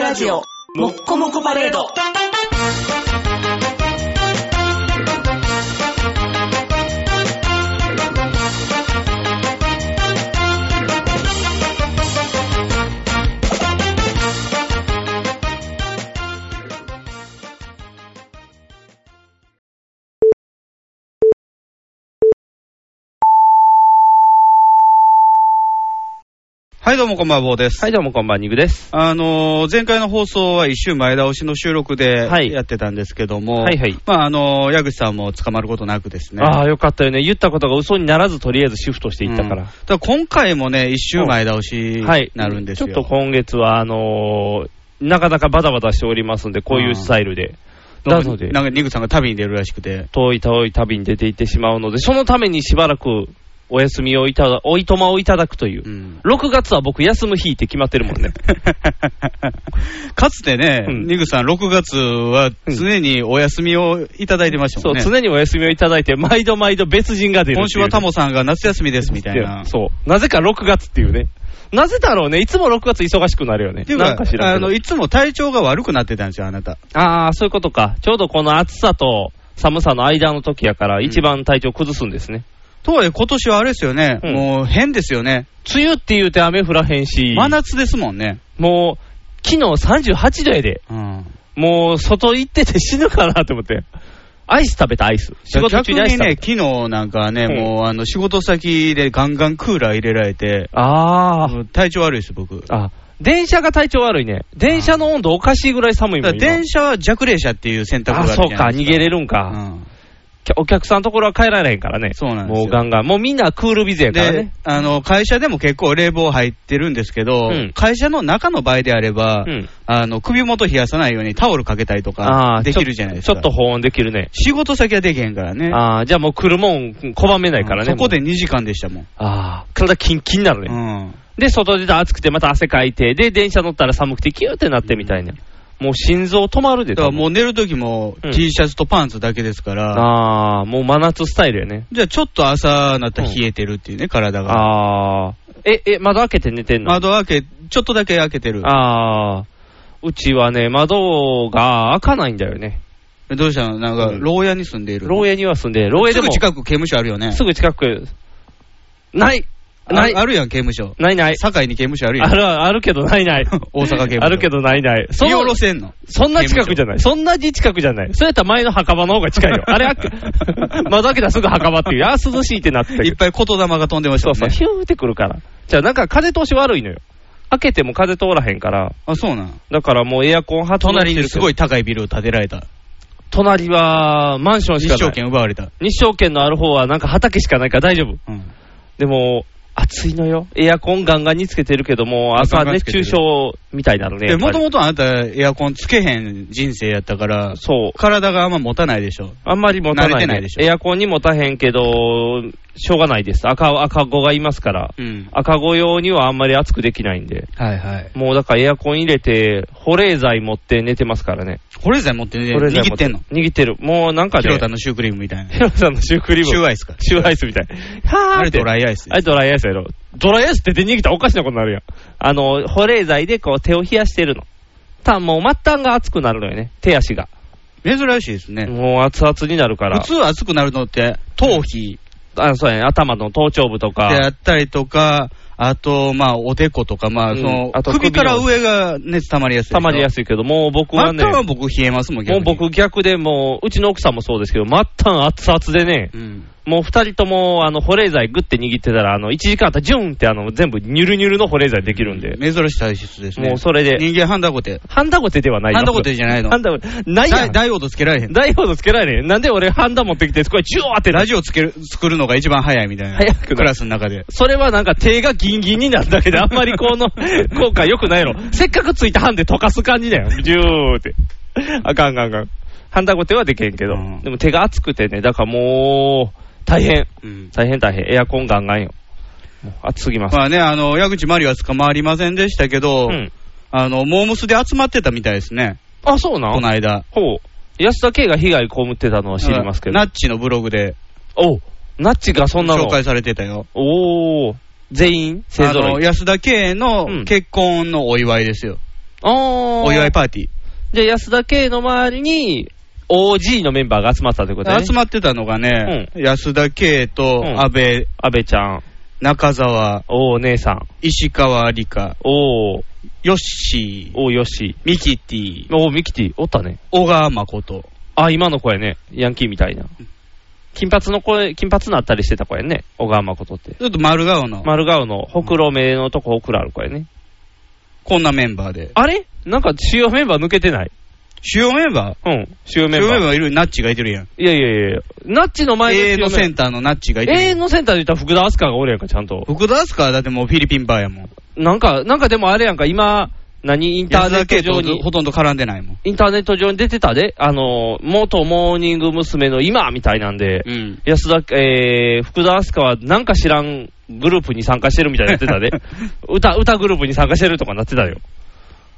ラジオ、もっこもこパレード。はい、どうもこんばんは、坊です。はい、どうもこんばんは、ニグです。あのー前回の放送は一週前倒しの収録ではいやってたんですけども、はいはいまあ、あのー矢口さんも捕まることなくですね。ああ、よかったよね。言ったことが嘘にならず、とりあえずシフトしていったから。うんだから今回もね、一週前倒しはいに。なるんですよ。ちょっと今月は、あのーなかなかバタバタしておりますんで、こういうスタイルで。ななんかので、なんかニグさんが旅に出るらしくて。遠い遠い旅に出ていってしまうので、そのためにしばらくお休みをいただ、おいとまをいただくというう。ん 6月は僕休む日って決まってるもんね。かつてね、うんニグさん、6月は常にお休みをいただいてましたそもう、んね。常にお休みをいただいて、毎度毎度別人が出るっていうね。今週はタモさんが夏休みですみたいな。そう。なぜか6月っていうね。なぜだろうね。いつも6月忙しくなるよね。っていうなかんか知らんあけどの、いつも体調が悪くなってたんですよ、あなた。ああ、そういうことか。ちょうどこの暑さと寒さの間の時やから、一番体調崩すんですね。とはいえ、今年はあれですよね、うんもう変ですよね、梅雨って言うて雨降らへんし、真夏ですもんね。もう、昨日38度やで。うんもう、外行ってて死ぬかなと思って。アイス食べた、アイス。仕事逆中にアイスに食ねべ、た。昨日なんかはね、うんもうあの仕事先でガンガンクーラー入れられて、あもう体調悪いです、僕。だあ。あ、電車が体調悪いね。電車の温度おかしいぐらい寒いもかんら今電車は弱冷車っていう選択がああ、るじそゃうか、ない逃ですげれるんか。か。お客さんのところは帰られへんからね。そうなんですよもうガンガン。もうみんなクールビうズやんからでね。、あの、会社でも結構冷房入ってるんですけど、うん会社の中の場合であれば、うんあの、首元冷やさないようにタオルかけたりとかーできるじゃないですちょか。っと保温できるね。仕事先はできへんからね。ああ、じゃあもう来るもん拒めないからね。そこでもう。 2時間でしたもん。ああ、体キンキンなのね。うんで、外出たら暑くてまた汗かいて、で、電車乗ったら寒くてキューってなってみたいな。もう心臓止まるで。だからう。もう寝るときもうん T シャツとパンツだけですから、ああ、もう真夏スタイルやね。じゃあちょっと朝なったら冷えてるっていうね、体が。ああ。え、え、窓開けて寝てんの窓開け、ちょっとだけ開けてる。ああ。うちはね、窓が開かないんだよね。どうしたのなんか、うん牢屋に住んでいる。牢屋には住んで、牢屋すでぐも、近く刑務所あるよね。すぐ近く、ない、あない、あるやん、刑務所。ないない。堺に刑務所あるやあん。る、あるけどないない。 大阪刑務所。あるけどないない。そ見の下ろせんの。そんな近くじゃない。そんなに近くじゃない。それやったら前の墓場の方が近いよ。 あれ、あ窓開けたらすぐ墓場っていう。あー、涼しいってなっていっる。ぱい言霊が飛んでましたそもうんそう、ね。ヒューってくるから。じゃあなんか風通し悪いのよ。開けても風通らへんから。あ、そうなん。だからもうエアコン発動してる隣けにどすごい高いビルを建てられた。隣はマンションし日か照ない。権奪われた。日照圏のある方はなんか畑しかないから大丈夫。うんでも、暑いのよ。エアコンガンガンにつけてるけども、朝ガンガンつ熱けてる中症みたいなのね。で、やっぱもりともとあなたエアコンつけへん人生やったから、そう。体があんま持たないでしょ。あんまり持たない、慣れてないでしょエアコンに持たへんけど、しょうがないです。赤、赤子がいますから。うん。赤子用にはあんまり熱くできないんで。はいはい。もうだからエアコン入れて、保冷剤持って寝てますからね。保冷剤持ってね、保冷剤持握ってんの。握ってる。もうなんかひろねた、のシュークリームみたいな。ヒロさんのシュークリーム。シューアイスか。シューアイスみたい。はーあれってドライアイスあ。れドライアイスやろ。ドライアイスって手に握ったらおかしなことになるやん。あの、保冷剤でこう手を冷やしてるの。たもう末端が熱くなるのよね。手足が。珍しいですね。もう熱々になるから。普通熱くなるのって、頭皮あそうやね。頭の頭頂部とか。であったりとか、あと、まあ、おでことか、まあ、うんそのあ、と首から首の上が熱溜まりやすい。たまりやすすいけど、もう僕い。真はっね赤、は僕冷えますもん、もう逆に。僕逆でもう、うちの奥さんもそうですけど、末端熱々でね、うん。もう二人とも、あの、保冷剤グッて握ってたら、あの、1時間あったらジュンってあの、全部ニュルニュルの保冷剤できるんで、珍しい体質ですね。もうそれで、人間ハンダゴテ。ハンダゴテではないよハンダゴテじゃないのハンダゴテ、ないやダん。ダイオードつけられへん。ダイオードつけられねえ。なんで俺ハンダ持ってきて、そこへジュワーってラジオつける、作るのが一番早いみたいな。早くなるクラスの中で。それはなんか手がギンギンになるだけで、あんまりこ の効果良くないやろ。せっかくついたハンで溶かす感じだよ。ジューって。あかんあかんあかん。ハンダゴテはできへんけど、うんでも手が熱くてね、だからもう、大変。うん。大変大変。エアコンガンガンよ。もう暑すぎます。まあね、あの、矢口まりは捕まりませんでしたけど、うん。あの、モームスで集まってたみたいですね、あ、そうなこのん間。ほう。安田圭が被害被ってたのは知りますけど。ナッチのブログでおうナッチがそんなの紹。介されてたよ。おー。全員勢あぞの、ろい。安田圭うのん結婚のお祝いですよ。あおお祝いパパーティじゃあ安田圭の周りに、OG のメンバーが集まったということね。ー。集まってたのがね、安田圭とうん安倍、安倍ちゃん、中澤、おお姉さん、石川理香、おー、ヨッシー、おーよし、ミキティ、おーミキティ、おったね。小川誠。あ、今の子やね。ヤンキーみたいな。金髪の子、金髪なったりしてた子やね。小川誠って。ちょっと丸顔の、丸顔の、ほくろ目のとこほくろある子やね。こんなメンバーで。あれなんか主要メンバー抜けてない。主要メンバーうん、主要メ主ンバ要ー。メンバーいる、ナッチがいてるやん。いやいやいや、ナッチの前永遠のセンタターのナッチがいてる永やん。遠のセンターで言ったら福田明日香がおるやんか、ちゃんと。福田明日香はだってもうフィリピンバーやもん。なんか、なんかでもあれやんか、今、何、インター安ネッ田ト圭上とにほ、とんど絡んでないもん。インターネット上に出てたで、あの、元モーニング娘。の今みたいなんで、うん。安田、えー、福田明日香はなんか知らんグループに参加してるみたいになっ てたで、歌、歌グループに参加してるとかなってたよ。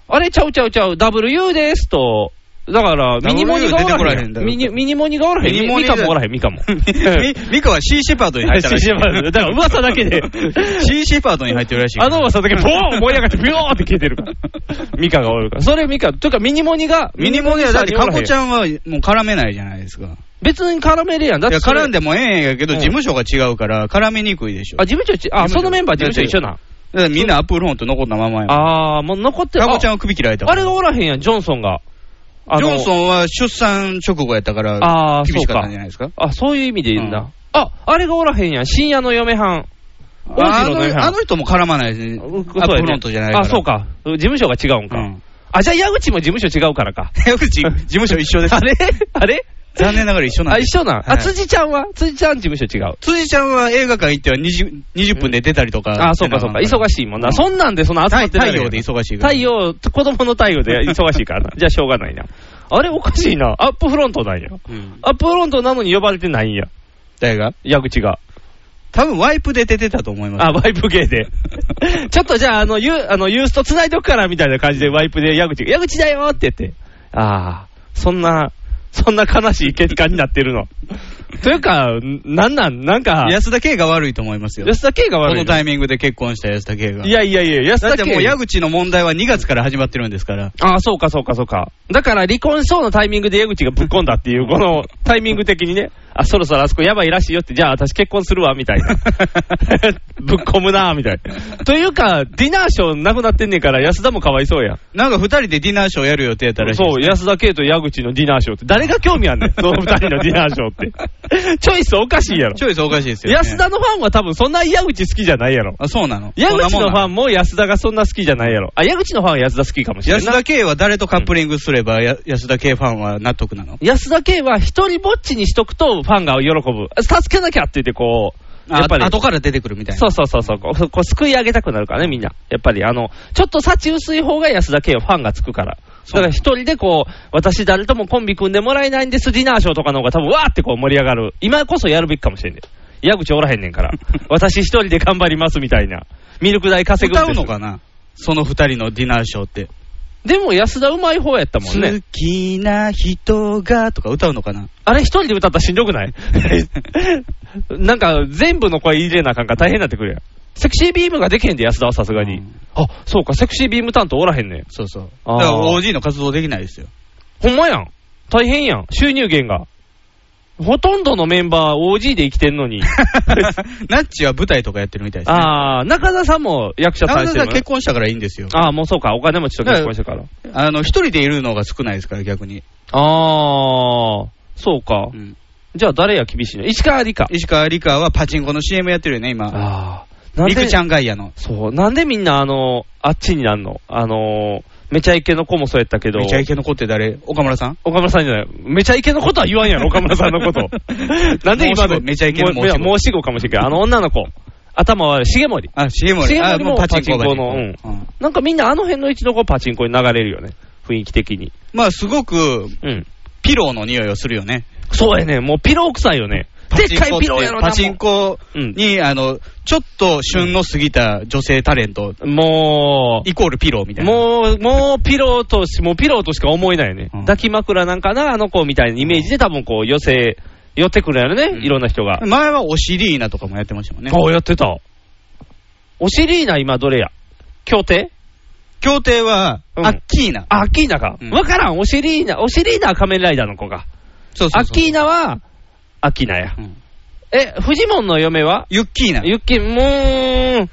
あれ、ちゃうちゃうちゃう、WU ですと、だから、ミニモニがおらへ W 出てこられへんんだ。ろミニミニモニがおらへん。ミニモニミカもおらへん、ミカも。ミミカはシーシェパードに入ったらしい。 シーシェパードだから噂だ けシでーシェパードに入ってるらしい。あの噂だけ、ボーン燃え上がって、ビョーンって消えて るから。ミカがおるから。それミカ、というかミニモニが、ミニモニはだって、さんカにおらへコんちゃんはもう絡めないじゃないですか。い別に絡めるやん。だっや、てそれ、絡んでもええんやけど、うん事務所が違うから、絡みにくいでしょ。だあ、か事務所一緒、あ、事務そ所のメンバー事務所一緒な。らみんなアップルフォンと残ったままやもん。あー、もう残ってる。カコちゃんあは首切られたあかられがおらへんやん、ジョンソンが。ジョンソンンは出産直後やったから、あー、そ厳うしかったんじゃかな。いですか。あ、そういう意味で言うんうだん。あ、あれがおらへんやん、深夜の嫁はん。大あ城の違反のあの人も絡まないですね。アうッそプうやねルフォンとじゃないから。あ、そう。か。事務所が違うんうか。ん。 あ、じゃあ矢口も事務所違うから か。矢口、事務所一緒ですあ。れあれ残念ながら一緒なんあ、です。一緒なん。はあ、い辻ちゃんは辻ちゃん事務所違う。辻ちゃんは映画館行っては 20, 20分で出たりとか、あ、そうかそうか。忙しいもんな。うんそんなんでその集まっ太てない陽で忙しいから。太陽、子供の太陽で忙 しいからな。じゃあしょうがないな。あれおかしいな。アップフロントなんや。うん。アップフロントなのに呼ばれてないんや。誰が矢口が。多分ワイプで出てたと思います。あ、ワイプ系で。 ちょっとじゃあ、あの、ユーあのユースと繋いどくからみたいな感じでワイプで矢口が、矢口だよって言って。ああ、そんな、そんな悲しい結果になって るの。というか、なんなん、なんか、安田圭が悪いと思いますよ。安田圭がこ悪いのの。タイミングで結婚した安田圭が。いやいやいや、安だっ田て圭。もう矢口の問題は2月から始まってるんですから。ああ、そうか、そうか、そうか。だから離婚しそうなタイミングで江口がぶっ込んだっていう、このタイミング的にね、あ、そろそろあそこやばいらしいよって、じゃあ私結婚するわ、みたい な。ぶっ込むな、みたいな。というか、ディナーショーなくなってんねんから、安田もかわいそうやん。なんか2人でディナーショーやる予定やったらしいです。そう、安田圭と矢口のディナーショーって、誰が興味 あんねん、その二人のディナーショーって。チョイスおかしいやろ。チョイスおかしいですよ、ね。安田のファンは多分そんな矢口好きじゃないやろ。あ、そうなの。矢口のファン。ンも安田がそんな好きじゃないやろ。あ、矢口のファンは安田好きかもしれない安。田圭は誰とカップリングすれば、や安田圭ファンは納得なの安田圭は一人ぼっちにしとくとファンが喜ぶ。助けなきゃって言ってこう、やっぱりあ。後から出てくるみたいな。そうそうそうそう、こう、こう救い上げたくなるからね、みんな。やっぱり、あの、ちょっと幸薄い方が安田圭はファンがつくから。だから一人でこう、私誰ともコンビ組んでもらえないんです、ディナーショーとかの方が多分わーってこう盛り上がる。今こそやるべきかもしれんね矢口おらへんね んから。私一人で頑張りますみたいな。ミルク代稼ぐん歌でうすのかなその二人のディナーショーって。でも安田うまい方やったもん好ね。きな人がとか歌うのかなあれ一人で歌ったらしんど くないなんか全部の声入れなあかんから大変になってくるやん。セクシービームができへんで、安田はさすがに。うんあ、そうか、セクシービーム担当おらへんねん。そうそう。だあーから OG の活動できない ですよ。ほんまやん。大変やん。収入源が。ほとんどのメンバー OG で生きてん のに。ナッチは舞台とかやってるみたいですね。あー、中田さんも役者さん中し田てさるんの結婚したからいいんですよ。あー、もうそうか、お金持ちと結婚してから。あの、一人でいるのが少ないですから、逆に。あー、そうかう。んじゃあ誰や厳しいの石川理香。石川理香はパチンコの CM やってるよね、今。あー、なんりでくちゃんガイアの。そう、なんでみんな、あの、あっちになんのあの、めちゃイケの子もそうやったけど、めちゃイケの子って誰岡村さん岡村さんじゃない、めちゃイケのことは言わんやろ、岡村さん のこと。なんで申し今の、子めちゃイケの申し子もういや申し子かもしれんけど、あの女の子、頭悪い、重森。あ、CM 重あ、盛ももうパチンコパチンコのパチンコうんなんかみんなあの辺の位置の子パチンコに流れるよね、雰囲気的に。まあ、すごく、うん。ピローの匂いをするよね。そうやね、もうピロー臭いよね。でっかいピローやろな、パチンコってパチンコに、あの、ちょっと旬の過ぎた女性タレント、もう。イコールピローみたいな。もう、もうピローとし、もうピローとしか思えないよね。うん抱き枕なんかな、あの子みたいなイメージで多分こう寄せ、寄ってくるやろね、うんいろんな人が。前はおシリーナとかもやってましたもんね。ああ、やってた。お尻な今どれや協定協定は、うんアッキーナ。あアッキーナか。うんわからん。オシリーナ、オシリーナは仮面ライダーの子か。そうアッキーナは、アッキーナや。うんえ、フジモンの嫁はユッキーナ。ユッキ、もう、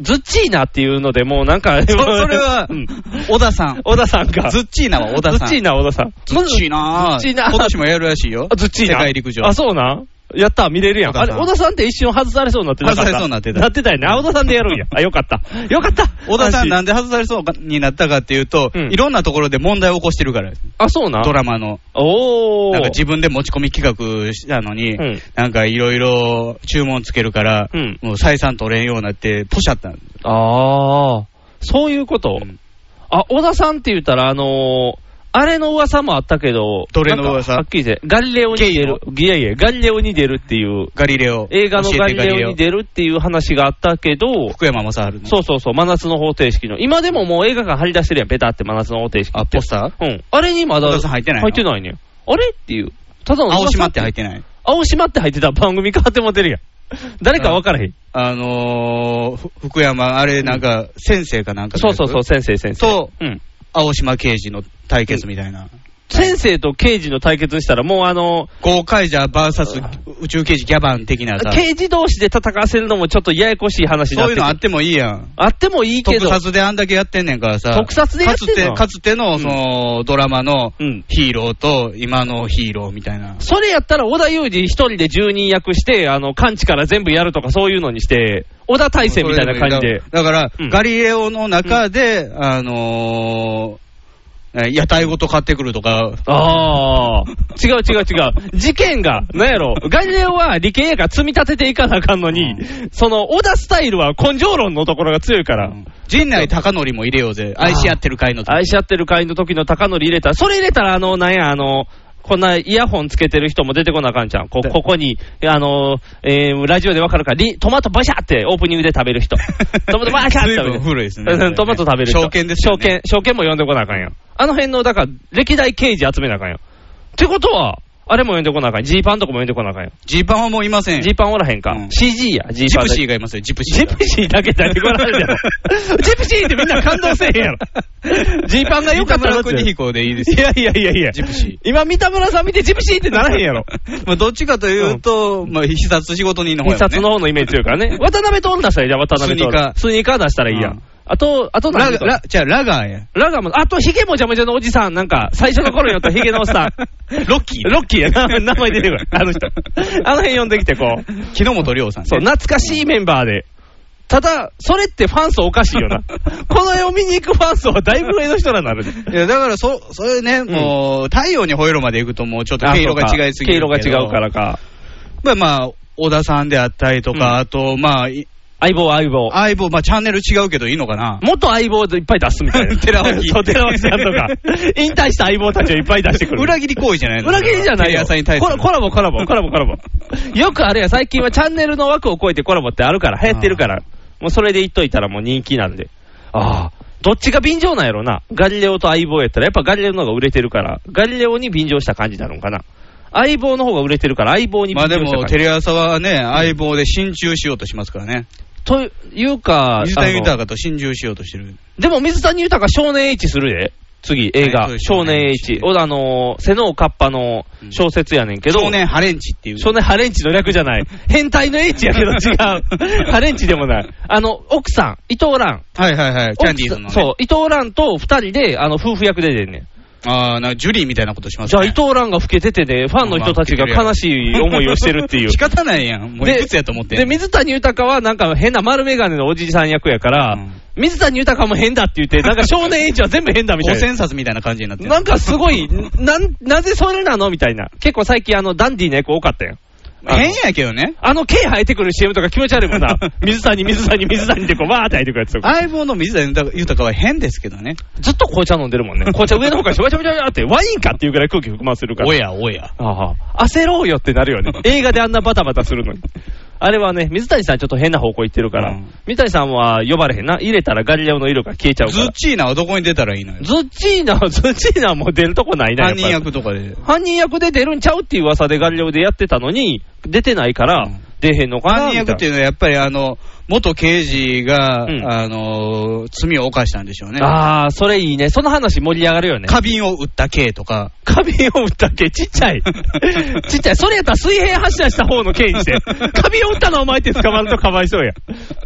ズッチーナっていうので、もうなんか、そそれは うん、小田さん。小田さんか。ズッチーナは小田さん。ズッチーナは小田さん。ズッチーナ。ズッチーナ今年もやるらしいよあ。ズッチーナ。世界陸上。あ、そうなんやった、見れるやん。小あ田れ、さん小田さんって一瞬外されそうになってなかった外されそうになってたなってたよね。あ、小田さんでやるんや。あ、よかった。よかった。小田さんなん安心で外されそうかになったかっていうと、うんいろんなところで問題を起こしてるから、あ、そうなんドラマの。おー。なんか自分で持ち込み企画したのに、うんなんかいろいろ注文つけるから、うんもう採算取れんようになって、ポシャったんですああ、そういうこと、うんあ、小田さんって言ったら、あのーあれの噂もあったけど、どれの噂なんかはっきりして、ガリレオに出る、いやいや、ガリレオに出るっていう、ガリレオ。映画の教ガえてリレオに出るっていう話があったけど、福山雅治の。そうそうそう、真夏の方程式の、今でももう映画館張り出してるやん、ペタって真夏の方程式って。あ、ポスターうん。あれにまだ小田さん入ってないの入ってないねんあれっていう。ただの噂青島って入ってない。青島って入ってた番組変わっても てるやん。誰か分からへん。あのー、ふ福山、あれなんか、先生かなんかのそうやつそうそう、先生先生。と、うん。青島刑事の対決みたいな。先生と刑事の対決にしたら、もうあの、ゴーカイジャー VS 宇宙刑事ギャバン的なさ、刑事同士で戦わせるのもちょっとややこしい話になそっういてうくるのあってもいいやん。あってもいいけ特ど、撮であんだけやってんねんからさ、特撮でやってんのかつてかつてのそのドラマのうんヒーローと今のヒーローみたいな。それやったら小田裕二一人で住人役して、あの、完治から全部やるとかそういうのにして、小田大戦みたいな感じで。だから、うんガリレオの中で、あのー、屋台ごと買ってくるとか、ああ、違う違う違う。事件が、なんやろ、ガリレオは理系やから積み立てていかなあかんのに、その、小田スタイルは根性論のところが強いから。陣内貴則も入れようぜ。愛し合ってる会の時愛し合ってる会の時の高則入れたら、それ入れたら、あの、なんや、あの、こんなイヤホンつけてる人も出てこなあかんじゃん。こでここに、あの、えーラジオでわかるから、リトマトバシャってオープニングで食べる人。トマトバシャって食べ随る分古いですねうんトマト食べる人。証券ですよね証券、証券も呼んでこなあかんやん。あの辺の、だから、歴代刑事集めなあかんやん。ってことは、あれも呼んでこなあかん。ジーパンとかも呼んでこなあかんやん。ジーパンはもういません。ジーパンおらへんか。うん CG や、ジージパンプだけ。シーがいますよ、ジプシジーが。プシーだけ出てこられ るやろ。ジプシーってみんな感動せえへんやろ。 ジーパンが良かった三な田村って。邦い彦でいいですよ。やいやいやいや。ジプシー今、三田村さん見てジプシーってならへんやろ。 まあどっちかというと、まあ必殺仕事人の方や必もんね殺の方のイメージ強いからね。渡辺徹出したらいいじゃん、渡辺徹。スニーカースニーカー出したらいいやうんん。あと、あとラ何ガ、ラ、じゃあラガーや。ラガも、あとヒゲもじゃもじゃのおじさん、なんか、最初の頃におったヒゲのおっさん。ロッキー。 ロッキーやな。名前出てくる。あの人。 あの辺呼んできて、こう。木之本涼さんね。そう、懐かしいメンバーで。ただ、それってファン層おかしいよ な。この絵を見に行くファン層はだいぶ上の人らになる。いや、だから、そ、それね、もう、太陽にほえろまで行くと、もうちょっと毛色が違いすぎるけど。あそうか毛色が違うから。か。まあ、まあ、小田さんであったりとか、うんあと、まあ、い相棒、相棒。相棒、まあ、チャンネル違うけどいいのかな。元相棒でいっぱい出すみたいな。寺脇そう、 寺脇さんと か。引退した相棒たちをいっぱい出してくる。裏切り行為じゃないの裏切りじゃないテレよ。朝に対すコラる。コラボ、コラボ、コラボ、コラボ。 よくあれや、最近はチャンネルの枠を超えてコラボってあるから、流行ってるから。もうそれで言っといたらもう人気なんで。ああ。どっちが便乗なんやろな。ガリレオと相棒やったら、やっぱガリレオの方が売れてるから、ガリレオに便乗した感じなのかな。相棒の方が売れてるから、相棒にま便あ乗しでた感じ。も、テレ朝はね、相棒で心中しようとしますからね。というか、水谷あの豊と心中しようとしてる。でも水谷豊少年 H するで。次、映はいそう。画です少年 H。おあのー、瀬能カッパの小説やねんけど。少年ハレンチっていう。少年ハレンチの略じゃない。変態の H やけど違 う。ハレンチでもない。あの、奥さん、伊藤蘭。はいはいはい。キャンディーズの、奥ね。さんそう、伊藤蘭と二人で、あの、夫婦役で出てんねん。ああ、なんかジュリーみたいなことしますじゃあ、ね。伊藤蘭が老けててね、ファンの人たちが悲しい思いをしてる っていう仕。方ないやん。もういくつやと思ってんで、の水谷豊はなんか変な丸眼鏡のおじさん役やから、うん水谷豊も変だって言って、なんか少年 H は全部変だみた五 いな。千冊みたいな感じになってるなんかすごい、なん、なぜそれなのみたいな。結構最近あの、ダンディーな役多かったよ。あの変やけどね。あの毛生えてくる CM とか気持ち悪いもんな。水谷、水谷、水谷ってこう、わーって生えてくるやつとか。相棒の水谷豊豊は変ですけどね。ずっと紅茶飲んでるもんね。紅茶上の方からしょばしょばしょばって、ワインかっていうぐらい空気含ませるから。おやおや。ああ、焦ろうよってなるよね。映画であんなバタバタするのに。あれはね、水谷さんちょっと変な方向行ってるから、うん水谷さんは呼ばれへんな。入れたらガリレオの色が消えちゃうかズッら。チーナはどこに出たらいいのよ。ズッチーナ、ズッチーナもう出るとこないな。や犯っぱり人役とかで。犯人役で出るんちゃうっていう噂でガリレオでやってたのに、出てないから、うん出へんのかマなみニたアいックなっていうのは、やっぱりあの元刑事が、うんあの罪を犯したんでしょうね、ああ、それいいね。その話盛り上がるよね。花瓶を売った刑とか、花瓶を打ったっけちっちゃ い。ちっちゃい。それやったら水平柱した方の刑に して。花瓶を打ったのはお前って捕まるとかわいそうや。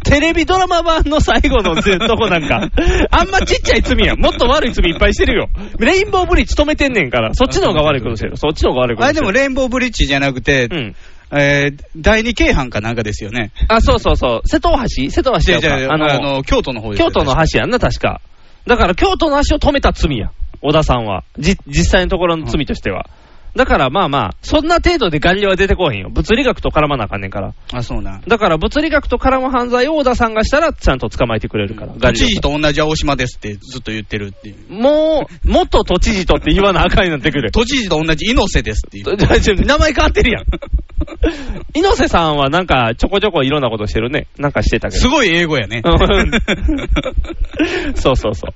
テレビドラマ版の最後のぜとこなんか、あんまちっちゃい罪やん。もっと悪い罪いっぱいしてるよ。レインボーブリッジ止めてんねんから、そっちの方が悪いことしてる。そっちの方が悪いことあしれてでる。もレインボーブリッジじゃなくて、うん。えー第二京阪かなんかですよね、あ、そうそうそう。瀬戸大橋瀬戸大橋じやゃんじかゃああの、あの京都の方ですよ京都の橋やんな、確か。だから京都の橋を止めた罪や。小田さんは。じ、実際のところの罪としては。だからまあまあ、そんな程度で顔料は出てこへんよ。物理学と絡まなあかんねんから。あそうなん、だから物理学と絡む犯罪を小田さんがしたら、ちゃんと捕まえてくれるから。顔都料知事と同じ青島ですってずっと言ってるっていう、もう、元都知事とって言わなあかんようにな ってくる。。都知事と同じ猪瀬ですっていう名前変わってるや ん。猪瀬さんはなんか、ちょこちょこいろんなことしてるね。なんかしてたけど。すごい英語やね。うんそうそう そう。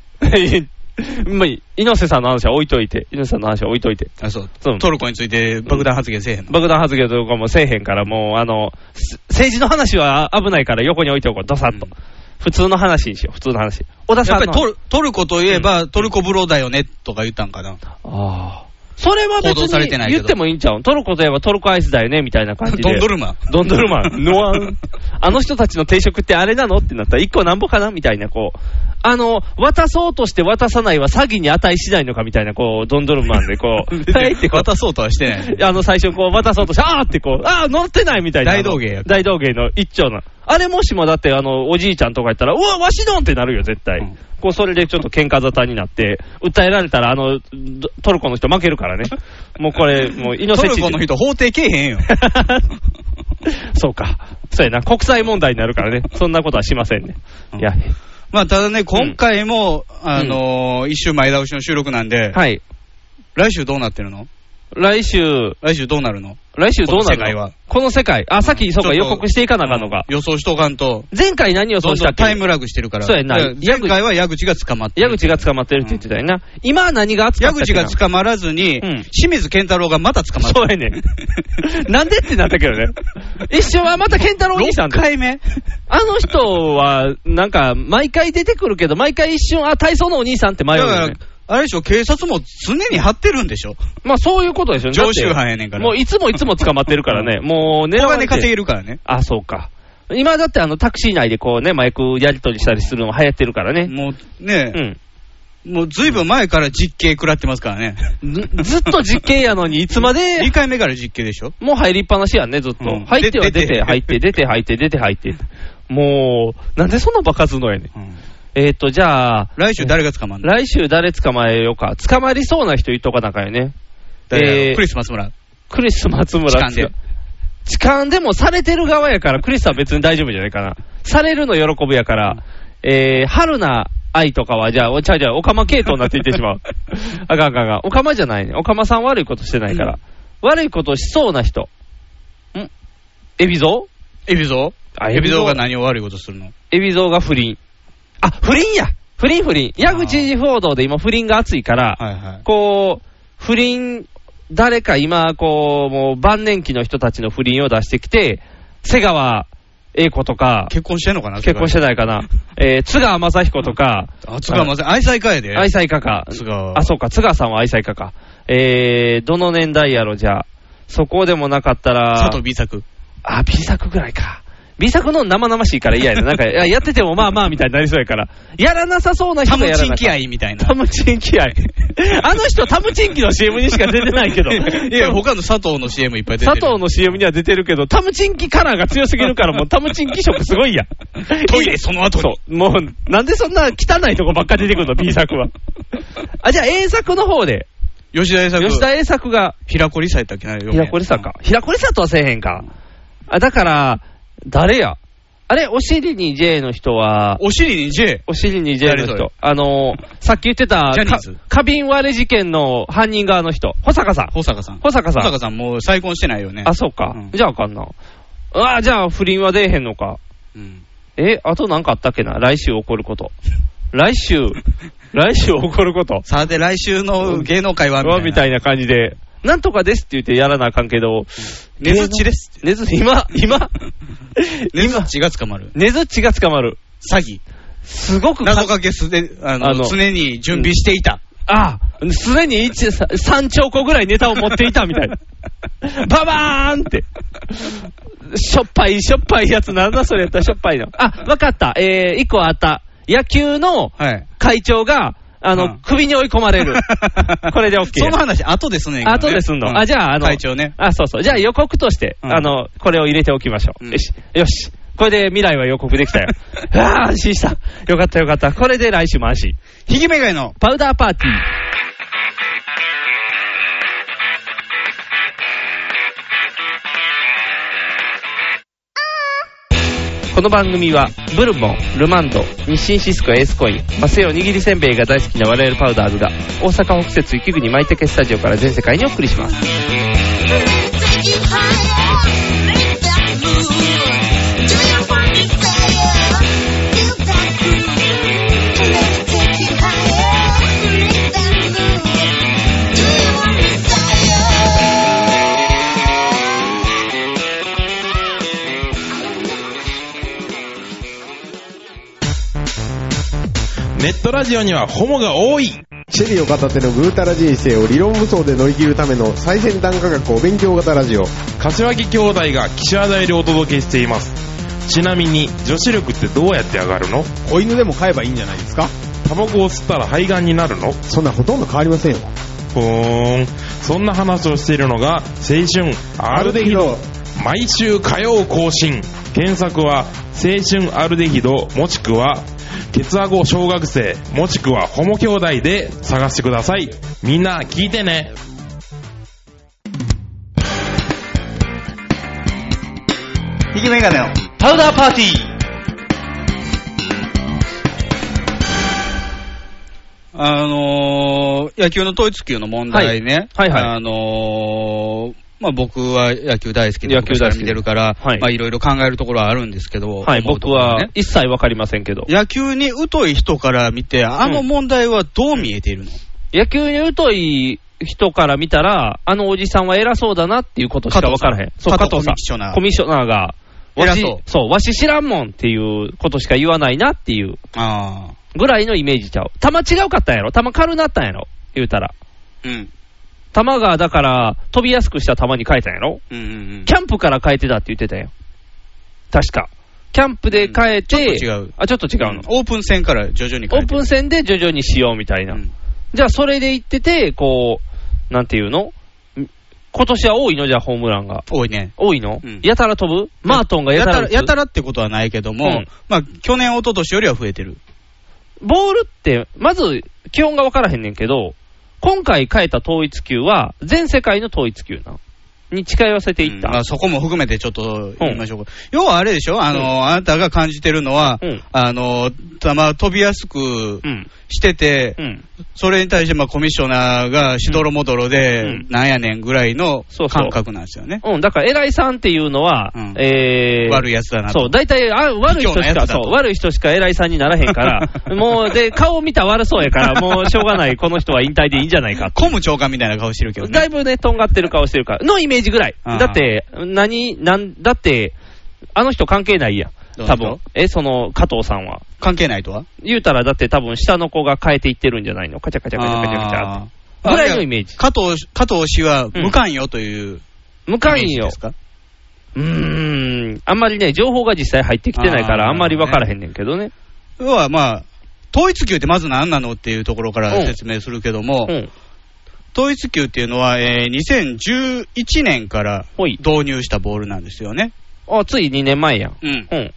まあ、猪瀬さんの話は置いといて、猪瀬さんの話は置いといて。 あそうそうトルコについて爆弾発言せえへんの、爆弾発言とかもせえへんから、もう、あの、す政治の話は危ないから横に置いておこう、ドサッと。うん普通の話にしよう、普通の話。小田やさっんぱりのトルトルコといえば、トルコ風呂だよねとか言ったんかな、ああ。それは別報道されてないにけど言ってもいいんちゃうんトルコといえばトルコアイスだよね、みたいな感じで。ドンドルマンドンドルマン。ノアン。あの人たちの定食ってあれなのってなったら、一個なんぼかなみたいな、こう。あの、渡そうとして渡さないは詐欺に値しないのかみたいな、こう、ドンドルマンで、こう、はいってこう。渡そうとはしてない、あの、最初こう、渡そうとして、あーってこう、あー乗ってないみたいな。大道芸や大道芸の一丁の。あれもしもだって、あの、おじいちゃんとかやったら、うわ、わしのんってなるよ、絶対。うんこう、それでちょっと喧嘩沙汰になって、訴えられたら、あの、どトルコの人負けるからね。もうこれ、もう、ト命ルコの人、法廷けえへんよ、 そうか。そうやな。国際問題になるからね。そんなことはしませんね。いや、まあ、ただね、今回も、あのー一週前倒しの収録なんで、はい。来週どうなってるの来週、来週どうなるの来週どうなこるのの世界は。この世界。あ、さっき、そうか、ちょ予っと告していかなあかんのか。予想しとかんと、前回何予ど想んしたどっんけタイムラグしてるから、そうやなだから前回は矢口が捕まって矢る、口が捕まってるって言ってたよな。今は何が扱矢ったっけ口なが捕まらずに、うん清水健太郎がまた捕まってそる。うやね ん。なんでってなったけどね。一瞬はまた健太郎お兄さん6だ回目あの人は、なんか、毎回出てくるけど、毎回一瞬、あ、体操のお兄さんって迷うだよからね。、あれでしょ、警察も常に張ってるんでしょ、まあ、そういうことでしょ常習犯やねんからだってもういつもいつも捕まってるからね。もう狙おわれ金て。稼げるからね、あ、そうか。今だってあの、タクシー内でこうね、マイクやり取りしたりするのが流行ってるからね。もうね、うん。もうずいぶん前から実刑食らってますからね、ず ずっと実刑やのに、いつまで2回目から実刑でしょ、もう入りっぱなしやんね、ずっと。うん入っては出出て、て入って、出て、入って、出て、入って。もう、なんでそんなバカすんのやねん。うんえっ、と、じゃあ、来週誰が捕まんの、来週誰捕まえようか。捕まりそうな人言っとかなあかんよね。誰やろえークリス・マス村、クリス・松村痴漢で。痴漢でもされてる側やから、クリスは別に大丈夫じゃないかな。されるの喜ぶやから、えー、春菜愛とかは、じゃあ、おちゃうちゃう、オカマ系統になっていってしまう。あかんあかんあかん。オカマじゃないね。オカマさん悪いことしてないから。悪いことしそうな人。んエビゾエビゾあウエビゾウが何を悪いことするのウエビゾウが不倫。あ、不倫や不倫不倫。矢口報道で今不倫が熱いから、はいはい。こう、不倫、誰か今、こう、もう晩年期の人たちの不倫を出してきて、瀬川栄子とか、結婚してんのかな結婚してないかな、えー津川雅彦とか、あ、津川ません。愛妻家やで。愛妻家か。津川あ、そうか、津川さんは愛妻家か。えー、どの年代やろ、じゃあ。そこでもなかったら、佐藤美作。あ、B 作ぐらいか。B 作の生々しいから嫌やな。なんか、いややっててもまあまあみたいになりそうやから。やらなさそうな人タがムやらチなンかキアイみたいなタ。ムチン気合。あの人、タムチンキの CM にしか出てないけど。 いや、他の佐藤の CM いっぱい出て佐る。藤の CM には出てるけど、タムチンキカラーが強すぎるから、もうタムチンキ色すごいやん。トイレその後にそう。もう、なんでそんな汚いとこばっか出てくるの、B 作は。あ、じゃあ A 作の方で、吉田栄作。吉田 A 作が、平子理沙やったっけな平子リサ。か。平子リサとはせえへんか。あ、だから、誰やあれ、お尻に J の人は、お尻に J。お尻に J の誰それ人。あのー、さっき言ってたジャニーズ、か花瓶割れ事件の犯人側の人、保坂さん。保坂さん。保坂さん保坂さんもう再婚してないよね。あ、そうか。うんじゃああかんな。ああ、じゃあ不倫は出えへんのか。うん。え、あとなんかあったっけな来週起こること。来週、来週起こること。さて、来週の芸能界はうわみたいな感じで。なんとかですって言ってやらなあかんけど、ネズッチです。ネズ、今、 今、ネズッチが捕まる。ネズっちが捕まる。詐欺。すごくか謎かけすで、あの、あの常に準備していた。ああ、すでに一さ3兆個ぐらいネタを持っていたみ たいな。ババーンって。しょっぱい、しょっぱいやつなんだそれやったらしょっぱいの。あ、わかった。えー、一個あった。野球のはい。会長が、あの、うん。首に追い込まれる これで OK その話、後ですね。後ですんの。あ、じゃあ、あの、会長ね。あ、そうそう。じゃあ予告として、うんあの、これを入れておきましょう。うんよし。よし。これで未来は予告できた よ。ああ、安心した。よかったよかった。これで来週も安心。ひげめがいの、パウダーパーティー。この番組は、ブルボン、ルマンド、日清シスコエースコイン、マセオ握りせんべいが大好きな我々パウダーズが、大阪北節雪国舞茸スタジオから全世界にお送りします。ネットラジオにはホモが多いシェリーを片手のぐうたら人生を理論武装で乗り切るための最先端科学お勉強型ラジオ。柏木兄弟が岸和田よりお届けしていますちなみに女子力ってどうやって上がるの子犬でも飼えばいいんじゃないですかタバコを吸ったら肺がんになるのそんなほとんど変わりませんよ。ふーんそんな話をしているのが青春アルデヒド毎週火曜更新検索は青春アルデヒドもしくはケツアゴ小学生もしくはホモ兄弟で探してくださいみんな聞いてねひげめがいの、パウダーパーティーあのー野球の統一級の問題ね。はいはいはいあのーまあ、僕は野球大好きで、野球大好き昔から見てるから、はいまあ、いろいろ考えるところはあるんですけど、はい、思うと僕ころねは一切わかりませんけど。野球に疎い人から見て、あの問題はどう見えているの、野球に疎い人から見たら、あのおじさんは偉そうだなっていうことしかわからへん。そう、加加藤藤ささんん。ココミミッショナーが。偉わしそう、そう、わし知らんもんっていうことしか言わないなっていうあぐらいのイメージちゃう。球違うかったんやろ球軽なったんやろ言うたら。あ。うん。球が、だから、飛びやすくした球に変えたんやろうんうんうんキ。ャンプから変えてたって言ってたよ。確か。キャンプで変えて、うんちょっと違うあ、ちょっと違うの。オープン戦から徐々にオープン戦で徐々にしようみたいな。うんじゃあ、それで行ってて、こう、なんていうのん今年は多いのじゃあ、ホームランが。多いね。多いの、うんやたら飛ぶマートンがややたたら打らつやたらってことはないけども、うんまあ、去年、一昨年よりは増えてる。ボールって、まず、基本が分からへんねんけど、今回変えた統一球は、全世界の統一球なの。に近寄せていっうんまたあ、。そこも含めてちょっと言いましょうか。要はあれでしょあの、あなたが感じてるのは、うんあの、球飛びやすくうん。してて、うん。それに対してまあコミッショナーがしどろもどろで、うんなんやねんぐらいのそうそう感覚なんですよね。うん、だから、偉いさんっていうのは、うんえー、悪いやつだなと。そう、大体、あ悪い人卑怯なやつだしか、とそう、悪い人しか偉いさんにならへん から、もう、で、顔見たら悪そうやから、もうしょうがない、この人は引退でいいんじゃないかってコム長官みたいな顔してるけどだね。いぶね、とんがってる顔してるから、のイメージぐらい。あーだって、何、なん、だって、あの人関係ないやどん。うぞ多分。え、その、加藤さんは。関係ないとは言うたら、だって多分下の子が変えていってるんじゃないのカチャカチャカチャカチャカチャって。あーぐらいのイメージ加藤、加藤氏は無関与という、無関関与よです。かうーん。あんまりね、情報が実際入ってきてないかあら、ーあんまりわからへんねんけどね。要はまあ、統一級ってまず何なのっていうところから説明するけども、うん。統一級っていうのは、えー2011年からほい。導入したボールなんですよね。あ、つい2年前やん。うん、うん。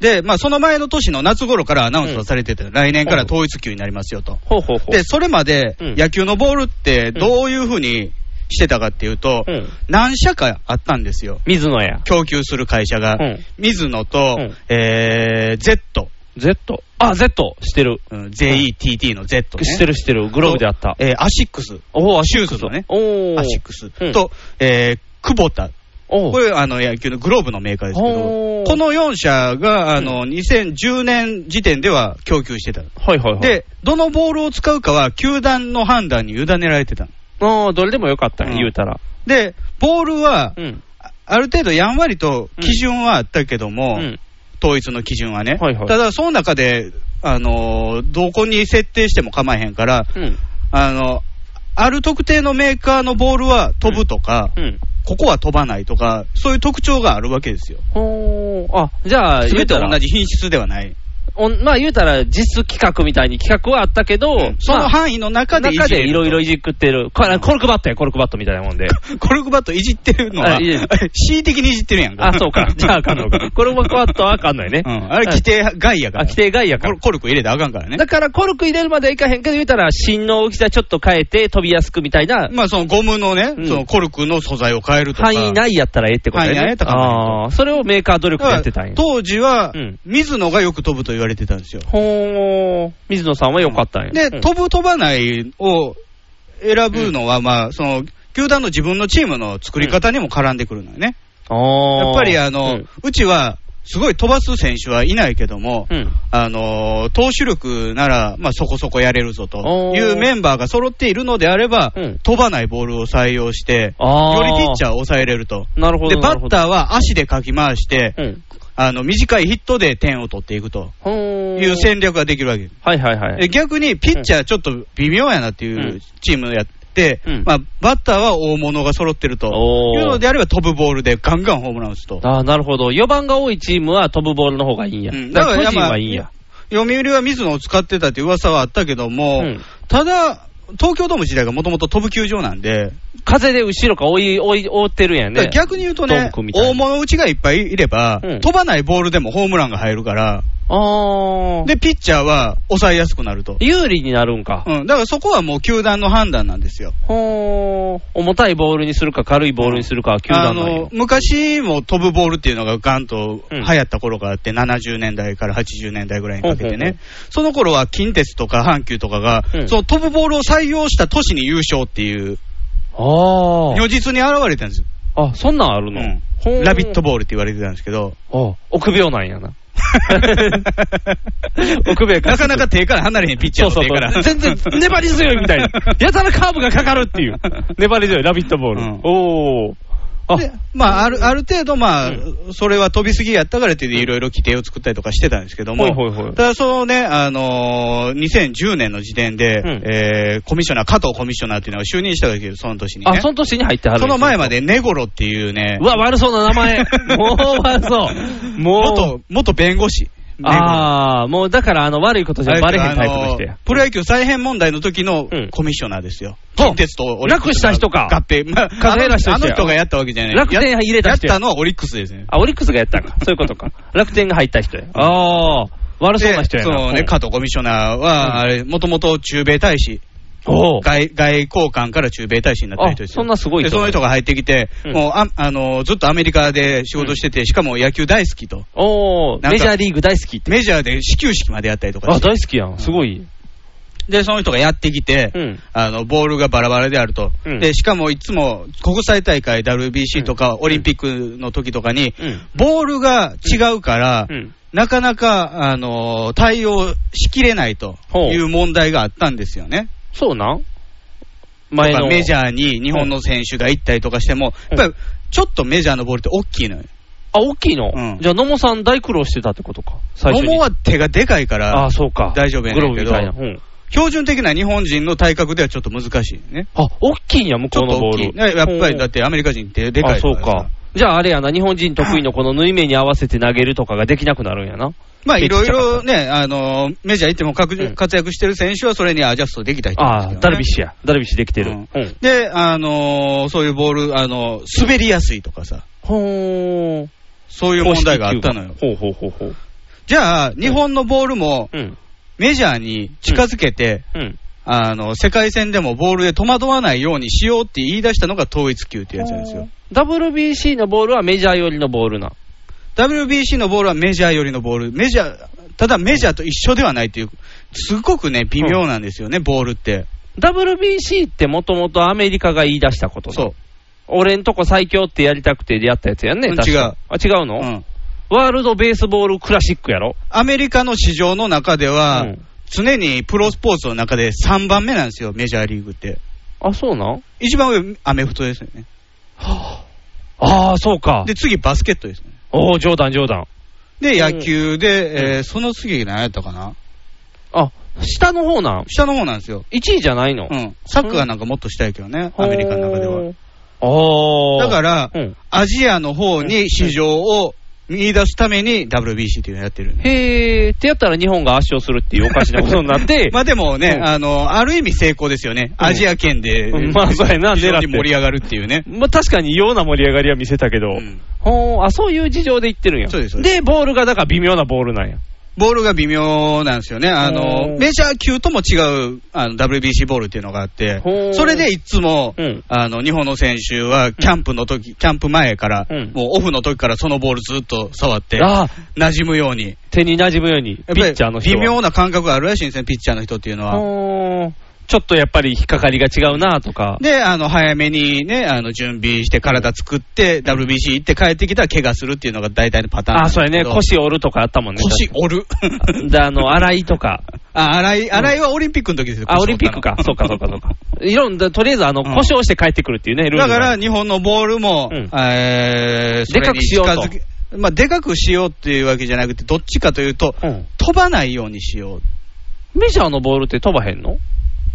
で、まあ、その前の年の夏頃からアナウンスはされてて、来年から統一級になりますよと。ほうほうほう。で、それまでうん野球のボールってどういうふうにしてたかっていうと、うん。何社かあったんですよ。水野や。供給する会社が、うん。水野と、うんえー、Z、 Z。あ、Z。してる。うん JETT の Z ね。してるしてる。グローブであった。えーアシックス、おお、シューズのね、おお。アシックスうんと、えー、久保田、おこれ、あの野球のグローブのメーカーですけどお、ーこの4社があの2010年時点では供給してた。はいはいはい。、で、どのボールを使うかは、球団の判断に委ねられてたの。ああ、どれでもよかった、うん言うたら。で、ボールは、うん。あある程度やんわりと基準はあったけどうも、ん。統一の基準はね、はいはいただ、その中で、あのーどこに設定しても構えへんから、うん。あのある特定のメーカーのボールは飛ぶとか、うん。ここは飛ばないとか、そういう特徴があるわけですよ、ほー。あ、じゃあ、す言べうてたら同、じ品質ではない、おんまあ言うたら、実企画みたいに企画はあったけど、そのまあ範囲の中でい中じれでいるとろいろいじくってる。これコルクバットや、コルクバットみたいなもんで。コルクバットいじってるのは、あいいです 恣意的にいじってるやんか。あ、そ うか。じゃああかんのか。コルクバットはあかんのよね。うん、あれ、規定外やから。あ、規定外やコからル。コルク入れたらあかんからね。だからコルク入れるまではいかへんけど、言うたら、芯の大きさちょっと変えて飛びやすくみたいな、まあ、そのゴムのね、うんそのコルクの素材を変えるとか。範囲内やったらええってことやね。範囲内やったらああー、それをメーカー努力でやだってかたんらや。当時は、うん水野がよく飛ぶと言われてたんですよ。ほー、水野さんは良かったんや。で、うん飛ぶ、飛ばないを選ぶのは、まあ、その、球団の自分のチームの作り方にも絡んでくるのよね。あーやっぱり、あの、ううんちは、すごい飛ばす選手はいないけども、うんあの投手力なら、まあ、そこそこやれるぞおとーいうメンバーが揃っているのであれば、うん飛ばないボールを採用して、あよりピッチャーーを抑えれると。なるほど。で、バッーターは足でかき回して、うん。あの短いヒットで点を取っていくとほーいう戦略ができるわけです。はいはいはでい。逆にピッチャーちょっと微妙やなっていううんチームやって、うんまあ、バッターは大物が揃ってるとおーいうのであれば、飛ぶボールでガンガンホームラン打つと。ああ、なるほど。4番が多いチームは飛ぶボールの方がいいんや。うんだかだら巨か人らはいいんや。読売は水野を使ってたっていう噂はあったけども、うんただ、東京ドーム時代がもともと飛ぶ球場なんで、風で後ろから追い、追い、追ってるんやだからね。逆に言うとねドンクみ、たいな大物打ちがいっぱいいれば、うん飛ばないボールでもホームランが入るから、ああ。で、ピッチャーは抑えやすくなると。有利になるんか。うん、だからそこはもう球団の判断なんですよ。ほー、重たいボールにするか、軽いボールにするか、球団なんやの昔も飛ぶボールっていうのがガンとう流ん行った頃があって、70年代から80年代ぐらいにかけてね、ほうほうほうその頃は近鉄とか阪急とかが、うんその飛ぶボールを採用した都市に優勝っていう、あー如実に現れたんですよ、あ、そんなんあるの、うんほーラビットボールって言われてたんですけど、あ臆病なんやな。 臆病なかなか手から離れへんピッチャそうーの手そうかそら。う。全然、粘り強いみた いな。やたらカーブがかかるっていう。粘り強い、ラビットボール。うんおー。あ、でまあ、あるある程度、まあうそれは飛びすぎやったからっていろいろ規定を作ったりとかしてたんですけども、ほいほいほいただ、そのね、あのー2010年の時点で、うんえーコミッショナー、加藤コミッショナーっていうのが就任したわけです、その年にね。あ、その年に入ってはる。その前ま。で、ネゴロっていうねう、わ、悪そうな 名前。もう悪そう。もう。元元弁護士、ネゴロあー、もうだから、あの、悪いことじゃバレへんタイプの人あやの。プロ野球再編問題の時のうんコミッショナーですよ。ほう近鉄とオリックス。なくした人か合併。まあ、数減らした人やあのあの人がやったわけじゃない。楽天入れた人やややったのはオリックスですね。あ、オリックスがやったんか。そういうことか。楽天が入った人や。ああ、悪そうな人やな。でそううね、ん加藤コミッショナーうんは、あれ、もともと中米大使、おう外外交官から中米大使になった人ですよあそんなすごい人でその人が入ってきて、うんもうああのずっとアメリカで仕事してて、しかも野球大好きと、おーなんかメジャーリーグ大好きって。メジャーで始球式までやったりとかあ、して、大好きやん。すごい。でその人がやってきて、うんあの、ボールがバラバラであると、うんでしかもいつも国際大会、WBC とか、うんオリンピックの時とかに、うんボールが違うから、うん。なかなか、あの対応しきれないという問題があったんですよね。そうなんと前かの。メジャーに日本の選手が行ったりとかしても、うんやっぱりちょっとメジャーのボールって大きいのよ。あ、大きいの、うんじゃあ、野茂さん大苦労してたってことか。最初に。桃は手がでかいかあらあ、、そうか。大丈夫やグねローんブけみどたいな。うん。標準的な日本人の体格ではちょっと難しいね。あ、大きいんや、向ちこょうっとのボ大ーきい。ル。ねやっぱりだほっうてアメリカ人ってでかいあ、かそらうさか。じゃあ、あれやな、日本人得意のこの縫い目に合わせて投げるとかができなくなるんやな。まあピッいチャーろいろね、あのーメジャー行っても確実うん活躍してる選手はそれにアジャストできた人なんですけああ、どねダルビッシュや。ダルビッシュできてる。ううんん。で、あのーそういうボール、あのー滑りやすいとかさ、ほー。そういう問題があったのよ。ほうほうほうほう。じゃあ、日本のボールもうん。メジャーに近づけて、うん。あの、世界戦でもボールで戸惑わないようにしようって言い出したのが統一級っていうやつなんですよ。 WBC のボールはメジャー寄りのボールな。 WBC のボールはメジャーよりのボール、メジャー、ただメジャーと一緒ではないという、すごくね、微妙なんですよね、ボールって。 WBC ってもともとアメリカが言い出したことなそう。俺んとこ最強ってやりたくてやったやつやんね、うん確かあ、違ううの、ん。ワールドベースボールクラシックやろアメリカの市場の中では、うん常にプロスポーツの中で3番目なんですよ、メジャーリーグって。あ、そうなん一番上、アメフトですよね。ああ、そうか。で、次、バスケットですね。おお、冗談、冗談。で、うん野球で、えーその次何やったかなあ、下の方なん。下の方なんですよ。 1位じゃないの。うん。サッカーなんかもっとしたいけどね、アメリカの中では。。あだあ。から、うんアジアの方に市場を見出すために WBC っていうのやってる。へーってやったら日本が圧勝するっていうおかしなことになっ て、まあでもね、うんあの、ある意味成功ですよね。アジア圏で、うんまあそうやな非常に狙って盛り上がるっていうね。まあ確かに異様な盛り上がりは見せたけど、うんほーあ、そういう事情で言ってるんや。そうですそうでで、ボールがだから微妙なボールなんや。ボールが微妙なんですよね。あおの、ーメジャー級とも違うあの WBC ボールっていうのがあってほー、それでいつも、うんあの、日本の選手はキャンプの時、キャンプ前から、うんもうオフの時からそのボールずっと触って、ああ、馴染むように。手に馴染むように、やっピぱッりチャーの人微は妙な感覚があるらしいんですね、ピッチャーの人っていうのは。ほーちょっとやっぱり引っかかりが違うなとか。で、あの、早めにね、あの、準備して体作って、WBC 行って帰ってきたら怪我するっていうのが大体のパターンなんあ、ですそうけやど。ね。腰折るとかあったもんね。腰折る。 で、あの、洗いとか。あ、新井、新井はオリンピックの時ですよ。あ、腰オリ折ンっピたのックか。そうか、そうか、そうか。 いろんな、とりあえず、あの、うん故障して帰ってくるっていうね、ルール がだから、日本のボールも、うんえー、それに近づでかくしけまあ、でかくしようっていうわけじゃなくて、どっちかというと、うん飛ばないようにしよう。メジャーのボールって飛ばへんの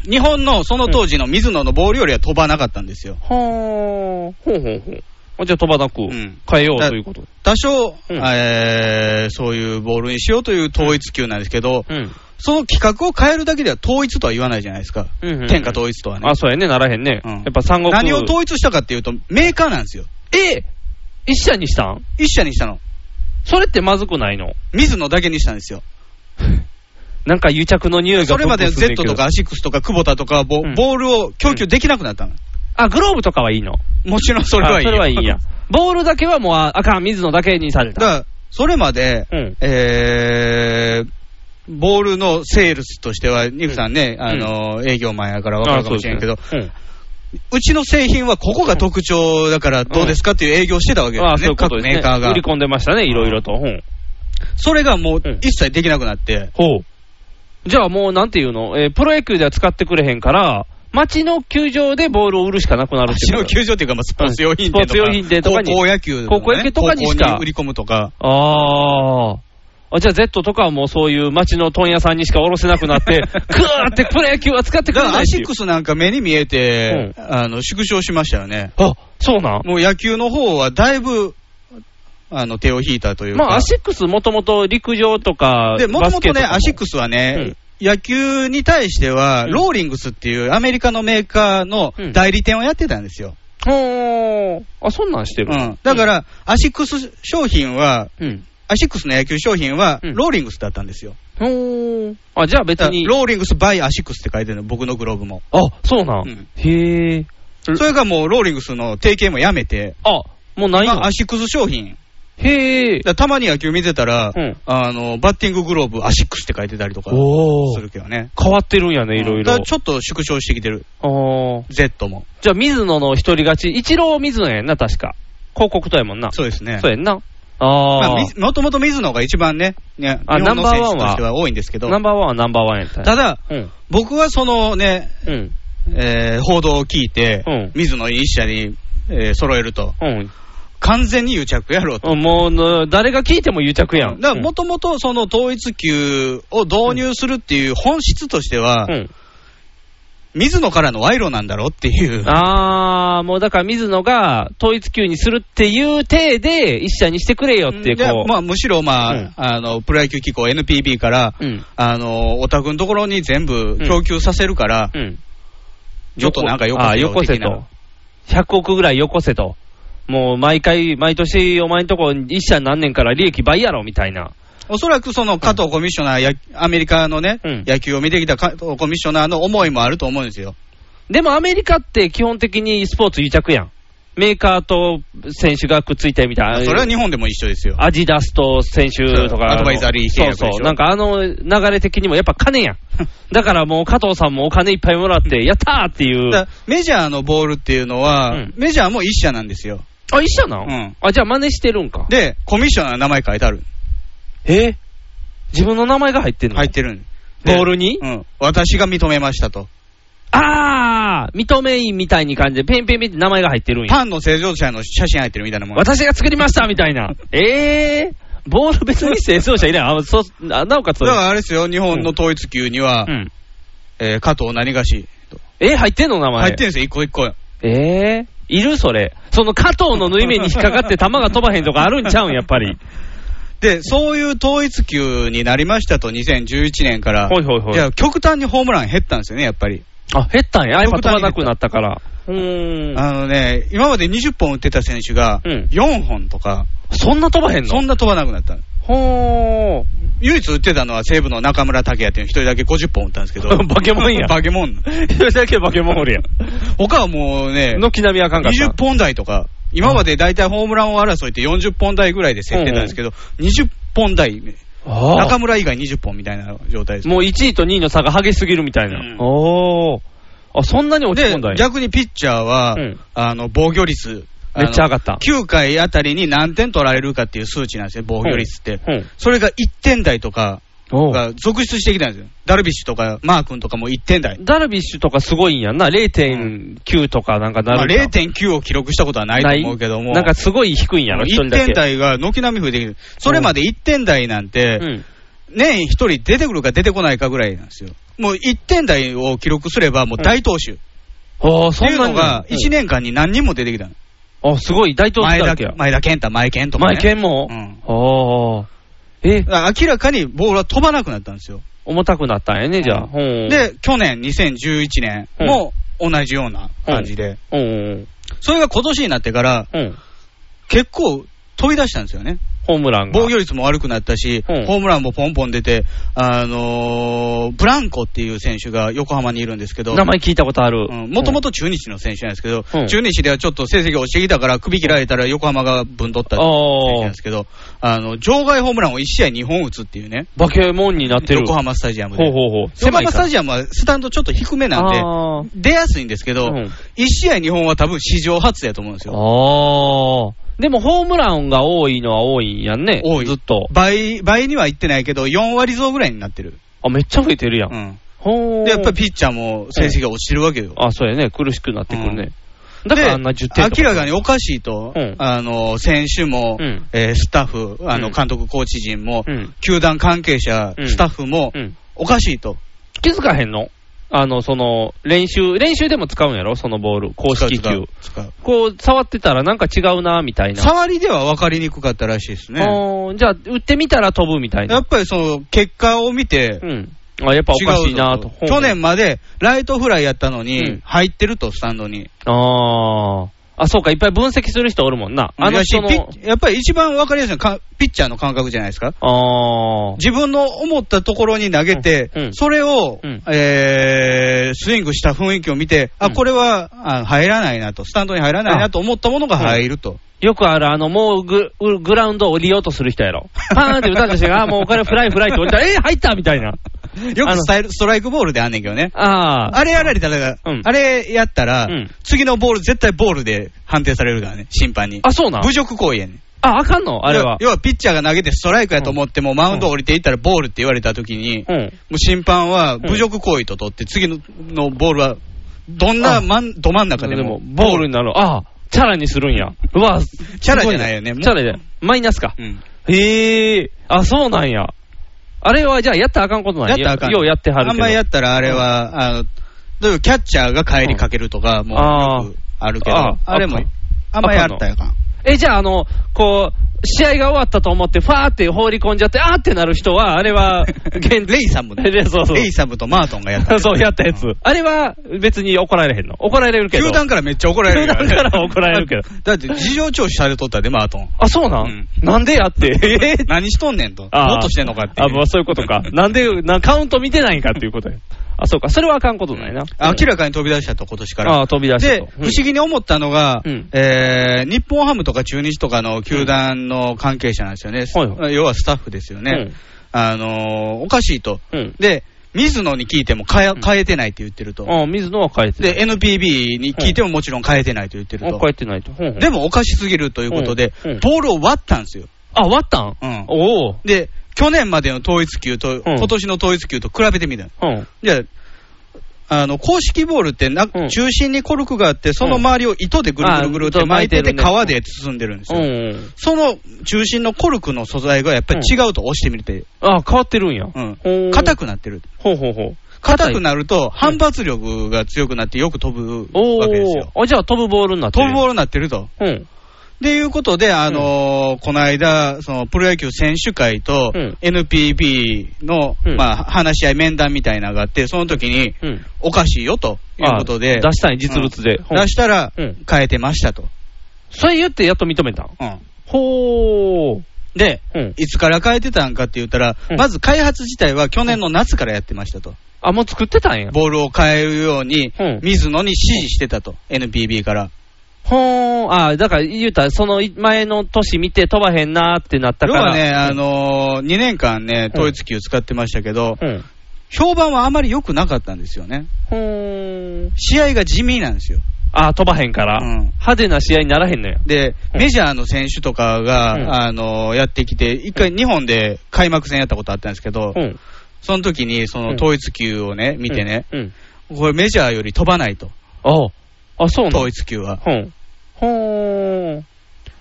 日本のその当時の水野のボールよりは飛ばなかったんですよ。はー、ほうほうほう。あじゃあ飛ばなくん変えようだということ。多少、うんえーそういうボールにしようという統一級なんですけど、うん。その企画を変えるだけでは統一とは言わないじゃないですか。うんうんうん天下統一とはねあ、。そうやね、ならへんね。うんやっぱ三国何を統一したかっていうと、メーカーなんですよ。え一社にしたん一社にしたの。それってまずくないの 水野だけにしたんですよ。なんか癒着の匂いがそれまではプンプンすんねん Z けどとかアシックスとか久保田とかはボ,、うんボールを供給できなくなったの。あ、グローブとかはいいのもちろんそれはいいよ。あそれはいいんや。ボールだけはもうああかん、水野だけにさ れだかた。ら、それまで、うんえー、ボールのセールスとしては、ニフさんね、んあの営業マンやから分かるかもしれんけど、うあそうですねちの製品はここが特徴だからどうですかっていう営業をしてたわけうでん、あすそね、ういうこと各ですね。メーカーが売り。込んでましたね、いろいろと。うんそれがもううん一切できなくなって、ほう。じゃあもう、なんていうの、えープロ野球では使ってくれへんから、町の球場でボールを売るしかなくなるって市いうのこと。球場っていうか、まあスポーツ用品うんスポーツ用品店店ととか、かに高校野球とかね高校野球とかにしか高校売り込むとか、あーあ。じゃあ Z とかはもうそういう町の問屋さんにしか卸せなく なって、クーってプロ野球は使ってだかくれらないアってシいッうクスなんか目に見えて、あの縮小しましたよね。あ、そうなんもう野球の方はだいぶあの手を引いたというか、まあアシックスもともと陸上とか、でもともとね、アシッス。クスはね、野球に対しては、うんローリングスっていうアメリカのメーカーのうん代理店をやってたんですよ。ほー。あ、そんなんしてうる。ん、だから、アシックス商品は、うん。アシックスの野球商品は、うんローリングスだったんですよ。ほー。あ、じゃあ別だからに。ローリングス by アシックスって書いてるの、僕のグローブも。あ、そうなん。うんへー。それがもう、ローリングスの提携もやめて、あ、もうないの、まあアシックス商品。へーだか。らたまに野球見てたら、うんあの、バッティンググローブアシックスって書いてたりとかおするけどね。変わってるんやね、いろいだかろ。らちょっと縮小してきてる、あー Z も。じゃあ、水野の一人勝ち、一郎水野やんな、確か。広告とやもんな。そうですね。そうやんな。あー、まあみもともと水野が一番ね、ねあ日本の選ナンバーワン手とはしては多いんですけどナ、ンバーワンはナンバーワンやったんやただ、うん。僕はそのね、うん。えー報道を聞いて、うん水野一社に、えー揃えると、うん完全に癒着やろうと。うん。もうの、誰が聞いても癒着やん。だから、もともとその統一級を導入するっていう本質としては、うんうん。水野からの賄賂なんだろうっていう。あー、もうだから水野が統一級にするっていう体で、一社にしてくれよって、でこう。まあ、むしろ、まあうんあのプロ野球機構 NPB から、うん。あのお宅のところに全部供給させるから、うん。ちょっとなんかよこせよあーよこせ的なと。100億ぐらいよこせと。もう毎回、毎年お前んとこ一社何年から利益倍やろみたいな。おそらくその加藤コミッショナーや、アメリカのね、うん野球を見てきた加藤コミッショナーの思いもあると思うんですよ。でもアメリカって基本的にスポーツ癒着やん。メーカーと選手がくっついてみたいな。それは日本でも一緒ですよ。アディダスと選手とそうか、アドバイザリー契約そうでしょそう、なんかあの流れ的にもやっぱ 金やん。だからもう加藤さんもお金いっぱいもらって、やったーっていう。だからメジャーのボールっていうのは、うんメジャーも一社なんですよ。あ、一緒なの、うんあ、じゃあ真似してるんか。で、コミッショナーの名前書いてある。え自分の名前が入ってんの入ってるんでボールにうん。私が認めましたと。あが、認め印みたいに感じで、ペンペンペンって名前が入ってるんや。パンの製造者の写真入ってるみたいなもん。私が作りましたみたい な。えー、ボール別に製造者いない。あそあなおかつ、だからあれですよ、日本の統一級には、うん。えー加藤何がしと、え入ってんの名前。入ってるんですよ、一個一個。えー、いるそれ。その加藤の縫い目に引っかかって球が飛ばへんとかあるんちゃうん、やっぱり。で、そういう統一級になりましたと、2011年から。ほいほいほいじゃあ、極端にホームラン減ったんですよね、やっぱり。あ、減ったんや。あ、今極飛端ばに減なったくなったから。うーん。あのね、今まで20本打ってた選手がうん、 4本とか、そんな飛ばへんのそんな飛ばなくなった。ほー。唯一打ってたのは西武の中村拓也っていう一人だけ50本打ったんですけど。 バケモンやバケモン。 それだけバケモンおるや他はもうねん。、の木並みあかんかった。 20本台とか、今まで大体ホームランを争いって40本台ぐらいで競ってたんですけど、20本台、ああ中村以外20本みたいな状態です。もう1位と2位の差が激しすぎるみたいな。うんおー。あ、そんなに落ちで込んだん、や。逆にピッチャーは、うんあの防御率、めっちゃ上がった9回あたりに何点取られるかっていう数値なんですよ、防御率って。うんうんそれが1点台とかおーが続出してきたんですよ。ダルビッシュとかマー君とかも1点台。ダルビッシュとかすごいんやんな。0.9とかなんかなるまあ、か。 0.9を記録したことはないと思うけども、なんかすごい低いんやろ、一人1だけ。点台が軒並み増えてきてる。それまで1点台なんて、うん。年一人出てくるか出てこないかぐらいなんですよ。もう1点台を記録すれば、もう大投手、ああ、ってそんいうなんのながん、や1。年間に何人も出てきたの。うんあ、すごい、大統領前だ田らけや。前田健太、前健とか、ね。前剣もうんああ。えだ、から明らかにボールは飛ばなくなったんですよ。重たくなったんやね、じゃあ。うんうん、で、去年2011年も同じような感じで、うんうんそれが今年になってから、うん、うん。結構飛び出したんですよね。ホームランが。防御率も悪くなったし、うんホームランもポンポン出て、あのーブランコっていう選手が横浜にいるんですけど、名前聞いたことある。もともと中日の選手なんですけど、うん中日ではちょっと成績落ちてきたから、首切られたら横浜がぶんどったっていう選手なんですけど、あの場外ホームランを1試合2本打つっていうね、バケモンになってる。横浜スタジアムで。ほうほうほう。横浜スタジジアムはスタンドちょっと低めなんで、あー出やすいんですけど、うん1試合2本は多分史上初やと思うんですよ。ああ。でも、ホームランが多いのは多いんやんね。多いずっと。倍、倍にはいってないけど、4割増ぐらいになってる。あ、めっちゃ増えてるやん。うん。ほーで、やっぱりピッチャーも成績が落ちてるわけよ。あ、そうやね。苦しくなってくるね。だからあんな10点とか。明らかにおかしいと、うんあの選手も、うんえースタッフ、あうのん監督、コーチ陣も、うん球団関係者、うんスタッフも、うん。おかしいと、気づかへんのあの、その、練習、練習でも使うんやろそのボール。公式使う球。使うこう、触ってたらなんか違うな、みたいな。触りでは分かりにくかったらしいですね。あーじゃあ、打ってみたら飛ぶみたいやな。っぱりその結果を見て、うん。あ、やっぱお違うかしいなとぞ。去年までライトフライやったのに、うん入ってると、スタンドに。あーあ、そうか、いっぱい分析する人おるもんな。あの人のだ。しピッやっぱり一番分かりやすいのはかピッチャーの感覚じゃないですか。あー自分の思ったところに投げて、うんうんそれを、うんえースイングした雰囲気を見て、うあんこれはあ入らないなと、スタンドに入らないなと思ったものが入ると、よくある、あの、もうグググラウンドを降りようとする人 やろ。パーンって打たんとして、あーもうこれフライフライって降りたら、えー、入ったみたいな。よあくのスタイルストライクボールであんねんけどね、あーあれやられたら、うんあれやったら、うん次のボール、絶対ボールで判定されるからね、審判に。あ、そうなん侮辱行為やねん。あ、あかんのあれは。要はピッチャーが投げてストライクやと思っても、マウンド降りていったらボールって言われたときに、うん。もう審判は侮辱行為と取って、次ののボールは、どんなまんど真ん中ででもも、、ボールになる。ああ、チャラにするんや。うわ、チチャラじゃないよねもうチャラで。マイナスか。うんへえ、あ、そうなんや。あれはじゃあやったらあかんことなやいったらあかん。ようやってはるけど。あんまりやったらあれは、あの、例えばキャッチャーが帰りかけるとか、もあーうよくあるけど、あーあれもあかん、あんまりやったらあかん。え、じゃああの、こう、試合が終わったと思って、ファーって放り込んじゃって、あーってなる人は、あ れは、現レイサムレイ そうそうレイサムとマートンがやった。そう、やったやつ。あれは別に怒られへんの。怒られるけど。球団からめっちゃ怒られるよ。球団から怒られるけどだって、だって事情聴取されとったで、マートン。 あ、そうなん、なんでやって。えー何しとんねんと。もあーっとしてんのかっていあ、う。まあそういうことか。なんで、なカウント見てないんかっていうことや。あ、そうか。それはあかんことないな。あき明らかに飛び出したと、今年から。あ飛び出したでと。、不思議に思ったのが、うんえー日本ハムとか中日とかの球団の関係者なんですよね、はい要はスタッフですよね、うんあのーおかしいと、うんで、水野に聞いても変え変えてないって言ってると、うん。あ、水野は変えてない。で、NPB に聞いてももちろん変えてないと言ってるあと、変えてないと。うんうんでもおかしすぎるということで、うんうんボールを割ったんですよ。あ、割ったんうんおお。で去年までの統一級と、今年の統一級と比べてみたのうん。じゃあ、あの公式ボールってな、うん中心にコルクがあって、その周りを糸でぐるぐるぐるってあ巻いて糸巻いてて、る皮でね包んでるんですうよ。ん。その中心のコルクの素材がやっぱり違うと押してみて、あ、変わってるんや。うん、硬硬く。くなってる。ほうほうほう。硬くなると反発力が強くなってよく飛ぶおわけですよ。ー。あ、じゃあ飛ぶボールになって飛る。ぶボールになってると。ール。うん。っていうことで、あのーこの間、そのプロ野球選手会とうん NPB の、うんまあ、話し合い、面談みたいなのがあって、その時に、うん。おかしいよということで、あ出したんや実物で。うん出したらうん、変えてましたと。それ言ってやっと認めたんうんほー。で、うん。いつから変えてたんかって言ったら、うんまず開発自体は去年の夏からやってましたと。あ、もう作ってたんや。ボールを変えるようにうん、水野に指示してたと、NPB から。ほー。あ、だから言うたら、その前の年見て飛ばへんなーってなった要から。はね、あのー、2年間ね、うん統一球使ってましたけど、うん。評判はあまり良くなかったんですよね。ほー。試合が地味なんですよ。あ、飛ばへんから。うん派手な試合にならへんのや。で、うんメジャーの選手とかが、うんあのーやってきて、一回日本で開幕戦やったことあったんですけど、うん。その時にその統一球をね、見てね、うん。これメジャーより飛ばないと、ああ、そうなん統一球は。ほん。ほー。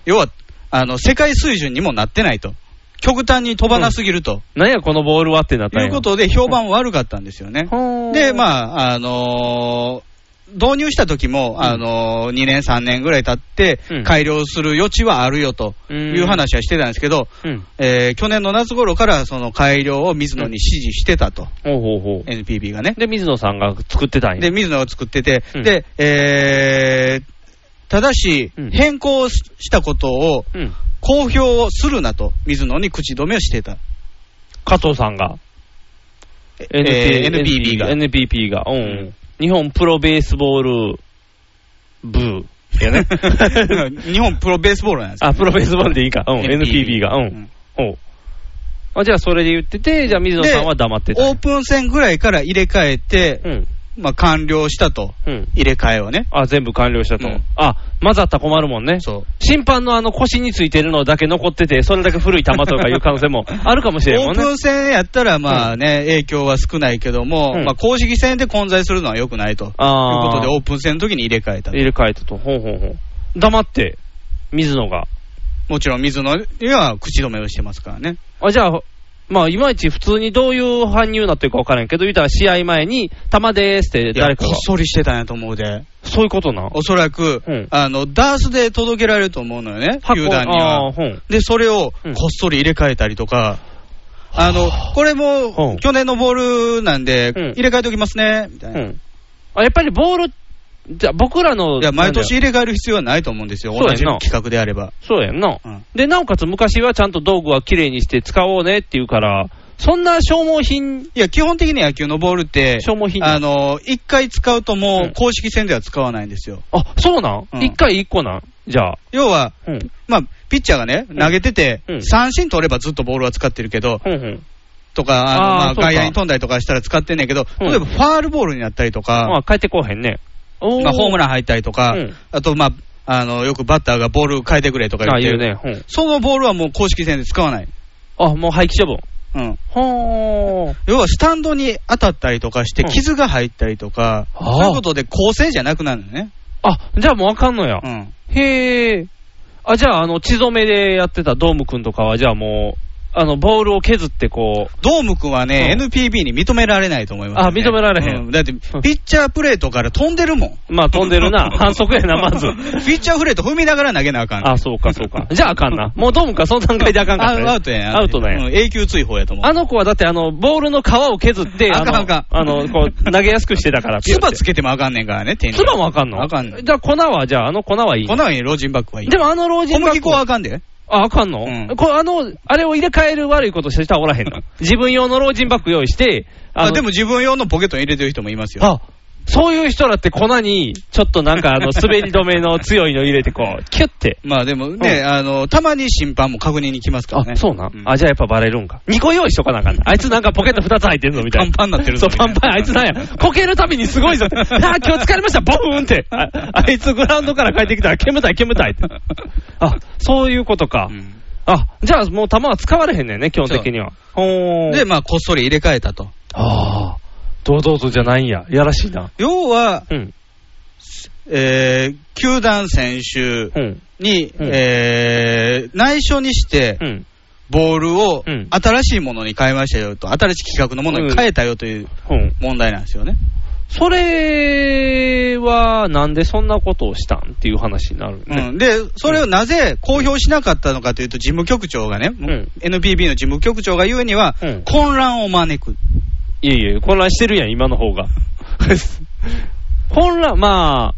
要は、あの、世界水準にもなってないと。極端に飛ばなすぎると。なんやこのボールはってなったんいや。うことで、評判悪かったんですよね。ほーで、まあ、あのー導入した時も、あのー2年、3年ぐらい経ってうん、改良する余地はあるよという話はしてたんですけど、うん。えー去年の夏頃からその改良を水野に指示してたと、ほうほうほ NPB がねう。。で、水野さんが作ってたんや。で、水野が作ってて、うんで、えーただしうん、変更したことをうん。公表をするなと、水野に口止めをしてた。加藤さんが。えー NPB が。 NPP が。うん。うん日本プロベースボール部。やね 日本プロベースボールなんですよあ、プロベースボールでいいか。うん。NPB が。ううんん。ほう。あ、じゃあそれで言ってて、じゃあ水野さんは黙ってたんオや。ープン戦ぐらいから入れ替えて、うん。まあ、完了したと、うん。入れ替えをね。あ、全部完了したと。うんあ、混ざったら困るもんね。そう審判のあの腰についてるのだけ残ってて、それだけ古い球とかいう可能性もあるかもしれんオーもん ね。プン戦やったら、まあね、影響は少ないけども、うんまあ公式戦で混在するのは良くないと。というあことで、ーオープン戦の時に入れ替えたと。入れ替えたと。ほうほうほう。黙って、水野が。もちろん水野には口止めをしてますからね。あ、じゃあ、まあ、いまいち普通にどういう搬入になってるか分からんけど、言うたら試合前に、球でーすっていや誰かこっが。そりしてたんやと思うで。そういうことな。おそらく、うんあの、ダースで届けられると思うのよね、箱球団にあーは。ほん。で、それをこうんっそり入れ替えたりとか、あの、これほもう去年のボールなんで、うん入れ替えておきますね、みたいうな。ん。あ、やっぱりボール、じゃあ僕らの。いや、毎年なんだよ。入れ替える必要はないと思うんですよ、そうやん同なじ企画であれば。そうやんな。うんで、なおかつ昔はちゃんと道具は綺麗にして使おうねっていうから、そんな消耗品、いや、基本的に野球のボールって、消耗品あの、一回使うともうんう公式戦では使わないんですよ。あ、そうなんうん一、回一個なんじゃあ。要は、うん。まあ、ピッチャーがね、ん投げてて、うん三振取ればずっとボールは使ってるけど、うんうん。とか、あのあーまそあ、うか外野に飛んだりとかしたら使ってんねんけど、うん例えばファールボールになったりとまか、あ、帰ってこうへんね。おまあ、ホームララン入ったりとか、うんあと、まあ、あの、よくバッターがボール変えてくれとか言あ、って言うね。うん。そのボールはもう公式戦で使わない。あ、もう廃棄処分。うん。ほー。要は、スタンドに当たったりとかして、うん傷が入ったりとか、あーそういうことで、構成じゃなくなるのね。あ、じゃあもうあかんのや。うん。へー。あ、じゃあ、あの、血染めでやってたドームくんとかは、じゃあもう、あの、ボールを削ってこドーム君はね、うん NPB に認められないと思います、ね。あ認められへんうだって、ピッチャープレートから飛んでるもん。う、まあ飛んで るな。反則やな、まず。ピッチャ ーフレート踏みながら投げなあかんねん。あ、そうか、そうか。じゃああか んな。もうドームか、その段階であかんかったね、あアウトやん。アウトなんや。うん永久追放やと思う。あの子はだって、あの、ボールの皮を削って、あかんのあかんあの、こう、投げやすくしてたから。つばつけけてもあかんねんからね、手に。つばもあかんのあかんねんじゃあ粉は、じゃああの粉はいい。こんなんいい老人バッグはいい。でもあの老小人麦学粉校はあかんで。あ、あかんの、うんこれあの、あれを入れ替える悪いことした人はおらへんの。自分用の老人バッグ用意して、のあでも自分用のポケットに入れてる人もいますよ。あ、そういう人らって粉に、ちょっとなんかあの、滑り止めの強いの入れてこ う、キュッて。まあでもね、あの、たまに審判も確認に来ますからね。あ、そうなん、んあ、じゃあやっぱバレるんか。2個用意しとかなあかんなあいつなんかポケット2つ入ってんぞみたいな。パンパンになってるそぞう、パンパン。あいつなんや。こけるたびにすご いぞ。あー、今日疲れました。ボーンって。ああいつグラウンドから帰ってきたら、煙たい、煙たいって。あ、そういうことか。うんあ、じゃあもう弾は使われへんねんね、基本的には。ほー。で、まあ、こっそり入れ替えたと。ああ。堂々とじゃないんや。やらしいな。要は、うん。えー球団選手うん。に、うんえー内緒にしてう、ん。ボールをうん新しいものに変えましたよと、新しい企画のものに変えたよといううん。問題なんですよね。それは、なんでそんなことをしたんっていう話になるね。うん、で、それをなぜ公表しなかったのかというと、事務局長がね、ん NPB の事務局長が言うには、うん混乱を招く。いえいえ、混乱してるやん、今の方が。 混乱、ま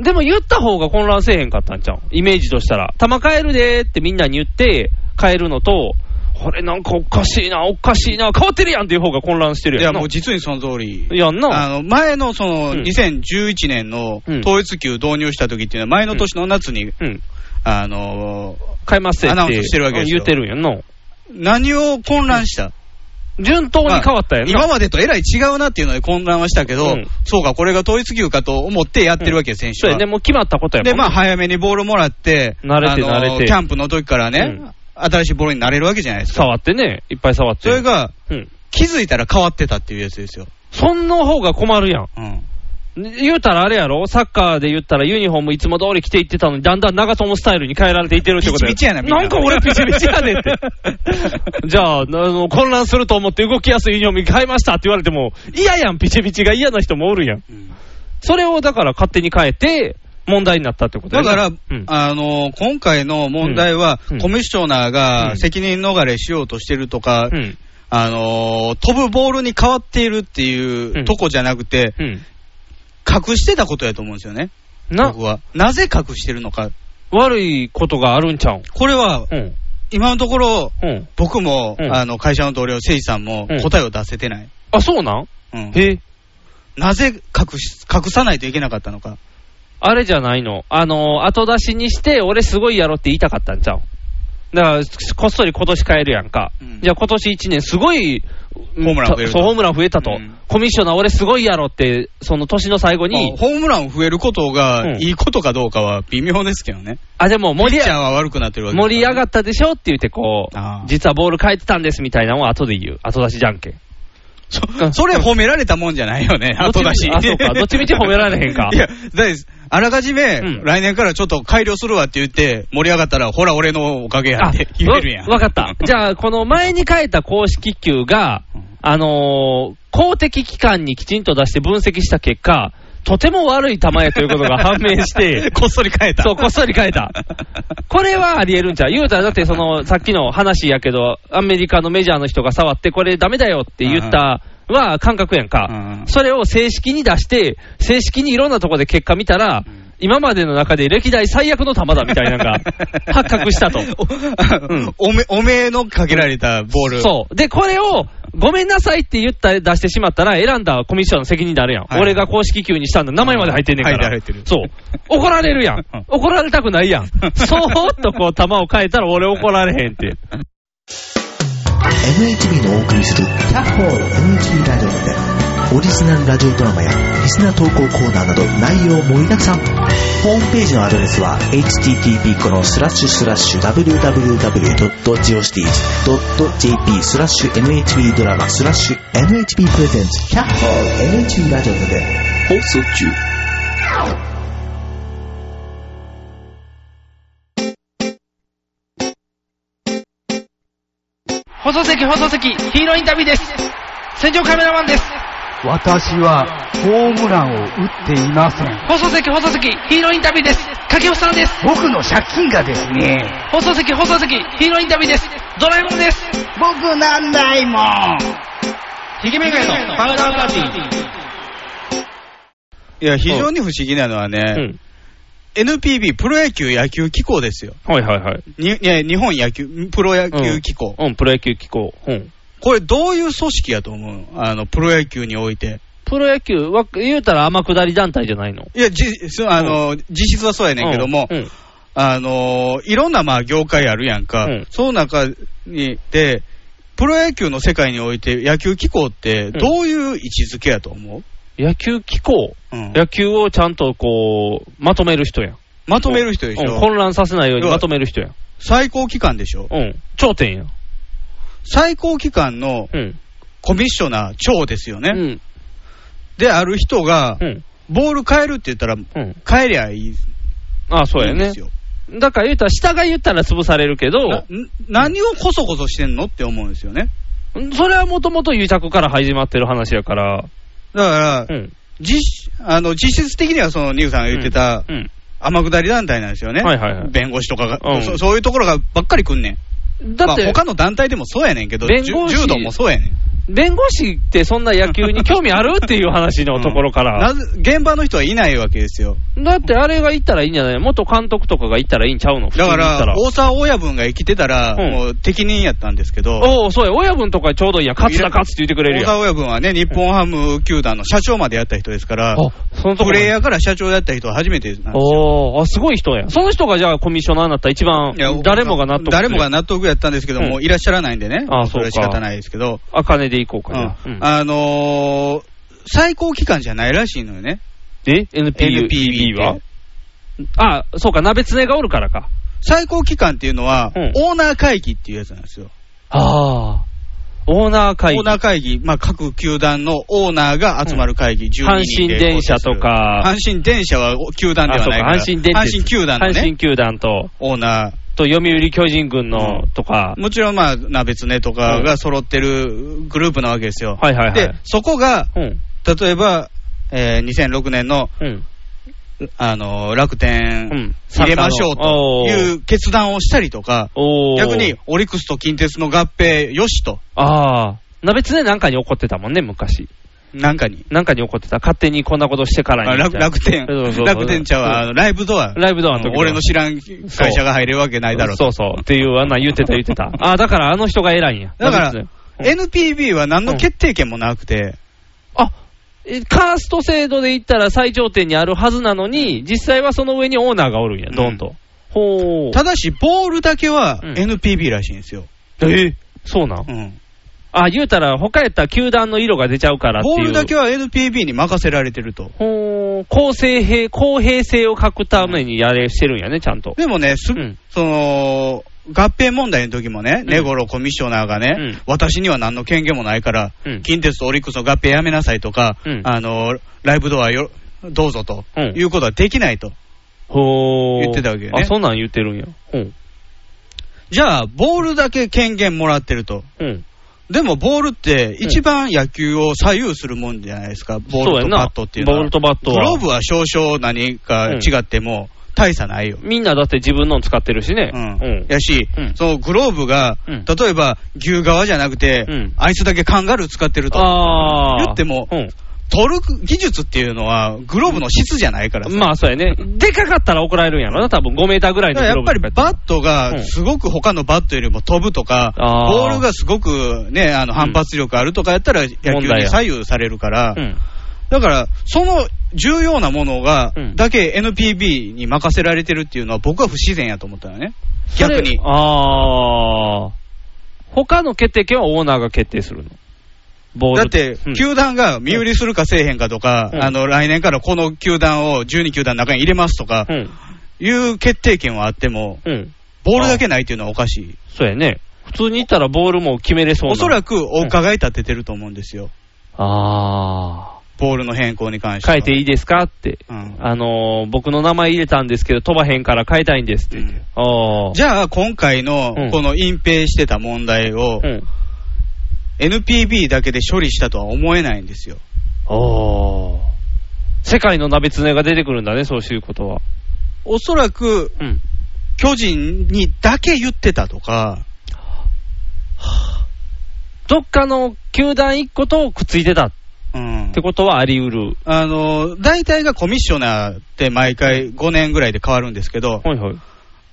あ、でも言った方が混乱せえへんかったんちゃうイメージとしたら。球変えるでーってみんなに言って、変えるのと、これなんかおかしいな、おかしいな、変わってるやんっていう方が混乱してるいやや、んな。もう実にその通り。やんあな。の前のそのうん2011年のうん統一級導入した時っていうのは、前の年の夏に、うん。あの変えますってアナウンスしてるわけですよ言ってるんやんな。ー何を混乱した、順当に変わったやんな。今までとえらい違うなっていうので混乱はしたけど、うんそうか、これが統一級かと思ってやってるわけ、選手そうは。やね、もう決まったことやもんで、まあ、早めにボールもらって、慣れてあの慣れてキャンプの時からね、うん新しいボールになれるわけじゃないですか。触ってね、いっぱい触っそて。れが、うん。気づいたら変わってたっていうやつですよ。そんな方が困るやん。うん。言うたらあれやろサッカーで言ったらユニフォームいつも通り着ていってたのに、だんだん長友スタイルに変えられていってるってことピチピチやなみんななんか俺ピチピチやねん って。じゃあ、あの、混乱すると思って動きやすいユニフォームに変えましたって言われても、嫌やん、ピチピチが嫌な人もおるやん。それをだから勝手に変えて、問題になったってことやだなから、うん。あの今回の問題は、うんコミッショナーうがん責任逃れしようとしてるとか、うん。あの飛ぶボールに変わっているってういんうとこじゃなくて、うん。隠してたことやと思うんですよね、な僕、は。なぜ隠してるのか、悪いことがあるんちゃうん。これはうん。今のところ、うん。僕も、うんあの会社の同僚、誠司さんもうん答えを出せてない、あ、そうなんうんへなぜ隠し隠さないといけなかったのか、あれじゃないの、あの後出しにして、俺すごいやろって言いたかったんちゃうだから、こっそり今年変えるやんか、うんじゃあ今年1年、すごいホームラン増えるとそうホームラン増えたと、うんコミッショナー、俺すごいやろって、その年の最後にまあ、ホームラン増えることうがんいいことかどうかは微妙ですけどね、あ、でも盛ピりッチャーあは悪くなってるわけ盛り上がっったでしょって言って、こあう、ー実はボール変えてたんですみたいなのを後で言う、後出しじゃんけん。そそれ褒められたもんじゃないよね、どっち後み出し。あそうかどっちみち褒められへん かいや、だいですあらかじめ、うん来年からちょっと改良するわって言って、盛り上がったら、ほら、俺のおかげやあ、って言えるやん。わわか った。じゃあ、この前に書いた公式球がうん、あのー公的機関にきちんと出して分析した結果、とても悪い球やということが判明し て、こっそり変えた。そう、こっそり変 えた。これはありえるんちゃう言うたら、だってその、さっきの話やけど、アメリカのメジャーの人が触って、これダメだよって言ったは感覚やんか。うんうんそれを正式に出して、正式にいろんなとこで結果見たら、今までの中で歴代最悪の球だみたいなのが発覚した と。んおめ、おめえのかけられたボール。そう。で、これを、ごめんなさいって言った、出してしまったら、選んだコミッションの責任であるやん。はい俺が公式球にしたんだ。名前まで入ってんねんから。入ってる入ってそう。怒られるやんうん。怒られたくないやん。そーっとこう、球を変えたら俺怒られへんって。 NHB のお送りする「キャッホール NHB ラジオ」でオリジナルラジオドラマやリスナー投稿コーナーなど内容盛りだくさんホームページのアドレスは http このスラッシュスラッシュ www.geocities.jp スラッシュ NHB ドラマスラッシュ NHB プレゼンツキャッホール NHB ラジオで放送中放送席、放送席、ヒーローインタビューです。戦場カメラマンです。私はホームランを打っていません。放送席、放送席、ヒーローインタビューです。掛布さんです。僕の借金がですね、放送席、放送席、ヒーローインタビューです。ドラえもんです。僕なんないもん。ひげめがえのパウダーパーティー。いや、非常に不思議なのはうね、ん。 NPB、プロ野球野球機構ですよ。はいはいはい。にいや日本野球、プロ野球機構。うん、プロ野球機構。うん。これ、どういう組織やと思うあの、プロ野球において。プロ野球は、言うたら天下り団体じゃないの。いや、じそあの、実質はそうやねんけども、うんうんあのいろんなまあ業界あるやんか、うんその中にで、プロ野球の世界において、野球機構ってどういう位置づけやと思う、野球機構。うん野球をちゃんとこう、まとめる人やん。まとめる人でしうん、ょ、混乱させないようにまとめる人やん。最高機関でしょ、うん。頂点やん。最高機関のうん。コミッショナー、長ですよね、うん。で、ある人が、うん。ボール変えるって言ったら、うん。変えりゃいいああ、そうやんでねす。よ。だから言うたら、下が言ったら潰されるけど、な何をこそこそしてんのって思うんですよね。それはもともと癒着から始まってる話やから、だから、うん。実あの実質的にはそのニューさんが言ってたうん。天下り団体なんですよね、はいはいはい弁護士とかが、うんそ、そういうところがばっかり来んねん。だって、まあ他の団体でもそうやねんけど、弁じゅ護士柔道もそうやねん。弁護士ってそんな野球に興味あるっていう話のところかな、らぜ現場の人はいないわけですよ。だってあれが行ったらいいんじゃない元監督とかが行ったらいいんちゃうのだか普通に行ったら、大沢親分が生きてたら、うんもう適任やったんですけど、おお、そうや、親分とかちょうどいいやん、勝つだ勝つって言ってくれる大やん。沢親分はね、日本ハム球団の社長までやった人ですから、あ、そのとこプろレイヤーから社長やった人は初めてなんですよ。おーあ、すごい人や。その人がじゃあコミッショナーになったら一番いや、誰もが納得誰もが納得やったんですけど、うんもういらっしゃらないんでね、あそそうれかは仕方ないですけど、あかねで行こうかな。ううんんあのー最高期間じゃないらしいのよね、え ?NPB NPB ははあ、そうか、鍋つねがおるからか。最高期間っていうのは、うんオーナー会議っていうやつなんですよ、ああ。オーナー会議。オーナー会議、まあ、各球団のオーナーが集まる会議、12阪人神で電車とか、阪神電車は球団ではないから、あそうか阪神電鉄阪神球団の阪ね神、球団と、オーナー、と読売巨人軍のとか、もちろん、まあ、なべつねとかが揃ってるグループなわけですよ。はいはいはい。で、そこが、うん、例えば、えー2006年の、うん、あのー楽う天ん入れましょうという決断をしたりとか、おー逆に、オリックスと近鉄の合併よしと、ああ、なべつねなんかに怒ってたもんね、昔。なんかに、なんかに怒ってた。勝手にこんなことしてからにあ楽楽天そうそうそ、う楽天茶はあのライブドア、ライブドアの時うん俺の知らん会社が入れるわけないだろうとそうそう。っていう、あんなん言ってた言って た。ああ、だからあの人が偉いんや。だからなべつねうん NPB は何の決定権もなくて、あえカースト制度で言ったら最頂点にあるはずなのに、実際はその上にオーナーがおるんや、どんと。ほう。ただし、ボールだけはうん NPB らしいんですよ。えそうなん、うんあ、言うたら、他やったら球団の色が出ちゃうからっていう。ボールだけは NPB に任せられてると。ほう、公正平、公平性を欠くためにやれしてるんやね、ちゃんと。でもね、すうんその合併問題の時もね、ん根頃コミッショナーがね、うん私には何の権限もないから、うん近鉄とオリックスの合併やめなさいとか、うんあのライブドアよどうぞと、うんいうことはできないと、ほう。言ってたわけよねあ、そんなん言ってるんや。ほう。じゃあ、ボールだけ権限もらってると、うん。でもボールって、一番野球を左右するもんじゃないですか、ボそうールやとなバットっていうのは。ボールとバットはグローブは少々何か違っても、大差ないよ。みんなだって自分の使ってるしね。ううんん、やし、うんそのグローブが、うん例えば牛革じゃなくて、うんあいつだけカンガルー使ってると、ああ。言ってもうん。取る技術っていうのは、グローブの質じゃないからさ、まあ、そうやね。でかかったら怒られるんやろな、多分5メーターぐらいだのからやっぱりグローブとかバやっットうんがすごく他のバットよりも飛ぶとか、あーボールがすごく、ね、あの反発力あるとかやったら、野問球題にや左右されるから、たらうん。だから、その重要なものがうん、だけ NPB に任せられてるっていうのは、僕は不自然やと思ったよね、逆それに。ああ。他の決定権はオーナーが決定するの。ボーだっルて、うん球団が身売りするかせえへんかとか、うんあの来年からこの球団を12球団の中に入れますとかう、ん。いう決定権はあっても、うん。ボールだけないっていうのはおかしい、そうやね。普通に行ったらボールも決めれそうな。おそらく。くお伺い立ててると思うんですよ、あボールの変更に関しあ。ては。変えていいですかって。うんあのー僕の名前入れたんですけど、飛ばへんから変えたいんですって言って。ああ。じゃあ、今回のうんこの隠蔽してた問題をう、ん。 NPB だけで処理したとは思えないんですよ。ああ。世界の鍋つねが出てくるんだね、そういうことは。おそらくうん。巨人にだけ言ってたとか、どっかの球団一個とくっついてたっうんてことはあり得る。あの大体がコミッショナーって毎回5年ぐらいで変わるんですけど、はいはい。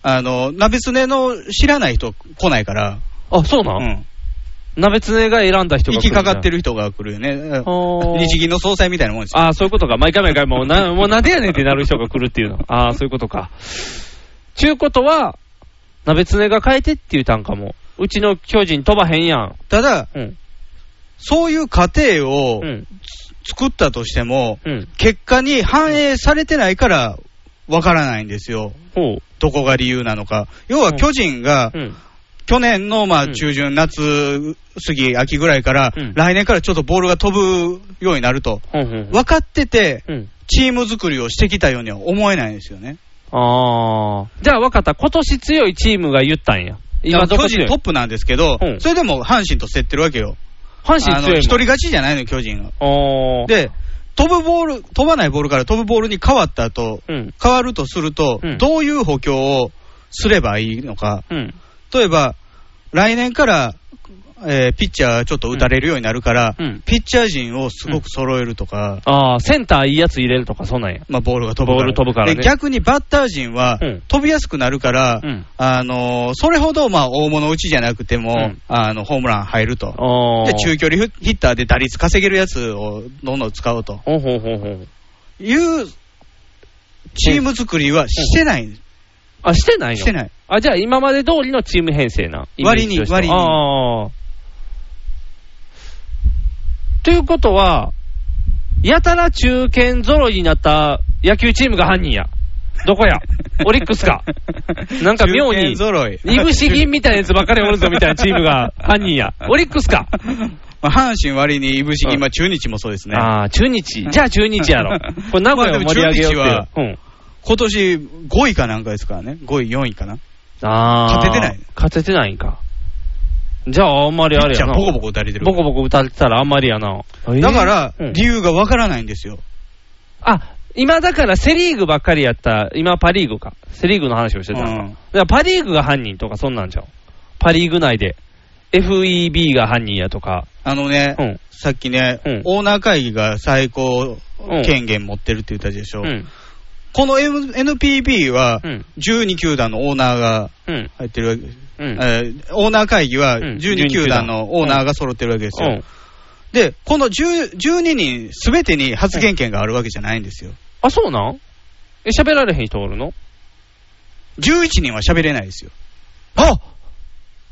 あの鍋すねの知らない人来ないから、あ、そうな、うんん、鍋つねが選んだ人が行来るきんだかかってる人が来るよね、ほー日銀の総裁みたいなもんですよ。ああ、そういうことか。毎回毎回もう な、もうなんでやねんってなる人が来るっていうの。ああ、そういうことか。ちゅうことは、鍋つねが変えてって言ったんかも。うちの巨人飛ばへんやん。ただ、うん。そういう過程をうん。作ったとしても、うん。結果に反映されてないからわからないんですよ、ほう。どこが理由なのか。要は巨人がうん。去年のまうあん中旬、夏過ぎ、秋ぐらいから、うん来年からちょっとボールが飛ぶようになると、ほんほんほん分かってて、うん。チーム作りをしてきたようには思えないんですよね。あー。じゃあ分かった。今年強いチームが言ったんや。今どこ巨強人いトップなんですけど、うんそれでも阪神と競ってるわけよ。阪神あの強いもん。一人勝ちじゃないの、巨人は。おー。、で、飛ぶボール、飛ばないボールから飛ぶボールに変わった後、うん。変わるとすると、うんどういう補強をすればいいのか、うん。例えば、来年から、えーピッチャーちょっと打たれるようになるから、うんピッチャー陣をすごく揃えるとか、あー、センターいいやつ入れるとか、そんなんや。まあ、ボールが飛ぶから。ボール飛ぶからねで逆にバッター陣は、うん飛びやすくなるから、うんあのーそれほどまあ大物打ちじゃなくても、うんあのホームラン入ると。あー。で中距離ヒッターで打率稼げるやつをどんどん使おうとほんほんほんほん。いうチーム作りはしてない、あ、してないのしてない。あ、じゃあ今まで通りのチーム編成な。割にイメージとして割にああ。ということは、やたら中堅揃いになった野球チームが犯人や。ど こやオリックスか。なんか妙中堅に、揃いいぶし銀みたいなやつばっかりおるぞみたいなチームが犯 人や。オリックスか。まあ 阪神割にいぶし銀、まあ中日もそうですね、ああ、中日。じゃあ中日や ろ。これ名古屋を盛り上げようまあっていう。うん。今年5位かなんかですからね、5位、4位かな、ああ。勝ててない。勝ててないんか。じゃああんまりあれじやゃな。あ、ボコボコ打たれてる、ボコボコ打たれてたらあんまりやな。だから、うん理由がわからないんですよ、あ、今だからセリーグばっかりやった、今パリーグか。セリーグの話をしてたのか。うんだからパリーグが犯人とかそんなんじゃん。パリーグ内で。FEB が犯人やとか。あのね、うんさっきね、うんオーナー会議が最高うん権限持ってるって言ったでしうょ、ん。この M- NPB はうん12球団のオーナーがうん。入ってるわけです。うん。えーオーナー会議はうん12球団のオーナーが揃ってるわけですよ、うんでこの10 12人すべてに発言権があるわけじゃないんですよ、あ、そうなんえ、喋られへん人おるの11人は喋れないですよ、あ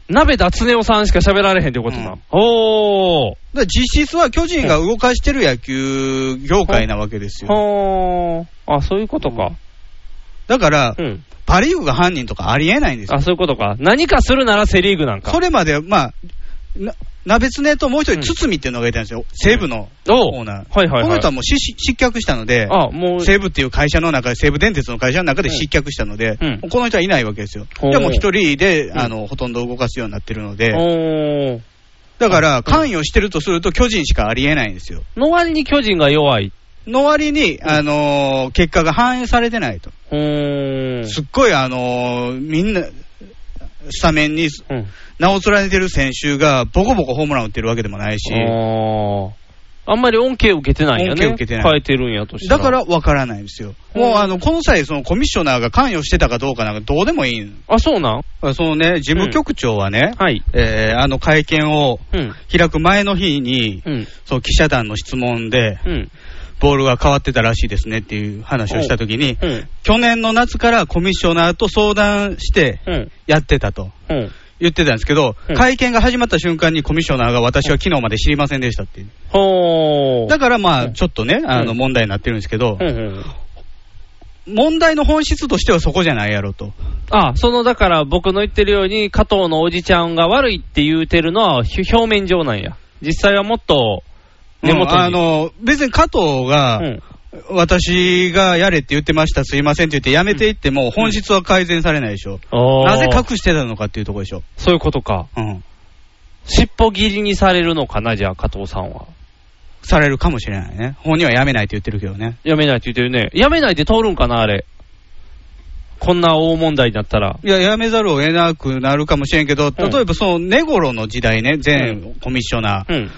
鍋田恒夫さんしか喋られへんってことな。うんおー。だから実質は巨人が動かしてる野球業界なわけですよ、ほー。あ、そういうことか。だからう、ん。パ・リーグが犯人とかありえないんですよ、あ、そういうことか。何かするならセリーグなんか。それまで、まあ、な鍋常ともう一人、堤っていうのがいたんですよ、西武のおうオーナー、はいはいはいこの人はもう失失脚したので、あ、もう。西武っていう会社の中で、西武電鉄の会社の中でうん失脚したので、うんもうこの人はいないわけですよ、ほうでもう一人でうんあのほとんど動かすようになってるので、おー。だから関与してるとすると、巨人しかありえないんですよ。の割に巨人が弱い。の割に、あのー結果が反映されてないと、うーん。すっごい、あのーみんな、スタメンにうん。名を連ねてる選手が、ボコボコホームラン打ってるわけでもないし、あーあんまり恩恵を受けてないんやね。恩恵を受けてない変えてるんやとしただら。か。ら分からないんですよ、もうあのこの際、そのコミッショナーが関与してたかどうかなんかどうでもいいのあ、そうなんそのね、事務局長はね、はい。えーあの会見をうん。開く前の日に、うん。その記者団の質問で、うん。ボールが変わってたらしいですねっていう話をしたときに、うん。去年の夏からコミッショナーと相談してうん。やってたとうん。言ってたんですけど、うん会見が始まった瞬間にコミッショナーが私は昨日まで知りませんでしたっていう、ほー。だからまうあ、んちょっとね、あのうん問題になってるんですけど、うんうん。問題の本質としてはそこじゃないやろと。あ、その、だから僕の言ってるように、加藤のおじちゃんが悪いって言うてるのはひ表面上なんや。実際はもっと、根元うに。んあ、の別に加藤が、うん。私がやれって言ってました、すいませんって言って、やめていっても、本質は改善されないでしょ、おーなぜ隠してたのかっていうところでしょ、そういうことか。うん、尻尾切りにされるのかな、じゃあ、加藤さんは。されるかもしれないね、本人はやめないって言ってるけどね、やめないって言ってるね。やめないで通るんかな、あれ。こんな大問題になったら。いや、やめざるを得なくなるかもしれんけど、うん例えばその根頃の時代ね、前コミッショナー、うん。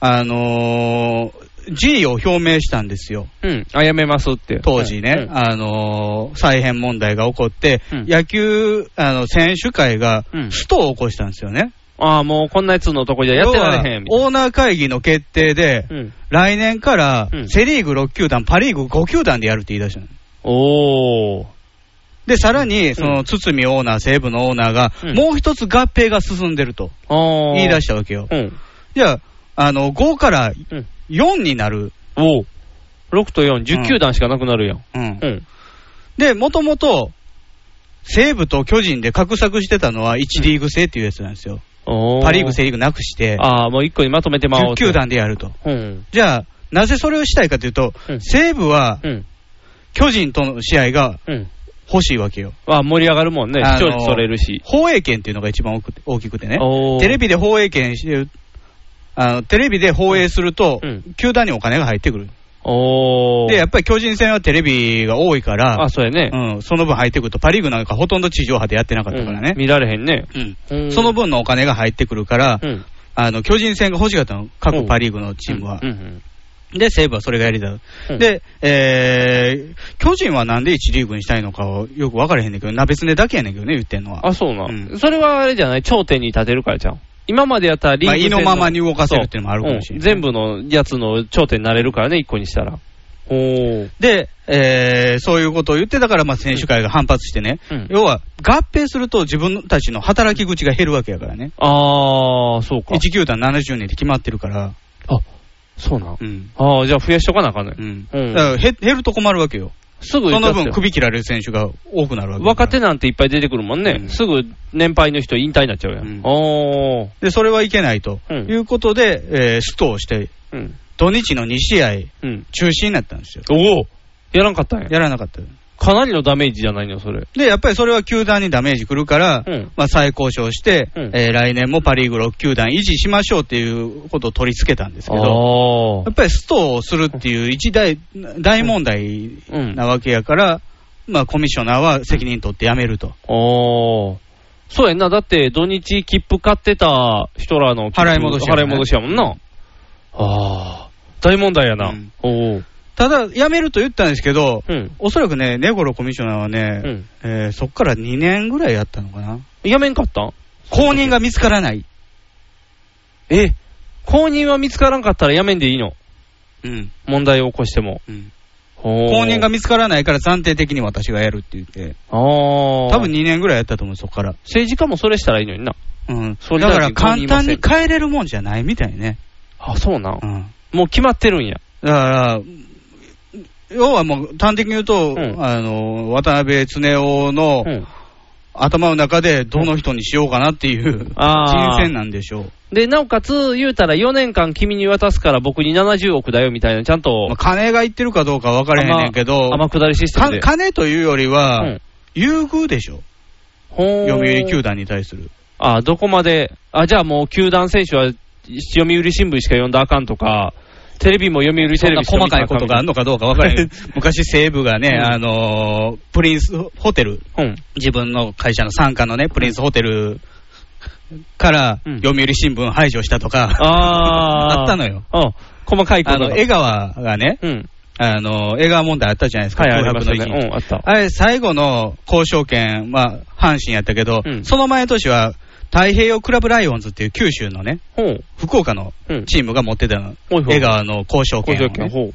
あのー、G を表明したんですよ。うん。あ、やめますって。当時ね、うんあのー再編問題が起こって、うん野球あの選手会がうんストを起こしたんですよね。ああ、もうこんなやつのとこじゃやってられへん。み要たいはオーナー会議の決定で、なうん。来年からうんセ・リーグ6球団、パ・リーグ5球団でやるって言い出したの。おー。で、さらに、その、堤オーナー、西武のオーナーが、うんもう一つ合併が進んでるとあ言い出ししたわけよ。た。うん。じゃあ、あの、5からうん。 4になる。おー。6と4、10球団しかなくなるやん。うんうん。で、もともと、西武と巨人で画策してたのは1リーグ制っていうやつなんですよ。おパ・リーグ、セ・リリーグなくして、ああ、もう一個にまとめてまお10う。球。団でやると。うん。じゃあ、なぜそれをしたいかというと、うん西武はうん。巨人との試合がうん。欲しいわけよ。あ盛り上がるもんね。あの視聴率取れるし。放映権っていうのが一番多くて大きくてね。おーテレビで放映権してるあのテレビで放映すると、うん球団にお金が入ってくる。おー。で、やっぱり巨人戦はテレビが多いからあ、、そうやね。うん、その分入ってくると、パ・リーグなんかほとんど地上波でやってなかったからうんね、見られへんね。うんうんその、分のお金が入ってくるから、うん。あの巨人戦が欲しかったの、う各んパ・リーグのチームはう。んで、西武はそれがやりたうんい。で、えー巨人はなんで1リーグにしたいのかはよく分からへんねんけど、な別ねだけやねんけどね、言ってんのは。あ、そうな、うんそれはあれじゃない頂点に立てるからじゃん。今までやったらリーグまあ戦胃のままに動かせるっていうのもあるかもしれないそううん全部のやつの頂点になれるからね、一個にしたら。おー。で、えーそういうことを言って、だからまあ選手会が反発してね、うん要は合併すると自分たちの働き口が減るわけやからね、あー、そうか。 1球団70人って決まってるから、あ、そうなん。うんあー、じゃあ増やしとかなあかんね。うんうんだから減減ると困るわけよ、すぐそのだ分、って首切られる選手が多くなるわけだから若手なんていっぱい出てくるもんね。うんすぐ年配の人引退になっちゃうやん。うんおー。で、それはいけないとうんいうことで、えーストをして、うん。土日の2試合、うん。中止になったんですよ、おおやらんかったんや。やらなかった。かなりのダメージじゃないの、それ。で、やっぱりそれは球団にダメージくるから、うんまあ、再交渉して、うんえー来年もパ・リーグ6球団維持しましょうっていうことを取り付けたんですけど、あやっぱりストをするっていう一大大問題ー。うん。なわけやから、まあ、コミッショナーは責任取って辞めると、おー。そうやんな。だって、土日切符買ってた人らの切符払い戻しやもんね払い戻しやもんな。あー。大問題やな。うんおー。ただ、辞めると言ったんですけど、うん。おそらくね、ネゴロコミッショナーはね、うんえーそこから2年ぐらいやったのかな、やめんかった公認が見つからない、え公認は見つからんかったらやめんでいいの。うん問題を起こしても。うん公公認が見つからないから暫定的に私がやるって言って、あー。多分2年ぐらいやったと思う、そこから。政治家もそれしたらいいのにな。うん、総理だ大か臣ら簡単に変えれるもんじゃないみたいね。あ、そうなんう。ん、もう決まってるんや。だから、要はもう端的に言うと、うんあの渡辺恒夫のうん。頭の中でどの人にしようかなっていう、あー人選なんでしょう。で、なおかつ、言うたら4年間君に渡すから僕に70億だよみたいな、ちゃんとまあ、金がいってるかどうか分からへんねんけど、天下りシステムかで。金というよりは、うん優遇でしょ、ほー読売球団に対する。あ、どこまで、あ、じゃあもう球団選手は読売新聞しか読んだらあかんとか、テレビも読売そテんレなビしか細見たからいあかこんとみたがあいるなのかどうか分からへん 昔、西武がね、うんあのープリンスホテル、うん。自分の会社の傘下のね、プリンスホテルからうん読売新聞排除したとか、あー。あったのよ。うん。細かいこあとのが。江川がね、うん。あの江川問題あったじゃないですか、はい、あり空ま白したの日ね。うん、あった。あれ、最後の交渉権は阪神やったけど、うんその前の年は太平洋クラブライオンズっていう九州のね、ほう。福岡のうん。チームが持ってたの、ほいほい江川の交渉権を交ね、渉権。ほう。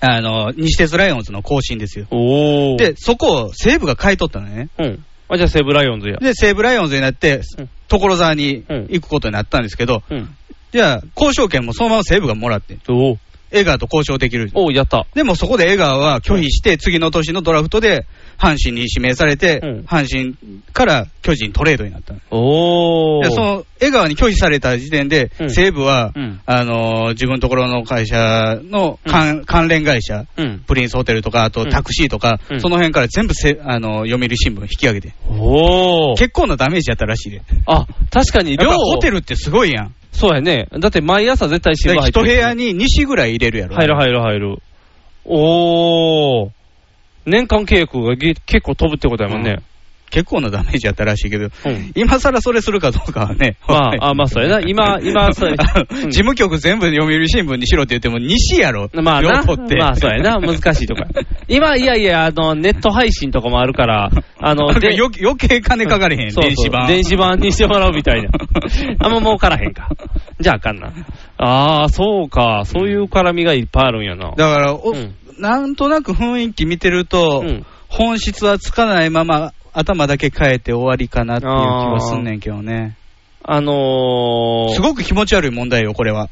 あの西鉄ライオンズの更新ですよ。おー。で、、そこを西武が買い取ったのね。うん。あ、じゃあ西武ライオンズや。で、西武ライオンズになってうん、所沢に行くことになったんですけど、うん。じゃあ、交渉権もそのまま西武がもらって、おー。江川と交渉できる。おー、やった。でもそこで江川は拒否して、次の年のドラフトで阪神に指名されて、うん阪神から巨人トレードになったのおー。でその江川に拒否された時点で、うん西武は、うんあのー自分のところの会社の関,、関連会社、うん。プリンスホテルとか、あとタクシーとか、うんその辺から全部せ、あのー読売新聞引き上げて、おー。結構なダメージやったらしいで、あ、確かにやっ量ぱをホテルってすごいやん、そうやね。だって毎朝絶対新聞入って一る部屋に2紙ぐらい入れるやろ、入る入る入る。おー。年間契約がげ結構飛ぶってことやもんね。結構なダメージやったらしいけど、うん。今さらそれするかどうかはね、まあ、あ、まあ、そうやな。今、今、 そうや事務局全部読売新聞にしろって言っても、西やろ、うんまあ両な、方って。まあそうや な、難しいとか。今、いやいや、あの、ネット配信とかもあるから、あ の、なんか余計余計 金かかれへん、そうそ電う子版。電子版にしてもらうみたい な。あんま儲からへんか。じゃああかんな。ああ、そうか。そういう絡みがいっぱいあるんやな。だから、おうんなんとなく雰囲気見てると、うん本質はつかないまま、頭だけ変えて終わりかなっていう気はすんねんけどね。あのー、すごく気持ち悪い問題よ、これは。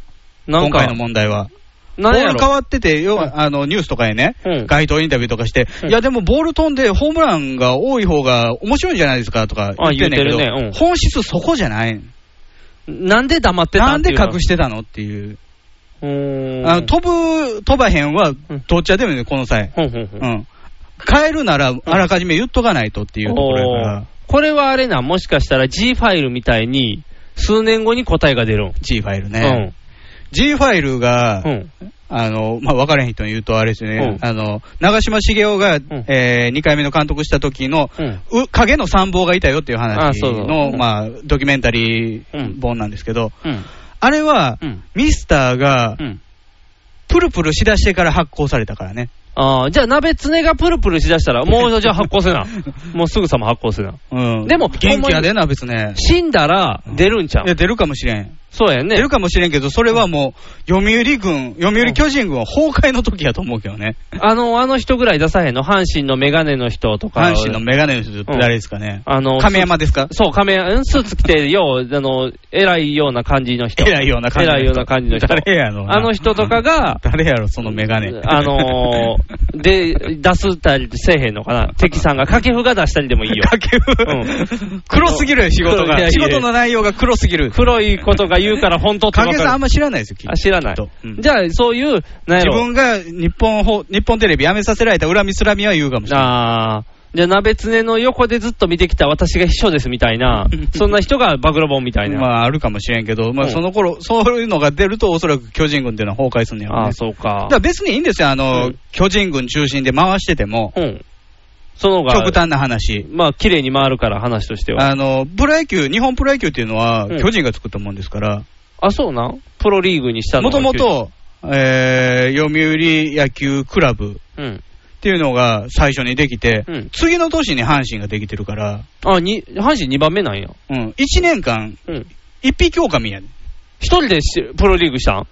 なん今か回の問題は。ボなんーやル変ろ。わってて、要はあのニュースとかへね、うん街頭インタビューとかして、うんいや、でもボール飛んでホームランが多い方が面白いんじゃないですかとか言ってんねんけど、あ言ってるねうん本質そこじゃない、なんで黙ってたなんで隠ししてたのっていう、うあの飛ぶ、飛ばへんはどっちやでもいいね、この際、ほんほんほんうん、変えるならあらかじめ言っとかないとっていうところやかおーら、これはあれな、もしかしたら G ファイルみたいに、数年後に答えが出るん。 G ファイルね。G ファイルが、うん。うん。あの、まあ、分からへん人に言うとあれですね、うんあの、長嶋茂雄が、んえ2回目の監督した時の、うん。う影の参謀がいたよっていうあ話そうそうの、うんまあ、ドキュメンタリうんー本なんですけど、うん。あれは、うんミスターがう、ん。プルプルしだしてから発行されたからね。ああ、じゃあ鍋つねがプルプルしだしたら、もうじゃあ発行せ な。もうすぐさま発行せな。うん。でも元気やでな、別ね。死んだら出るんちゃういや、出るかもしれん。そうやんね出。るかもしれんけど、それはもう、読売軍、読売巨人軍は崩壊の時やと思うけどね。あの、あの人ぐらい出さへんの。阪神のメガネの人とか。阪神のメガネの人って誰ですかね。あの、亀山ですかそう、亀山、うんスーツ着て、よう、あの、偉いような感じの人。偉いような感じの人偉いような感じの人。誰やろなあの人とかが、誰やろ、そのメガネ。 あのー、で、出すたりせえへんのかな。関さんが、掛布が出したりでもいいよ。かけ布黒すぎるよ、仕事いやいやが。いや仕事の内容が黒すぎる。黒いことが言うから本当ってわ影かさんあんる。ま知らないですよ、きっとあ、知らなきいっとうん。じゃあ、そういう、なんや自ろ。分が日本放日本テレビ辞めさせられた恨みすらみは言うかもしれない。あーじゃあ、鍋つねの横でずっと見てきた私が秘書ですみたい な、そんな人が暴露本みたいまな。あ、あるかもしれんけど、まうあ、んその頃、そういうのが出ると、おそらく巨人軍っていうのは崩壊するんだよね。ああ、そうかだか。ら別にいいんですよ、あの、うん巨人軍中心で回してても、うん。その方が、極端な話。まあ、綺麗に回るから、話としては。あの、プロ野球、日本プロ野球っていうのは、うん巨人が作ったもんですから、あ、そうなんプロリーグにしたのもとがもと、えー、読売野球クラブうん。っていうのが最初にできて、うん次の年に阪神ができてるから、あ、に、阪神2番目なんや。うん、1年間、うん。一匹狼やねん一人でしプロリーグしたん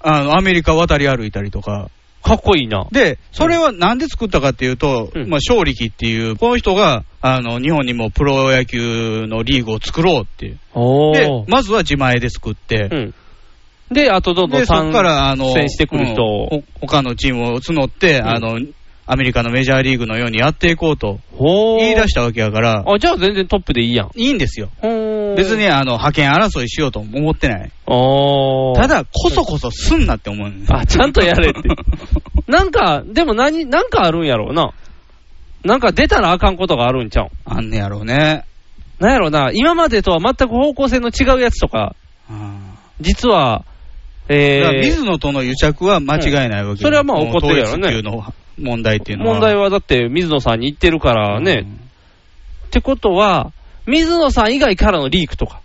あのアメリカ渡り歩いたりとか。かっこいいな。で、それはなんで作ったかっていうと、うんまあ、勝力っていう、この人が、あの、日本にもプロ野球のリーグを作ろうっていう。おでー、。まずは自前で作って、うん。で、あとどんどんで、そこ参から、あの、戦してくる人を。うんほ他のチームを募って、んあの、アメリカのメジャーリーグのようにやっていこうとほー言い出したわけやから、あ、じゃあ全然トップでいいやん。いいんですよ。ほー別。に、あの、派遣争いしようとも思ってない。おー。た、だ、こそこそすんなって思う、ね。あ、ちゃんとや れって。なんか、でも何、なんかあるんやろうな。なんか出たらあかんことがあるんちゃうあんねやろうね。なんやろうな、今までとは全く方向性の違うやつとか、うん実は、だからえ水野との癒着は間違いないわけようんそれはまあ怒ってるやろこの統一っねていうのは問題っていー、うのは。問題はだって水野さんに言ってるからね、ってことは、水野さん以外からのリークとか、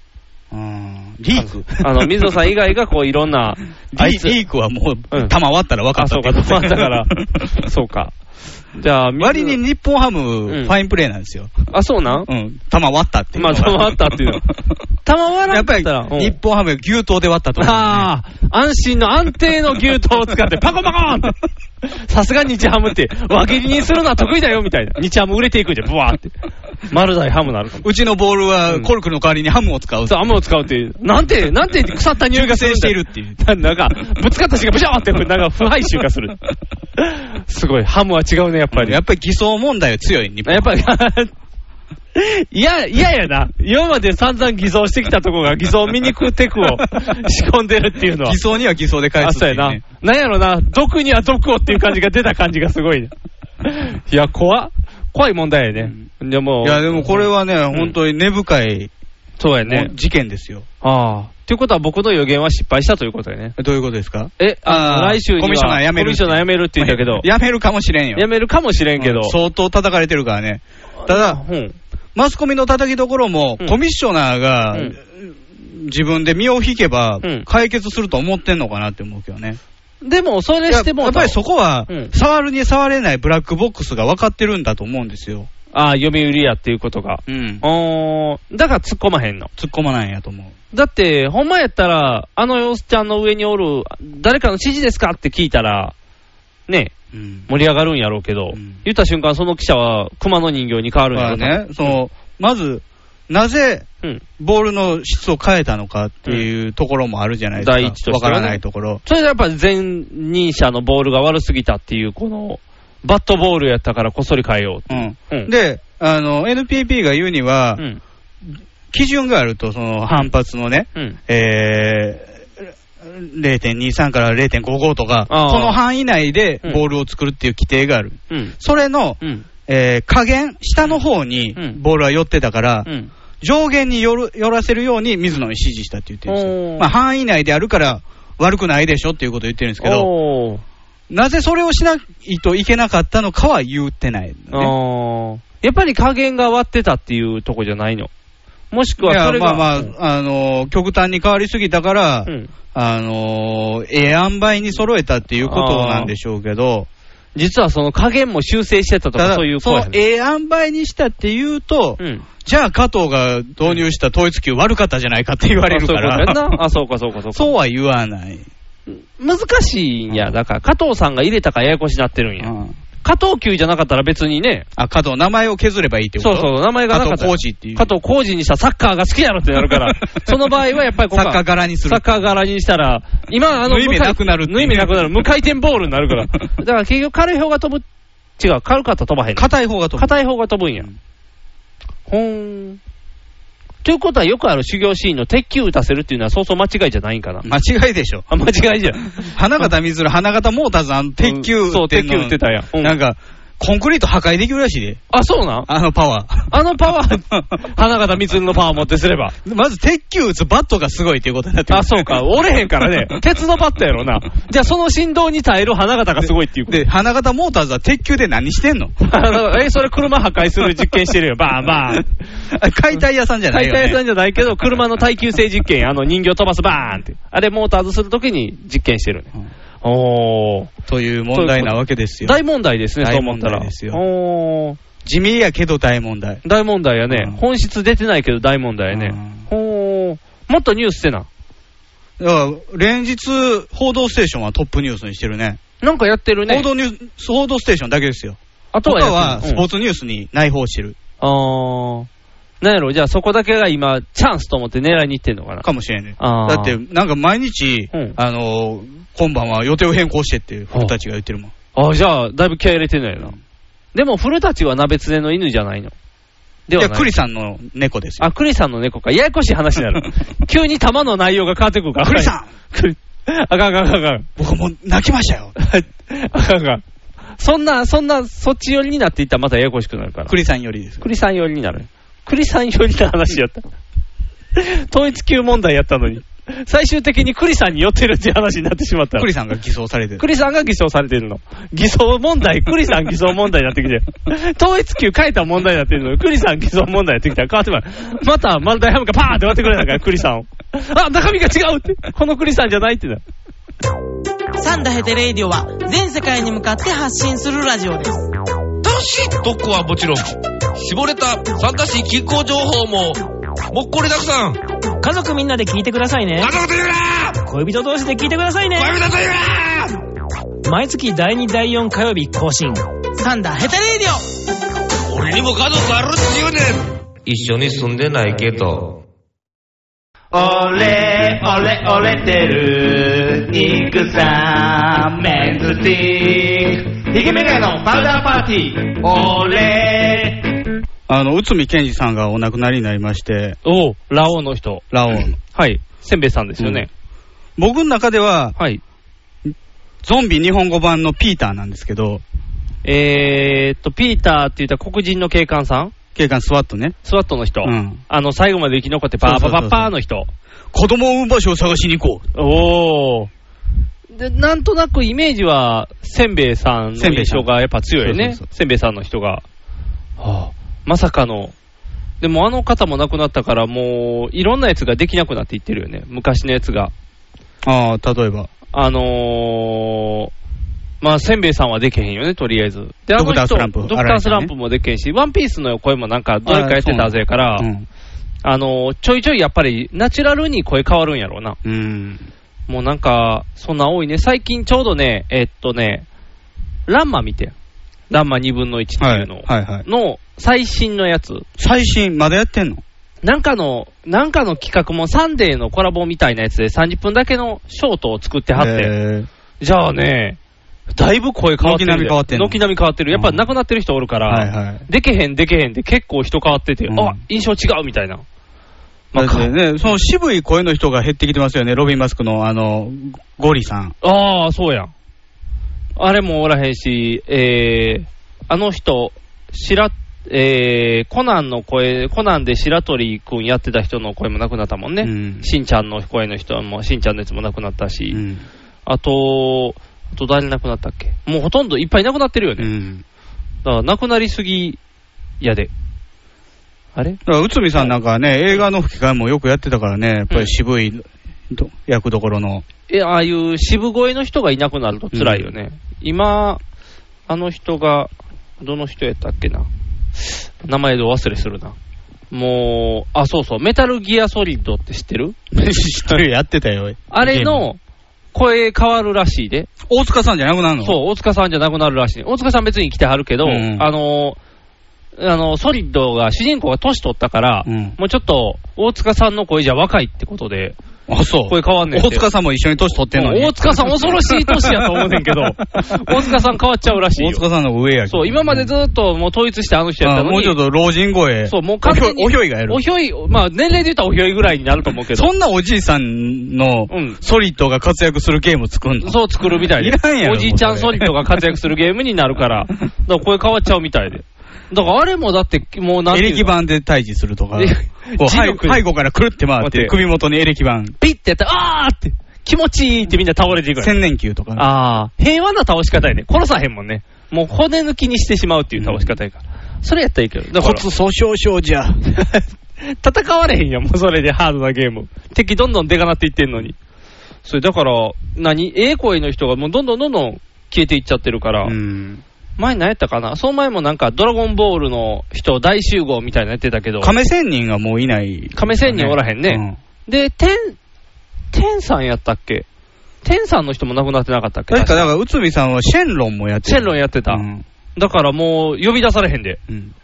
うん。うんリークあ の水野さん以外がこういろんな、あいリつ、リークはもうんう、弾割ったら分かあ、ったっそうてか、いう止まったから、そうか。じゃあ、水野 割に、日本ハム、んファインプレーなんですよ。あ、そうなんうん。弾割ったっていうまのあ、が。たまったっていうの。たまわら やんっぱかっり、たら、うん日本ハム、牛刀で割ったと思うね。ああ、安心の安定の牛刀を使って、パコパコーンって。さすが日ハムって、輪切りにするのは得意だよみたいな。日ハム売れていくんじゃん、ブワーって。丸大ハムなるかも。うちのボールうはんコルクの代わりにハムを使う。そう、ハムを使うっていう。なんて、なんて腐った匂いがするんだよ中華製しているっななんか、ぶつかった瞬間、ブシャーって、なんか腐敗臭がする。すごい、ハムは違うね、やっぱり。やっぱり偽装問題は強い、日本やっぱり、 いや、いややな。今まで散々偽造してきたとこが偽造見にくテクを仕込んでるっていうのは偽。装には偽装で返あ、すっそてういやうなね。。なんやろな、毒には毒をっていう感じが出た感じがすご いね。いや、怖っ怖い問題やね。でも、いうや、でもこれはね、ん本当に根深いそうやね。事件ですよ。ああ。ということは僕の予言は失敗したということやね。どういうことですかえ、あのあー来週にはコミッショナー辞めるコミッショナー辞めるって言ったけど、やめるかもしれんよ。辞めるかもしれんけうど。ん相当叩かれてるからね。ただ、うん。マスコミの叩きどころも、うんコミッショナーが、うん自分で身を引けばうん、解決すると思ってんのかなって思うけどね。でも、それやしても、やっぱりそこは、うん触るに触れないブラックボックスが分かってるんだと思うんですよ。ああ、読売やっていうことが。うん。おーだから突っ込まへんの。突っ込まないんやと思う。だって、ほんまやったら、あの様子ちゃんの上におる、誰かの指示ですかって聞いたら、ね、うん。盛り上がるんやろうけど、うん言った瞬間、その記者は熊の人形に変わるんまあやろうからね、その、まず、なぜうん。ボールの質を変えたのかっていうところもあるじゃないですか。第一としてわはねからないところ。それでやっぱ前任者のボールが悪すぎたっていう、この、バットボールやったからこっそり変えようってういん。う。うん、で、あの、NPP が言うにはう、ん。基準があると、その反発のね、うん。えー、0.23から0.55とか、あーこの範囲内でうんボールを作るっていう規定がある。うん。それの、うん。えー加減、下の方にうんボールは寄ってたから、うん。上限による寄らせるように水野に指示したって言ってるんですおよ。ーまあ、範囲内であるから悪くないでしょっていうことを言ってるんですけど、おーなぜそれをしないといけなかったのかは言ってない、ね。あーやっぱり加減が割ってたっていうとこじゃないの。もしくいはやそれまが。あまあ、あのー極端に変わりすぎたから、うんあのーええ塩梅に揃えたっていうことなんでしょうけど、実はその加減も修正してたとたか、だそういう、そ声のええ塩梅にしたっていうと、うん。じゃあ加藤が導入した統一球悪かったじゃないかって言われるかあそういうことやんなら、あ、そうかそうかそう か。そうは言わない。難しいんや。だから、加藤さんが入れたからややこしになってるうんや。ん加藤球じゃなかったら別にね、あ、加藤、名前を削ればいいってこそとうそう、名前がなかったら。加藤浩二っていう、加藤浩二にしたらサッカーが好きやろってなるから その場合はやっぱりここはサッカー柄にするサッカー柄にしたら、今、あの、縫い目無回なくなるっていう縫い目なくなる。無回転ボールになるから。 だから結局、軽い方が飛ぶ、違う、軽かったら飛ばへんねん。硬い方がと。硬い方が飛ぶんや。ほーん。ということはよくある修行シーンの鉄球打たせるっていうのはそうそう間違いじゃないんかな。間違いでしょ。あ、間違いじゃん。花形水る花形モーターズ、あの、鉄球うんそう打ってんの鉄球打ってたやんうんなんか、コンクリート破壊できるらしいで。あ、そうなんあのパワー。あのパワー、 花形光のパワー持ってすれば。まず、鉄球打つバットがすごいっていうことになってくるあ、そうか。折れへんから ね。鉄のバットやろな。じゃあその振動に耐える花形がすごいっていうこと。で、花形モーターズは鉄球で何して んのあのえ、それ車破壊する実験してるよ。バーンバーン。あ解体屋さんじゃない解よ、ね。体屋さ んじゃないけど、車の耐久性実験、あの人形飛ばすバーンって。あれモーターズするときに実験してるね。おー。という問題なわけですよ。大問題ですね、そう大思問ったら。題ですよおー。地味やけど大問題。大問題やね、うん本質出てないけど大問題やね。ほー。もっとニュースってな。だから、連日、報道ステーションはトップニュースにしてるね。なんかやってるね。報道ニュース、報道ステーションだけですよ。あと他はやっては、スるポーツ。ツニュースに内包してる。あー。なんやろ、じゃあそこだけが今、チャンスと思って狙いに行ってんのかな。かもしれんね。あーだって、なんか毎日、うんあのー、今晩は予定を変更してって、僕たちが言ってるもん。あー、じゃあ、だいぶ気合い入れてんのやな。でも、古たちは鍋つねの犬じゃないの。いではや、ない。栗さんの猫ですよ。あ、栗さんの猫か。ややこしい話 になる。急に玉の内容が変わってくるから。栗さん栗 あかんあかんあかんあかん。僕もう泣きました よ。あかんあかん。そんな、そんな、そっち寄りになっていったらまたややこしくなるから。栗さんよりです。栗さん寄りになる。栗さん寄りな話やった。統一級問題やったのに。最終的に栗さんに寄ってるっていう話になってしまった。栗さんが偽装されてる。栗さんが偽装されてるの。偽装問題、栗さん偽装問題になってきて。統一級書いた問題になってるのに、栗さん偽装問題やってきたら変わってまい。また、また、がパーンって割ってくれたから、栗さんを。あ、中身が違うって。この栗さんじゃないってな。サンダヘテレイディオは全世界に向かって発信するラジオです。楽しい特攻はもちろん、絞れた参加し気候情報も、もっこりたくさん。家族みんなで聞いてくださいね家。族と言うな恋人同士で聞いてくださいね。恋人と言うな毎月第2第4火曜日更新。サンダヘテレイディオ俺にも家族あるっちゅうねん一緒に住んでないけど。俺、俺、俺てる、肉さん、メンズスティック。ヒゲメガネのパウダーパーティー。俺、あの、内海健二さんがお亡くなりになりまして、おう、ラオウの人。ラオウの。はい。せんべいさんですよね。僕の中では、はい。ゾンビ日本語版のピーターなんですけど、えーっと、ピーターって言ったら黒人の警官さん警官スワットね。スワットの人。うんあの、最後まで生き残ってパーパーパーパーの人。子供を産む場所を探しに行こう。おー。で、なんとなくイメージは、せんべいさんのせんべい印さん象がやっぱ強いよね。そうそうせんべいさんの人が。はあ、まさかの。でもあの方も亡くなったから、もう、いろんなやつができなくなっていってるよね。昔のやつが。ああ、例えば。あのー、まあ、せんべいさんはできへんよね、とりあえず。で、あドの人クタースランプドクタースランプもできへんし、ワンピースの声もなんか、どれかやってたぜから、あ,、うん。のー、ちょいちょいやっぱり、ナチュラルに声変わるんやろうな。うん。もうなんか、そんな多いね。最近ちょうどね、えっとね、ランマ見て。ランマ2分の1ってはいい。うの。はいはい。の最新のやつ。最新、まだやってんのなんかの、なんかの企画もサンデーのコラボみたいなやつで30分だけのショートを作ってはって、えじゃあね、だいぶ声変わってる軒並で。み変わってんの軒並み変わってる。やっぱ亡くなってる人おるから、はいはい。でけへんでけへんで結構人変わってて、うんあ、印象違うみたいな。まだあ、っかてね、その渋い声の人が減ってきてますよね、ロビン・マスクのあの、ゴリさん。ああ、そうやん。あれもおらへんし、えー、あの人、しら、えー、コナンの声、コナンで白鳥くんやってた人の声もなくなったもんね。うんしんちゃんの声の人も、しんちゃんのやつもなくなったし、うん。あと、あと誰なくなったっけもうほとんどいっぱいなくなってるようね。ん。だからなくなりすぎやで。あれだから、内海さんなんかはね、映画の吹き替えもよくやってたからね、やっぱり渋いど役どころの。え、ああいう渋声の人がいなくなると辛いよね。今、あの人が、どの人やったっけな。名前でお忘れするな。もう、あ、そうそう、メタルギアソリッドって 知ってる知ってるやってたよ。あれの声変わるらしいで。大塚さんじゃなくなるのそう、大塚さんじゃなくなるらしい。大塚さん別に来てはるけど、うんあの、あの、ソリッドが、主人公が年取ったから、うんもうちょっと、大塚さんの声じゃ若いってことで、あ、そう。声変わんねんて大塚さんも一緒に年取ってんのに。大塚さん恐ろしい年やと思うねんけ ど、大塚さん変わっちゃうらしいよ大。塚さんの方が上やけどそう、今までずっともう統一してあの人やったのあに。もうちょっと老人声。そう、もう完全に。おひょいおひょいがやるお。ひょい、まあ年齢で言ったらおひょいぐらいになると思うけど。そんなおじいさんのうんソリッドが活躍するゲーム作んの、そう作るみたいでいらんやろおじいちゃもんうそソれリッドが活躍するゲームになるから。だから声変わっちゃうみたいで。だからあれもだってもうなんエていうレキの版で退治するとかえ、こう磁背力後背後からくるって回っ待ってて、首元にエレキ版、ピッてやったら、あーって、気持ちいいってみんな倒れていくから。千年球とか、ああ、平和な倒し方やね。殺さへんもんね。もう骨抜きにしてしまうっていう倒し方やから。それやったらいいけど。だから骨粗しょう症じゃ、 戦われへんやん、もうそれでハードなゲーム。敵どんどんでかなっていってんのに。それだから、何ええ声の人がもうどんどんどんどん消えていっちゃってるから、うん、前何やったかなその前もなんかドラゴンボールの人大集合みたいなのやってたけど、亀仙人がもういない、亀仙人おらへんね。うんで、天、天さんやったっけ天さんの人も亡くなってなかったっけ確か、だから、内海さんはシェンロンもやってシェンロンンやってた。うんだからもう呼び出されへんで。うん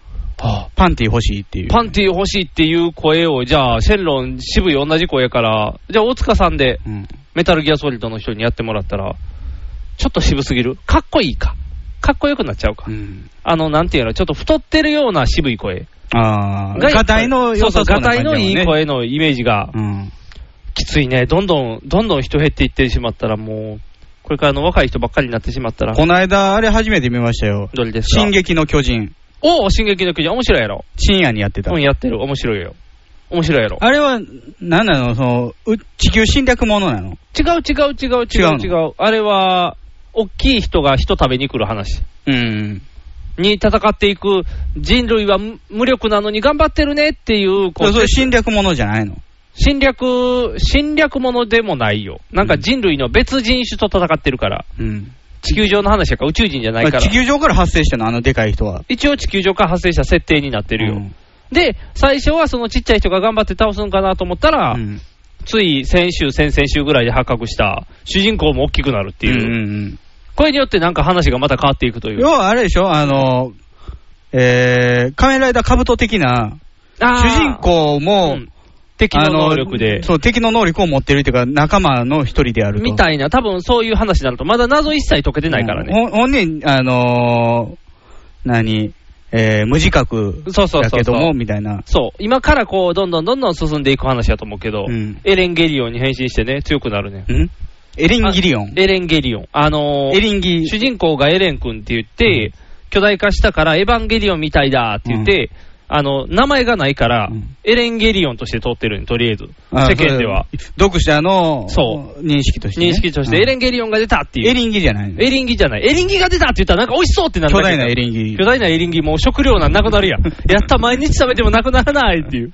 パンティ欲しいっていう。パンティ欲しいっていう声を、じゃあ、シェンロン、渋い同じ声やから、じゃあ、大塚さんで、うんメタルギアソリッドの人にやってもらったら、ちょっと渋すぎるかっこいいか。かっこよくなっちゃうか。うんあの、なんていうの、ちょっと太ってるような渋い声。ああ、ガタイの良さそうそなう、ガ感タじイだものんねいい。声のイメージが、うんきついね。どんどん、どんどん人減っていってしまったら、もう、これからの若い人ばっかりになってしまったら、この間、あれ初めて見ましたよ。どれですか進撃の巨人。おお、進撃の巨人、面白いやろ。深夜にやってたう。ん、やってる。面白いよ。面白いやろ。あれは、なんなのその、う地球侵略ものなの違う違う違う違う違違う。あれは、大きい人が人食べに来る話。うん。に戦っていく人類は無無力なのに頑張ってるねっていう、こうそれ侵略ものじゃないの侵略、侵略ものでもないよ。なんか人類の別人種と戦ってるから。うん。地球上の話やから宇宙人じゃないまかあら地。球上から発生したの、あのでかい人は。一応地球上から発生した設定になってるうよ。んで、最初はそのちっちゃい人が頑張って倒すのかなと思ったら、うんつい先週、先々週ぐらいで発覚した主人公も大きくなるってういんうう。んこれによってなんか話がまた変わっていくとういん。う。要はあれでしょあの、えー、仮面ライダーカブト的な、あ主ー人公も、うん敵の能力あでの。そう、敵の能力を持ってるっていうか、仲間の一人であると。みたいな、多分そういう話になると、まだ謎一切解けてないからね。ほんほんに、あのー、何、えー、無自覚そうそうそうだそけうども、みたいな。そう、今からこう、どんどんどんどん進んでいく話だと思うけど、うんエレンゲリオンに変身してね、強くなるね。んエリンギリオン。エレンゲリオン。あのーエリンギ。主人公がエレン君って言って、巨大化したからエヴァンゲリオンみたいだって言って、あの、名前がないから、うんエレンゲリオンとして通ってるね、とりあえず。あ世間では。。それ読者のそ認識としてね、認識として、エレンゲリオンが出たってういんう。エリンギじゃないのエリンギじゃない。エリンギが出たって言ったらなんか美味しそうってなる巨だけ大なエリンギ巨。大なエリンギもう食料なんなくな るやん。やった、毎日食べてもなくならないっていう。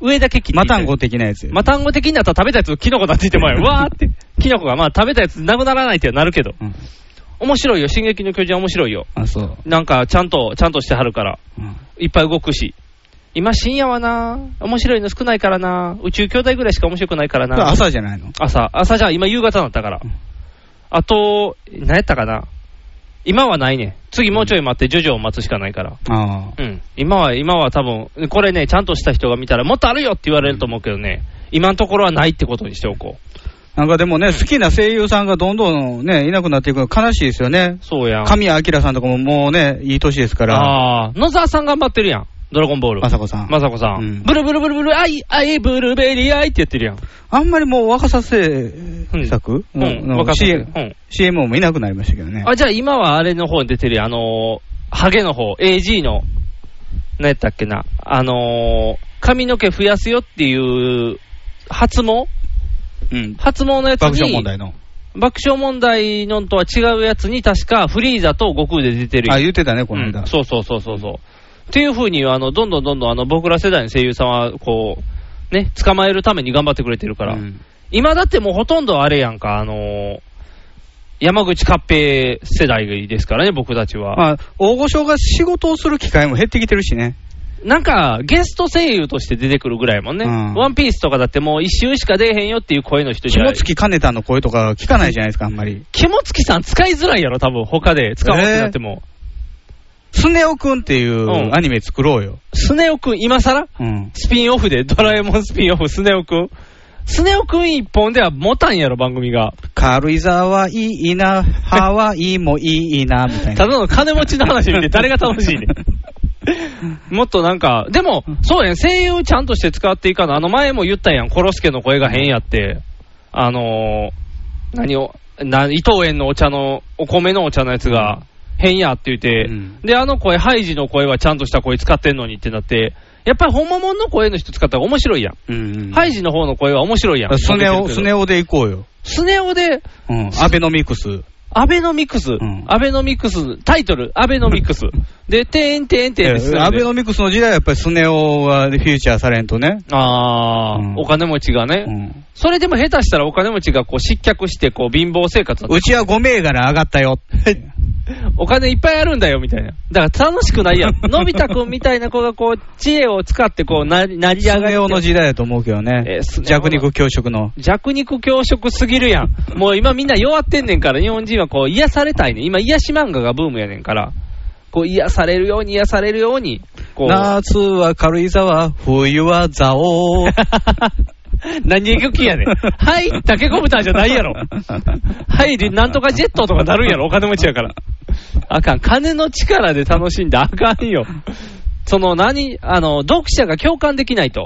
上だけ切って。マタンゴ。的なやつよ。マタンゴ的になったら食べたやつキノコだって言ってもらえ る。わーって。キノコがまあ食べたやつなくならないってなるけど。うん面白いよ。進撃の巨人面白いよ。あ、そう。なんかちゃんと、ちゃんとしてはるから。うんいっぱい動くし。今深夜はな、面白いの少ないからな、宇宙兄弟ぐらいしか面白くないからそれな。朝じゃないの朝、朝じゃん、今夕方になったから。あと、何やったかな。今はないねん。次もうちょい待って、徐々を待つしかないから。ああ。うん。今は、今は多分、これね、ちゃんとした人が見たら、もっとあるよって言われると思うけどね、今のところはないってことにしておこう。なんかでもね、好きな声優さんがどんどんね、いなくなっていくの悲しいですよね。そうやん。神谷明さんとかももうね、いい年ですから。ああ、野沢さん頑張ってるやん。ドラゴンボール。雅子さんまさこさん。うんブルブルブルブル、アイ、アイ、ブルーベリーアイってやってるやん。あんまりもう若さ制うん作うんの若さ制 CM うん CM もいなくなりましたけどね。あ、じゃあ今はあれの方に出てるやん。あのー、ハゲの方、AG の、何やったっけな。あのー、髪の毛増やすよっていう、発毛うん。発毛のやつに、爆笑問題の。爆笑問題のとは違うやつに、確かフリーザと悟空で出てるやんあ、言ってたね、この間。うんそうそうそうそうそう。っていうふうにあの、どんどんどんどんあの僕ら世代の声優さんはこう、ね、捕まえるために頑張ってくれてるから、うん今だってもうほとんどあれやんか、あのー山口勝平世代ですからね、僕たちは。まあ、大御所が仕事をする機会も減ってきてるしね。なんか、ゲスト声優として出てくるぐらいもんね、うんワンピースとかだってもう一周しか出えへんよっていう声の人じゃ肝付き金田の声とか聞かないじゃないですか、あんまり。肝付きさん使いづらいやろ、多分他で使わなくなっても。スネ夫くんっていうんうアニメ作ろうよ。スネ夫くん、今更うん。スピンオフで、 ドラえもんスピンオフ、スネオくん。スネオくん一本では持たんやろ、番組が。軽井沢いいな、ハワイもいいな、みたいただな。の金持ちの 話見て誰が楽しいねん。もっとなんか、でも、そうやん、声優ちゃんとして使っていかな。あの前も言ったやん、コロスケの声が変やって。あのー、何を、な伊藤園のお茶の、お米のお茶のやつが変やって言って、うんで、あの声、ハイジの声はちゃんとした声使ってんのにってなって、やっぱり本物の声の人使ったら面白いやん。うんうんハイジの方の声は面白いやん。スネ夫、ボケてるけどスネ夫で行こうよ。スネ夫で、うん。アベノミクス。アベノミクス、んアベノミクス、タイトル、アベノミ クス。で、てんてんてんです。アベノミクスの時代はやっぱりスネ夫はフューチャーされんとね。あー、うんお金持ちがね、うん。それでも下手したらお金持ちがこう失脚して、こう貧乏 生活だったうちは5銘柄上がったよ。お金いっぱいあるんだよみたいな。だから楽しくないや ん。のび太くんみたいな子がこう、知恵を使ってこう、な成りス上がネる夫の時代だと思うけどえねース。ネ夫の弱肉強食の。弱肉強食すぎるやん。もう今みんな弱ってんねんから、日本人はこう癒されたいねん。今癒し漫画がブームやねんから、こう癒されるように癒されるように、こう。夏は軽井沢、冬は蔵王。 何がきやねん。はい、タケコプターじゃないやろ。はい、でなんとかジェットとかなるんやろ、お金持ちやから。あかん、金の力で楽しんだらあかんよ。その何、あの、読者が共感できないと。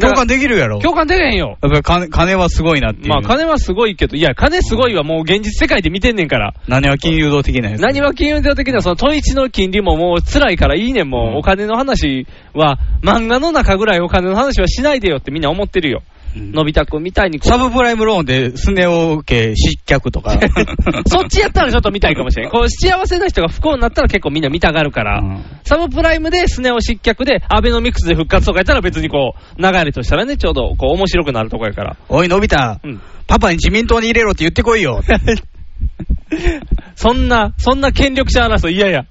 共感でできるやろ。 共感できへんよ。やっぱり金金はすごいなっていう。まあ金はすごいけど、いや、金すごいはもう現実世界で見てんねんから。何は金融道的なやつ。何は金融庁的な、その、都一の金利ももう辛いからいいねん、もう、うんお金の話は、漫画の中ぐらいお金の話はしないでよってみんな思ってるよ。うんのび太くんみたいにこう。サブプライムローンでスネを受け失脚とか そっちやったらちょっと見たいかもしれん。こう、幸せな人が不幸になったら結構みんな見たがるから、うんサブプライムでスネを失脚で、アベノミクスで復活とかやったら別にこう、流れとしたらね、ちょうどこう、面白くなるとこやから。おい、のび太、うん。 パパに自民党に入れろって言ってこいよ。そんな、そんな権力者争い嫌や。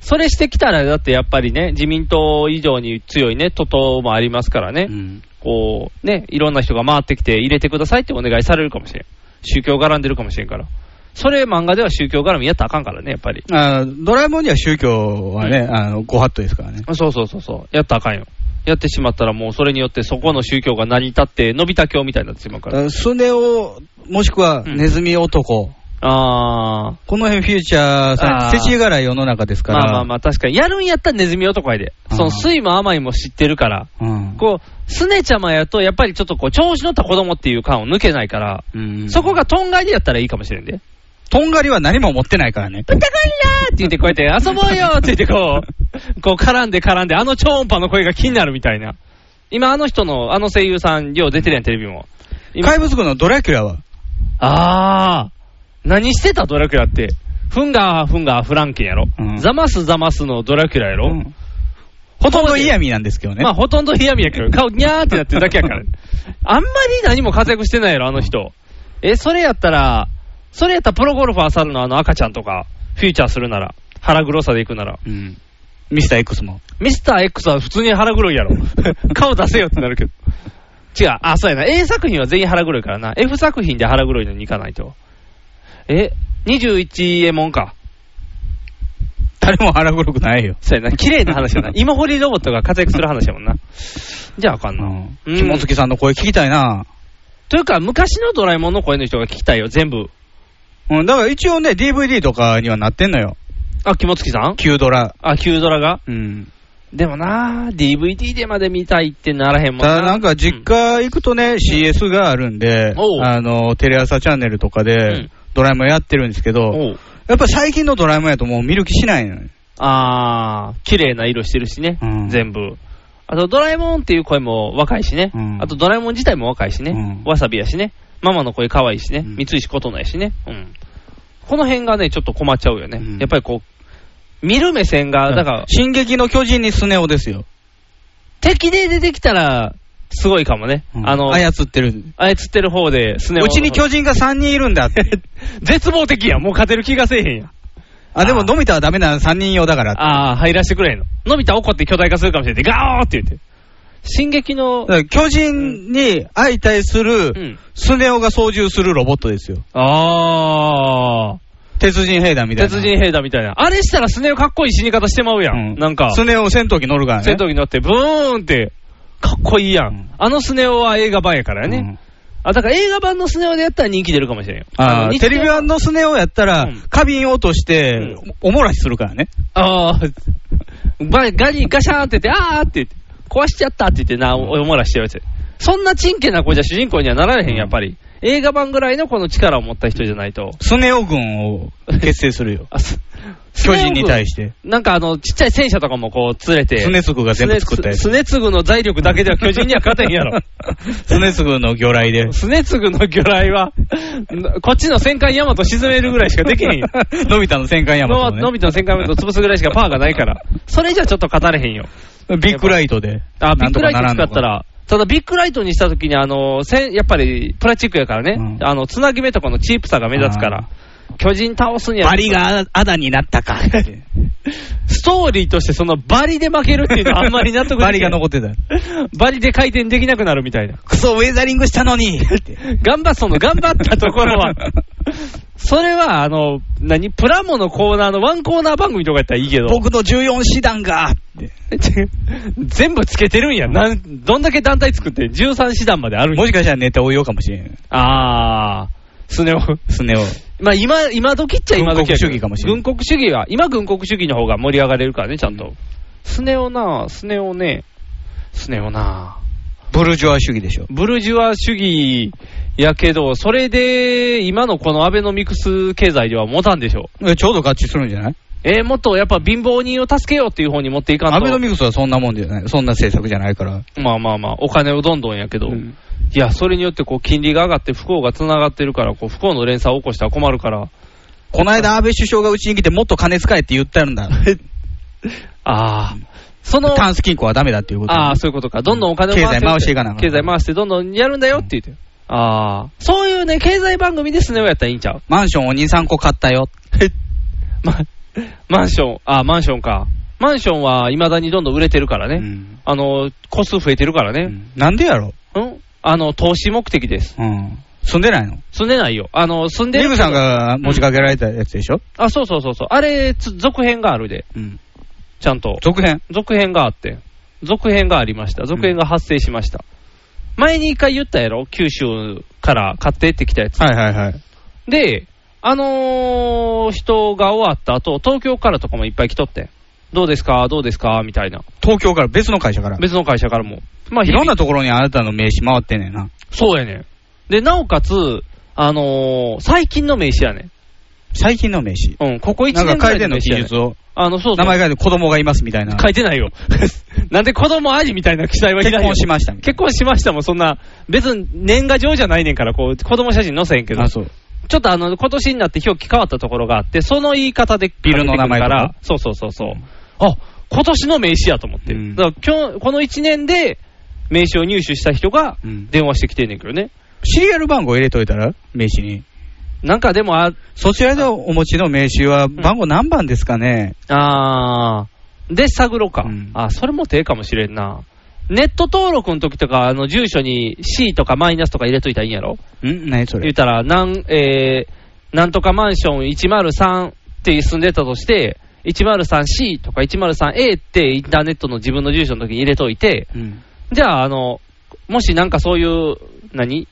それしてきたら、だってやっぱりね、自民党以上に強いね、都党もありますからね、うんこう、ね、いろんな人が回ってきて、入れてくださいってお願いされるかもしれん。宗教絡んでるかもしれんから。それ漫画では宗教絡みやったらあかんからね、やっぱり。あドラえもんには宗教はね、うあのご法度ですからね。そうそうそうそう、やったらあかんよ。やってしまったらもうそれによってそこの宗教が成り立って、のび太教みたいになってしまうから。スネを、もしくはうんネズミ男。あー。この辺フューチャーさあーん、世知辛い世の中ですから。まあまあまあ確かに。やるんやったらネズミ男やで。その酸いも甘いも知ってるから。うんこう、すねちゃまやと、やっぱりちょっとこう、調子乗った子供っていう感を抜けないから、うんそこがとんがりやったらいいかもしれんで。とんがりは何も持ってないからね。ぶったこいなーって言って、こうやって遊ぼうよって言って、こ う、こう絡んで絡んで、あの超音波の声が気になるみたいな。今、あの人の、あの声優さん、よう出てるやん、テレビも。今怪物軍のドラキュラは、あー、何してたドラキュラって。フンガー、フンガー、フランケンやろ。うんザマス、ザマスのドラキュラやろ。うんほとんど嫌味なんですけどね。まあ、ほとんど冷やみやけど、顔にゃーってなってるだけや から。あんまり何も活躍してないやろ、あの人。え、それやったら、それやったらプロゴルファー猿のあの赤ちゃんとか、フューチャーするなら、腹黒さで行くなら。うんミスター X も。ミスター X は普通に腹黒いや ろ。顔出せよってなるけど。違う、あ、そうやな。A 作品は全員腹黒いからな。F 作品で腹黒いのに行かないと。え、21エモンか。誰も腹黒くないよ。そうやな、綺麗 な話やな。芋掘りロボットが活躍する話やもんな。じゃああかんうな。ん。うん肝付さんの声聞きたいな。というか、昔のドラえもんの声の人が聞きたいよ、全部。うん、だから一応ね、DVD とかにはなってんのよ。あ、肝付さん旧ドラ。あ、旧ドラがうん。でもな、DVD でまで見たいってならへんもんな。ただなんか実家行くとね、CS があるんでおう、あの、テレ朝チャンネルとかうでん、ドラえもんやってるんですけうんど、おうやっぱ最近のドラえもんやともう見る気しないのよ。あー、綺麗な色してるしね、うん全部。あと、ドラえもんっていう声も若いしね、うんあと、ドラえもん自体も若いしね、うんわさびやしね、ママの声可愛いしね、うん三石琴乃やしね、うん。この辺がね、ちょっと困っちゃうよね。うんやっぱりこう、見る目線が、だから、進撃の巨人にスネ夫ですよ。敵で出てきたら、すごいかもね。あの、操ってる。操ってる方で、スネ夫うちに巨人が3人いるんだって。 絶望的やん、もう勝てる気がせえへんやん。あ、でも、のび太はダメなの、3人用だからって。ああ、入らしてくれへんの。のび太怒って巨大化するかもしれない。ガーって言って。進撃のだ、から巨人に相対すうる、ん。スネ夫が操縦するロボットですよ。ああ、鉄人兵団みたいな。鉄人兵団みたいな。あれしたらスネ夫かっこいい死に方してまうやん。うんなんか、スネ夫戦闘機乗るからね。戦闘機乗ってブーンって、かっこいいやん。うんあのスネ夫は映画版やからうね。んあ、だから映画版のスネ夫でやったら人気出るかもしれんよ。あのー日テレビ版のスネ夫やったらうん、花瓶落として、おもらしするからね。ああ、ば ガリガシャーンって言って、あーって言って、壊しちゃったって言ってな、おおもらしちゃうやつ。そんなちんけな子じゃ主人公にはなられへん、やっぱり。映画版ぐらいのこの力を持った人じゃないと。。スネ夫軍を結成するよあす巨人に対して。なんかあの、ちっちゃい戦車とかもこう、連れて。スネツグが全部作ったやつ。スネツグの財力だけでは巨人には勝てへん やろ。スネツグの魚雷で。スネツグの魚雷は、こっちの戦艦ヤマト沈めるぐらいしか できへんよ。 のび太の戦艦ヤマのトのねび太の戦艦ヤマト潰すぐらいしかパワーがないから。それじゃちょっと勝たれへんよ。ビッグライトで。あ、ビッグライトなんとかならん使のっかたら、ただビッグライトにしたときに、あの、せんやっぱりプラスチックやからね、うんあの、つなぎ目とかのチープさが目立つから、巨人倒すには、バリがアダになったか。ストーリーとしてそのバリで負けるっていうのはあんまり納得できなバい。リが残ってた。 バリで回転できなくなるみたいな。クソ、ウェザリングしたのに頑張っ、その頑張ったところは、 それは、あの、何プラモのコーナーのワンコーナー番組とかやったらいいけど、僕の14師団がって 全部つけてるんや。なんどんだけ団体作って、13師団まであるんやもしかしたらネタ応用かもしれん。あー、スネ夫。スネ夫。 まあ今、今時っちゃ今時やけ軍ど国主義かもしれない軍国主義は、今軍国主義の方が盛り上がれるからね、ちゃんと。スネ夫な、スネ夫ね、スネ夫な、ブルジョア主義でしょ。ブルジュア主義やけど、それで今のこのアベノミクス経済では持たんでしょう。えちょうど合致するんじゃないえー、もっとやっぱ貧乏人を助けようっていう方に持っていかんと。アベノミクスはそんなもんじゃない。そんな政策じゃないから。まあまあまあ、お金をどんどんやけど、うんいや、それによってこう金利が上がって不幸がつながってるから、こう不幸の連鎖を起こしたら困るから、この間安倍首相がうちに来てもっと金使えって言ったんだ。ああ、その、 タンス金庫はダメだっていうこと。ああ、そういうことか。どんどんお金を回して。経済回していかなあかん経済回して、どんどんやるんだよって言って。ああ。そういうね、経済番組でスネ夫やったらいいんちゃうマンションを2、3個買ったよ。ま、マンション、ああ、マンションか。マンションは未だにどんどん売れてるからね。うんあの、個数増えてるからうね。んなんでやろうん、あの、投資目的です。うん。住んでないの住んでないよ。あの、住んでリるグさんが持ちかけられたやつでしょあ、そうそうそうそう。あれ、つ続編があるで。うん。ちゃんと。続編。続編があって。続編がありました。続編が発生しました。前に一回言ったやろ九州から買ってってきたやつ。はいはいはい。で、あのー人が終わった後、東京からとかもいっぱい来とって、どうですか、どうですか、みたいな、東京から別の会社から。別の会社からも。まあ、い日々ろんなところにあなたの名刺回ってんねんな。そうやねん。で、なおかつ、あのー最近の名刺やね最近の名刺。ん。うん、ここ1なん年かぐ書らいいてのんの、名記刺やねん述。を。あの、そうそ名う。前書いて子供がいますみたいな。書いてないよ。 なんで子供ありみたいな記載は開い結て婚しましたみたい結婚しましたもん、そんな、別に年賀状じゃないねんから、こう、子供写真載せへんけどな。あ、。そう。ちょっとあの、今年になって表記変わったところがあって、その言い方でビルの名前とか、からそうそうそうそう。あ、今年の名刺やと思って。うんだから今日、この1年で名刺を入手した人がうん電話してきてんねんけどね。シリアル番号入れといたら名刺に。なんかでもあ、そちらでお持ちの名刺は番号何番ですかね、あー、で探ろうか。うんあ、それも手かもしれんな。ネット登録の時とか、あの、住所に C とかマイナスとか入れといたらいいんやろん何そ言れったら、なん、えー、なんとかマンション103って住んでたとして、 103C とか 103A ってインターネットの自分の住所の時に入れといて、じゃあ、あの、もしなんかそういう、何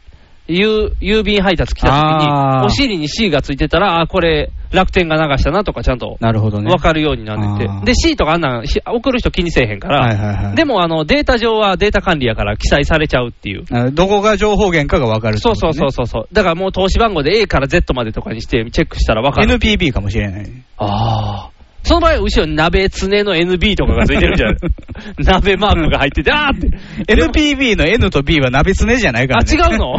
郵郵便配達来た時あに、ーお尻に C がついてたら、あー、これ、楽天が流したなとか、ちゃんとなるほどね。分かるようになっててあ、ーで、C とかあんなん、ひ送る人気にせえへんから、はいはいはい。でもあのデータ上はデータ管理やから記載されちゃうっていう。あどこが情報源かが分かるってそこうそとうね、そうそうそう。だからもう投資番号で A から Z までとかにしてチェックしたら分かる。 NPB かもしれない。ああ。その場合、後ろに鍋つねの NB とかがついてる じゃん。鍋マークが入ってて、あーって。 NPB の N と B は鍋つねじゃないかあ、ら、ね。違う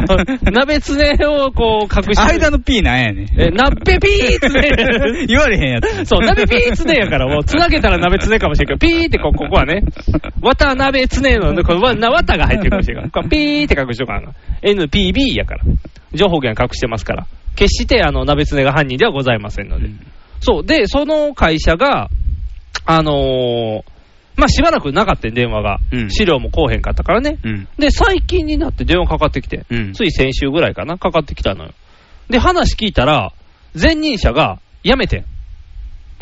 の鍋つねをこう隠して。間の P なんやねん。え、鍋ピー つね。言われへんやつ。 そう、鍋ピーつねやから、もう、つなげたら鍋つねかもしれんけど、ピーってこ、ここはね、綿鍋つねの、このわな綿が入ってるかもしれんから、これピーって隠しとかな。NPB やから。情報源は隠してますから。決して、あの、鍋つねが犯人ではございませんので。そう、で、その会社が、あのーまあ、しばらくなかったん電話が、うん資料もこうへんかったからね、うんで最近になって電話かかってきて、うんつい先週ぐらいかな、かかってきたのよ、で話聞いたら、前任者が辞めてん、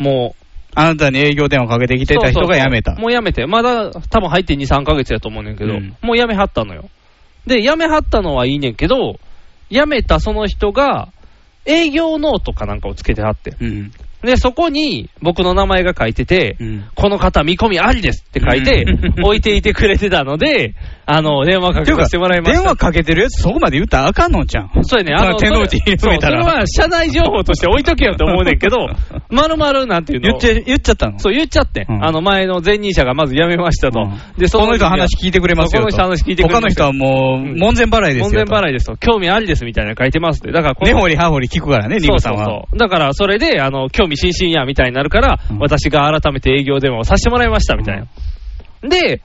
もう、あなたに営業電話かけてきてた人が辞めた。そうそうそうもう辞めて、まだ多分入って2、3ヶ月やと思うねんけど、うんもう辞めはったのよ、で辞めはったのはいいねんけど、辞めたその人が、営業ノートかなんかをつけてはって、うん。で、そこに僕の名前が書いてて、うんこの方見込みありですって書いてう、ん置いていてくれてたので、あの、電話かてけいうさか、せてもらいました。電話かけてるやつ、そこまで言ったらあかんのじゃん。そうやね、あの、手の内にそ入れれたそうそれら。は社内情報として置いとけよと思うねんけど、まるまるなんていう言のっちゃ、言っちゃったのそう言っちゃってん、うんあの前の前任者がまず辞めましたと、うんでそこの人話聞いてくれますよそうと。この人話聞いてく他れますの人はもう、うん門前払いです門よ前と。払いですと、興味ありですみたいなの書いてますって、だからこの根掘り葉掘り聞くからね、リそムうさそんうは。そう。だから、それで、あの、興味津々や、みたいになるから、うん私が改めて営業電話をさせてもらいました、みたいな。で、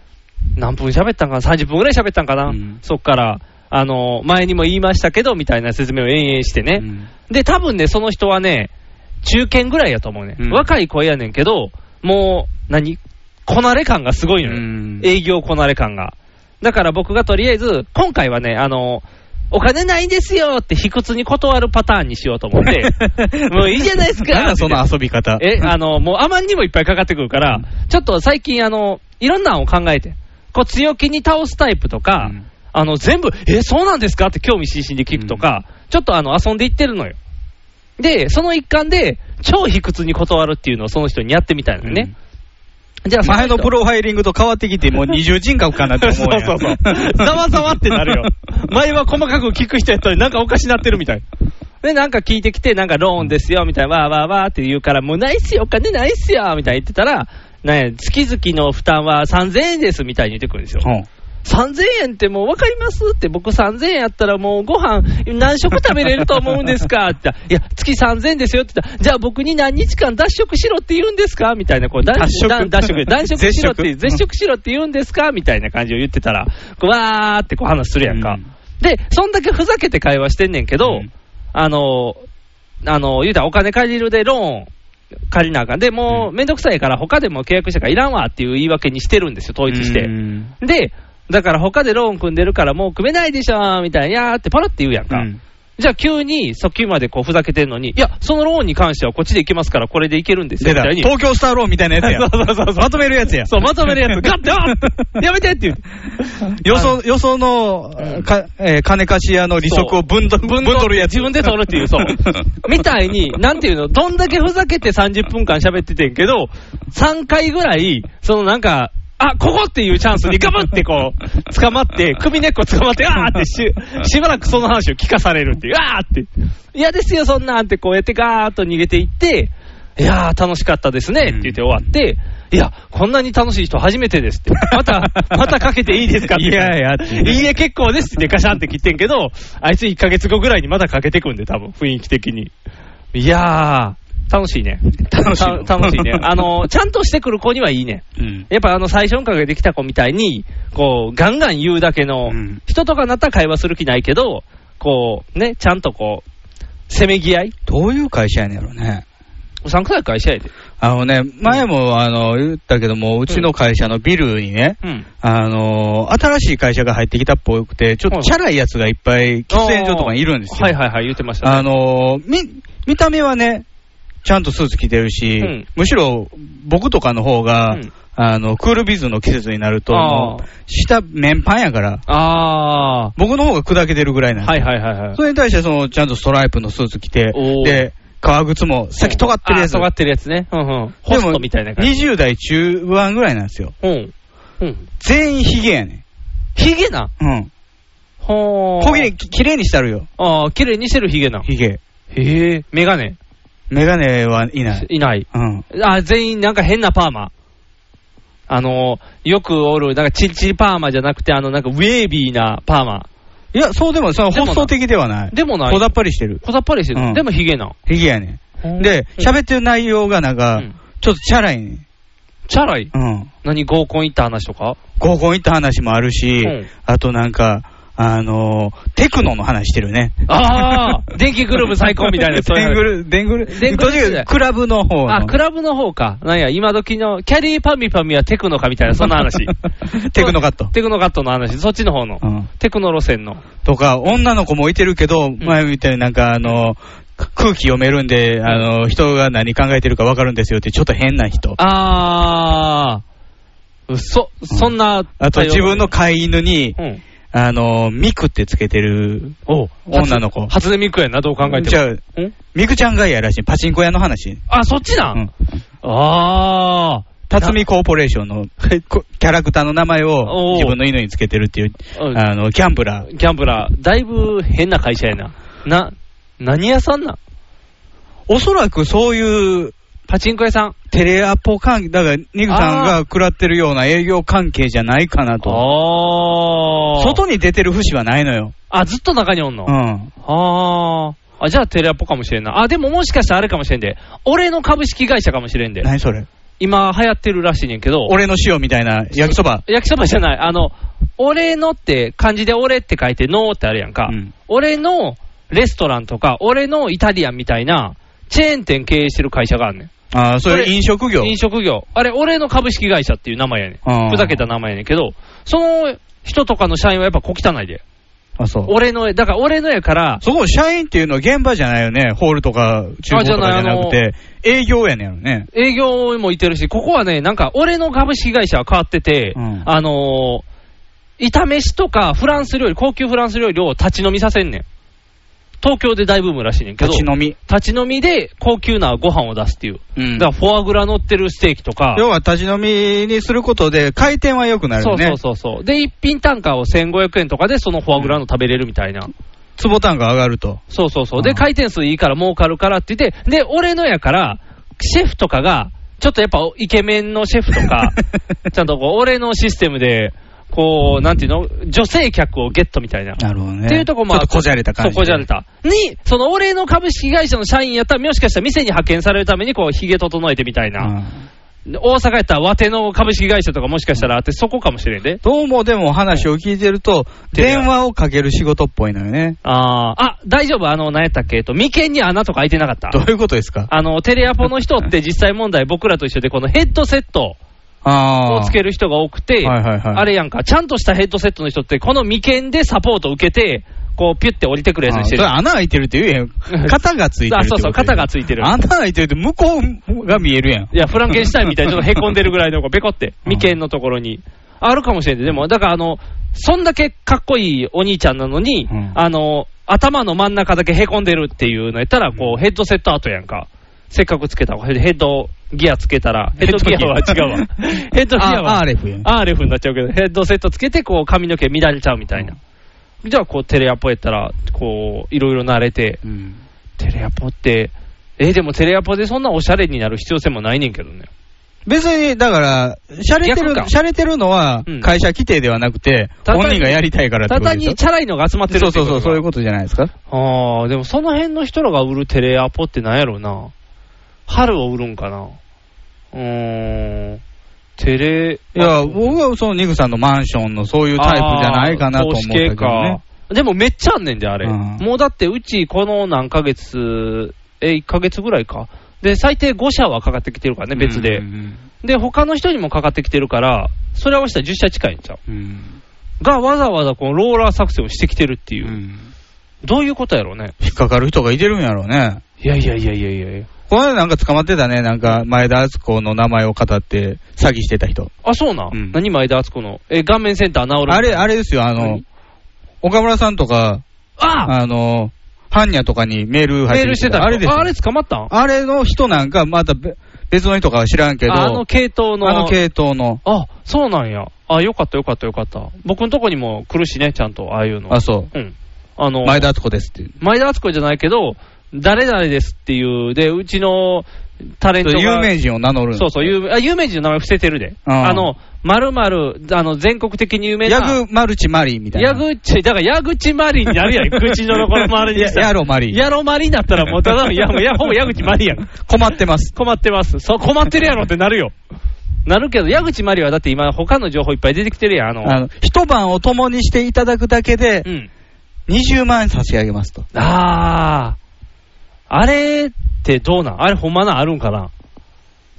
何分喋ったんかな ?30 分ぐらい喋ったんかな、うんそっから、あの、前にも言いましたけど、みたいな説明を延々してね。うんで、多分ね、その人はね、中堅ぐらいやと思うね。うん若い子やねんけど、もう、何こなれ感がすごいのよ。うん営業こなれ感が。だから僕がとりあえず、今回はね、あの、お金ないんですよって卑屈に断るパターンにしようと思って、 もういいじゃないですかなんだその遊び方。え、あの、もうあまりにもいっぱいかかってくるから、ちょっと最近、あの、いろんなのを考えて、こう強気に倒すタイプとか、うんあの、全部、え、そうなんですかって興味津々で聞くとか、ちょっとあの、遊んでいってるのよ。で、その一環で、超卑屈に断るっていうのをその人にやってみたいのね。じゃあ、前のプロロファイリングと変わって きて、もう二重人格かなって思うやん。 そうそ うそう。ざわざわってなるよ。前は細かく聞く人やったのになんかおかしなってるみたい。で、なんか聞いてきて、なんかローンですよ、みたいな、わーわーわーって言うから、もうないっすよ、お金ないっすよ、みたいに言ってたら、ね、月々の負担は3000円です、みたいに言ってくるんですよ。うん3000円ってもう分かりますって、僕3000円やったらもうご飯何食食べれると思うんですかって言ったら、いや、月3000円ですよって言ったら、じゃあ僕に何日間脱食しろって言うんですかみたいな、こう、断脱食断脱 食、断食しろっ絶て、食絶食しろって言うんですかみたいな感じを言ってたら、こうわーってこう話するやんうか。んで、そんだけふざけて会話してんねんけうど、んあの、あの、言うたらお金借りるでローン借りなあかん。で、もうめんどくさいから他でも契約したからいらんわっていう言い訳にしてるんですよ、統一して。うんで、だから他でローン組んでるからもう組めないでしょみたいな、やーってパラって言うやんか。うんじゃあ急に、さっきまでこうふざけてんのに、いや、そのローンに関してはこっちで行けますから、これでいけるんです出よ、みたたいに。東京スターローンみたいなやつや。そうそうそうそうまとめるやつや。そう、まとめるや つ、ガッて、あっやめてって言う。よそ、よその、かえー金貸し屋の利息を分取分取るやつ。自分で取るってい う、そう。みたいに、なんていうの、どんだけふざけて30分間喋っててんけど、3回ぐらい、そのなんか、あ、ここっていうチャンスにガブってこ う、捕まって、首根っこ捕まって、あーってし、しばらくその話を聞かされるっていう、あーって、嫌ですよ、そんなんってこうやってガーッと逃げていって、いやー、楽しかったですねって言って終わって、いや、こんなに楽しい人初めてですって。ま た、またかけていいですかって。いやいやっていいえ、結構ですってガシャンって切ってんけど、あいつ1ヶ月後ぐらいにまだかけてくんで、多分雰囲気的に。いやー、楽しいね。楽しいのた楽 しいね。あの、ちゃんとしてくる子にはいいね。うんやっぱあの最初にかけてきた子みたいに、こう、ガンガン言うだけの、うん人とかなったら会話する気ないけど、こう、ね、ちゃんとこう、せめぎ合いどういう会社やねんやろね。うさんくさい会社やで。あのね、前もあの言ったけども、うちの会社のビルにね、うん。あの新しい会社が入ってきたっぽくて、ちょっとチャラいやつがいっぱい、喫煙所とかにいるんですよ。はいはいはい、言ってましたあね。のみ見た目はね、ちゃんとスーツ着てるし、うんむしろ僕とかの方が、うんあの、クールビズの季節になると、あーもう下、綿パンやから、あ僕の方が砕けてるぐらいなんー。ですよはいはいはいはいそ。れに対して、その、ちゃんとストライプのスーツ着ておー、で、革靴も、先尖ってるやつ。あー尖ってるやつね。うんうん。ホストみたいな感じ。でも20代中盤ぐらいなんですよ。うん。うん。全員ヒゲやねヒゲな。ん。うん。ほー。小切れ、ききれいにしてあるよ。ああ、綺麗にしてるヒゲな。ヒゲ。へえ。メガネ。メガネはいない。いない。うん。あ、全員なんか変なパーマ。あのー、よくおる、なんかチリチリパーマじゃなくて、あの、なんかウェービーなパーマ。いや、そうでも、その、でもな放送的ではない。でもない。小だっぱりしてる。小ざっぱりしてる。うんでもヒゲな。ヒゲやねん。で、っ喋ってる内容がなんたか、ちょっとチャラいねチャラいん。うん。何合コン行った話とか合コン行った話もあるしうん、あとなんか、あのー、テクノの話してるね。ああ電気グループ最高みたいな。そうデいンうグル、デングル、デングルどっちかというとクラブの方の。。あ、クラブの方か。なんや、今時の、キャリーパミパミはテクノかみたいな、そんな話 テクノカットテクノカットの話、そっちの方の。うんテクノ路線の。とか、女の子もいてるけど、前みたいになんかあの、か空気読めるんで、あの、人が何考えてるか分かるんですよって、ちょっと変な人。ああー、嘘、そんな。と自分の、飼い犬に、うん。あの、ミクってつけてるお女の子。初音ミクやな、どう考えても。じゃあ、うんミクちゃんがやらしい。パチンコ屋の話。あ、そっちな。うんん。あ辰巳コーポレーションの こキャラクターの名前おをー自分の犬につけてるっていう、うんあの、ギャンブラー。ー、ギャンブラー、だいぶ変な会社やな。な、何屋さんなんおそらくそういうパチンコ屋さん。テレアポ関係、だから、ニグさんが食らってるような営業関係じゃないかなと。あー。外に出てる節はないのよ。あ、ずっと中におんの。うん。あーあ、じゃあテレアポかもしれんな。あ、でももしかしたらあれかもしれんで。俺の株式会社かもしれんで。何それ今流行ってるらしいねんけど。。俺の塩みたいな焼きそば。焼きそばじゃない。あの、俺のって漢字で俺って書いてのってあるやんか。うん俺のレストランとか、俺のイタリアンみたいな、チェーン店経営してる会社があるねん。ああ、そこれれ飲食業。飲食業。あれ、俺の株式会社っていう名前やねん。あーふざけた名前やねんけど、その人とかの社員はやっぱ小汚いで。あ、そう。俺の絵、だから俺の絵から、そこ、社員っていうのは現場じゃないよね。ホールとか、厨房とかじゃなくあて、営業やねんやろね。営業もいてるし、ここはね、なんか、俺の株式会社は変わってて、うんあのー、炒飯とかフランス料理、高級フランス料理を立ち飲みさせんねん。東京で大ブームらしいねんけど、立ち飲み。立ち飲みで高級なご飯を出すっていう。うんだからフォアグラ乗ってるステーキとか、要は立ち飲みにすることで、回転は良くなるそようね。そうそうそう。で、一品単価を1500円とかでそのフォアグラの食べれるみたいな。坪単価上がると。そうそうそう。うで、ん、回転数いいから儲かるからって言って、で、俺のやから、シェフとかが、ちょっとやっぱイケメンのシェフとか ちゃんとこう俺のシステムで、こう、なんていうの、女性客をゲットみたいな。なるほどね。っていうとこもちょっとこじゃれた感じ。そう、こじゃれ。た。に、その俺の株式会社の社員やったら、もしかしたら店に派遣されるために、こう、髭整えてみたいな。で大阪やったら、ワテの株式会社とかもしかしたらあって、そこかもしれんで。どうもでも話を聞いてると、電話をかける仕事っぽいのよね。あーあ、大丈夫あの、何やったっけえっと、眉間に穴とか開いてなかったどういうことですかあの、テレアポの人って実際問題、僕らと一緒で、このヘッドセットあをあ。つける人が多くて、はいはいはいあれやんか、ちゃんとしたヘッドセットの人って、この眉間でサポートを受けて、こう、ピュって降りてくるやつあにーしそてれる。穴開いてるって言えへん。肩がついてるってことあそうそう肩がついてる穴開いてるって向こうが見えるやん。いや、フランケンシュタインみたいに、ちょっとへこんでるぐらいの、こう、ペコって、うん眉間のところに。あるかもしれんで、でも、だから、あの、そんだけかっこいいお兄ちゃんなのに、うんあの、頭の真ん中だけへこんでるっていうのやったら、こう、ヘッドセットアートやんか。せっかくつけたヘッドギアつけたら、ヘッドギアはヘッドギ違アうわ。 ヘッドギアは。あ RF やんアーレフになっちゃうけど、ヘッドセットつけて、こう、髪の毛乱れちゃうみたいな。じゃあ、こう、テレアポやったら、こう、いろいろ慣れて、うんテレアポって、えでもテレアポでそんなおしゃれになる必要性もないねんけどね。別に、だから、しゃれて逆る、かしゃれてるのはうん、会社規定ではなくて、ただ本人がやりたいからってたことだでしょにチャラいのが集まってるそっうてそこうとそう、そういうこことじゃないですか。と。ああ、でもその辺の人らが売るテレアポってなんやろうな。春を売るんかな。うーん。テレ、いや、僕はそのニグさんのマンションのそういうタイプじゃないかなと思ったけどあー投資系ねか。でもめっちゃあんねんで、あれ。うんもうだって、うちこの何ヶ月、え、1ヶ月ぐらいか。で、最低5社はかかってきてるからね、別で。うんで、他の人にもかかってきてるから、それ合わせたら10社近いんちゃう。うんが、わざわざこのローラー作戦をしてきてるっていうう。んどういうことやろうね。引っかかる人がいてるんやろうね。いやいやいやいやいやいや。この間なんか捕まってたね、なんか前田敦子の名前を語って詐欺してた人。あ、そうなん、うん何前田敦子の。え、顔面センター治る。あれ、あれですよ、あの何、岡村さんとか、ああの、ハンニャとかにメール入ってメールしてた人あれですよああれ捕まったんあれの人なんか、またべ別の人かは知らんけど、ああの系統の。あの系統の。あ、そうなんや。あ、よかったよかったよかった。僕のとこにも来るしね、ちゃんと、ああいうの。あ、そう。うん。あの、前田敦子ですっていう。前田敦子じゃないけど、誰々ですっていう、で、うちのタレントが。有名人を名乗るのそうそう、有名あ有名人の名前伏せてるで。うんあの、まるまる、あの、全国的に有名な。ヤグマルチマリーみたいな。矢口、だから矢口マリにな るやん、口のところ周りにしたらやろマリー。やろマリになったらもうただの、や、もうや、ほぼ矢口マリやん。困ってます。困ってます。そう、困ってるやろってなるよ。 なるけど、矢口マリはだって今、他の情報いっぱい出てきてるやん、あの。あの一晩を共にしていただくだけでう、ん。 20万円差し上げますと。あー。あれってどうなんあれほんまなんあるんかな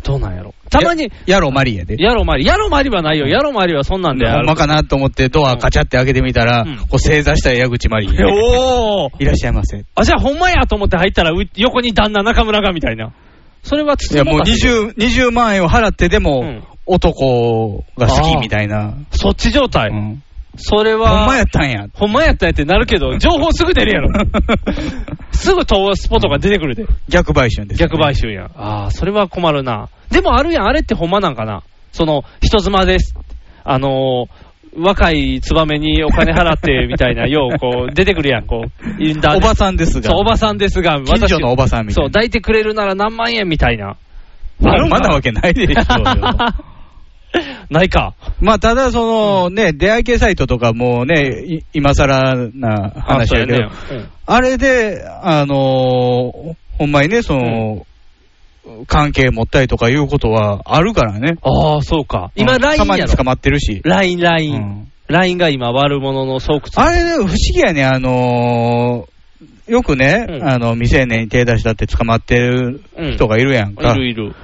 どうなんやろ。たまにや、やろマリーやで。やろマリ、やろマリはないよ。やろマリはそんなんであほんる。まかなと思ってドアカチャって開けてみたら、うんこう正座した矢口マリー。おー。いらっしゃいませ。いあ、じゃあほんまやと思って入ったら、う横に旦那中村がみたいな。それはつやもう20、20万円を払ってでも、うん男が好きみたいな。そっち状態。うんそれは。ほんまやった んや。ほんまやったんやってなるけど、情報すぐ出るや ろ。すぐ投スポットが出てくるで。逆買収です、逆買。収やん。ああ、それは困るな。でもあるやん、あれってほんまなんかな。その、人妻です。あのー若いツバメにお金払 って、みたいな、よう、こう、出てくるやん、こう、インターネッおトばさんですが。そう、おばさんですが、近所のおばさんみたいなそう、抱いてくれるなら何万円みたいな。まあるんかまだわけないでしょう よないか。まあ、ただ、そのね、出会い系サイトとかもね、い今更な話あやけど、あ,、そうやねれで、あのーほんまにね、その、関係持ったりとかいうことはあるからね。うんああ、そうか。今、うん LINE たまやにろ捕。まってるし。 LINE、う LINE。ん LINE が今、悪者の巣窟。あれね、不思議やね、あのーよくね、うんあの、未成年に手出したって捕まってる人がいるやんか。いるいる。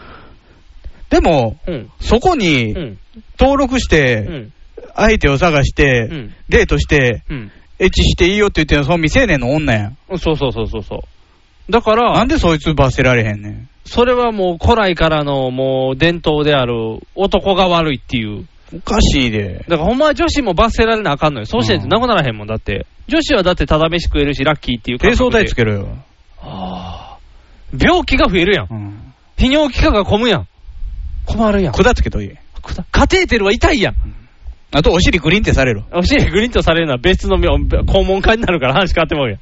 でも、うん。そこにうん。登録しうて、ん。相手を探して、うんデートして、うん。エッチしていいよって言ってるのはその未成年の女やん。そうそうそうそうそう。だから、なんでそいつ罰せられへんねん。それはもう古来からのもう伝統である男が悪いっていう。おかしいで。だからほんまは女子も罰せられなあかんのよ。そうしないとなくならへんもん、だって。女子はだってただ飯食えるし、ラッキーっていう感低層覚で体つけろよ。あー病気が増えるやんう。ん。泌尿器科が混むやん。困るやん。管つけといえ。カテーテルは痛いやん。あとお尻グリンってされろ。お尻グリンとされるのは別の病肛門科になるから話変わってもうやん。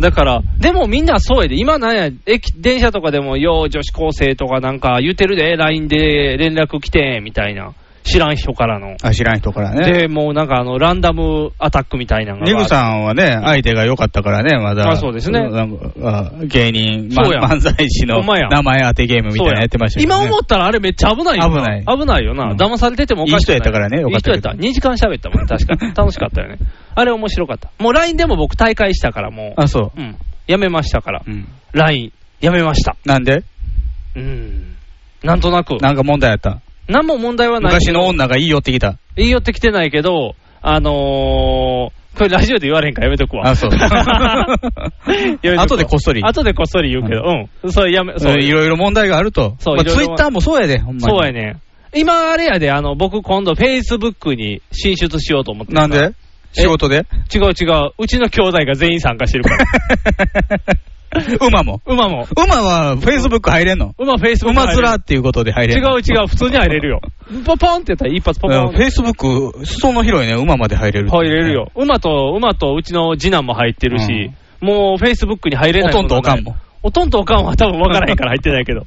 だから、でもみんなそうやで、今なんや、駅、電車とかでも、よう女子高生とかなんか言ってるで、LINE で連絡来て、みたいな。知らん人からの。あ、知らん人からね。で、もうなんかあの、ランダムアタックみたいなのが。ニグさんはね、相手が良かったからね、まだ。あそうですねなんかあ芸人、まそうや漫才師のほんまや名前当てゲームみたいなのやってましたけど今ね。思ったらあれめっちゃ危ないよな。危ない危ないよな。うん騙されててもおかしくない。いい人やったからねよかったいいけど人やった。2時間喋ったもん、確 かに。楽しかったよね。あれ面白かった。もう LINE でも僕大会したから、もう。あ、そうん。やめましたからう。う。ん。 LINE、やめました。なんでうん。なんとなく。なんか問題あった。何も問題はない昔けど。の女がいいよってきた。言い寄ってきてないけど、あのー、これラジオで言われへんからやめとくわ。あ そうやめとくわ後でこっそり後でこっそり言うけど、うん。それやめ、そそうういろいろ問題があると。そうまあいろいツろイッターもそうやで、ほんまに。そうやね。今あれやで、あの、僕今度 Facebook に進出しようと思ってるかならんで仕事 で違う違う。うちの兄弟が全員参加して るから。馬も。馬も。馬は Facebook 入れんの馬 Facebook 馬面っていうことで入れ違んのう違う。普通に入れるよ。ポポンって言ったら一発ポポンうん。Facebook、裾の広いね、馬まで入れる。入れるよ。。馬と、馬とうちの次男も入ってるし、もうフェイスブックに入れないほとんどおかんも。ほとんどおかんは多分分からへんから入ってない けど。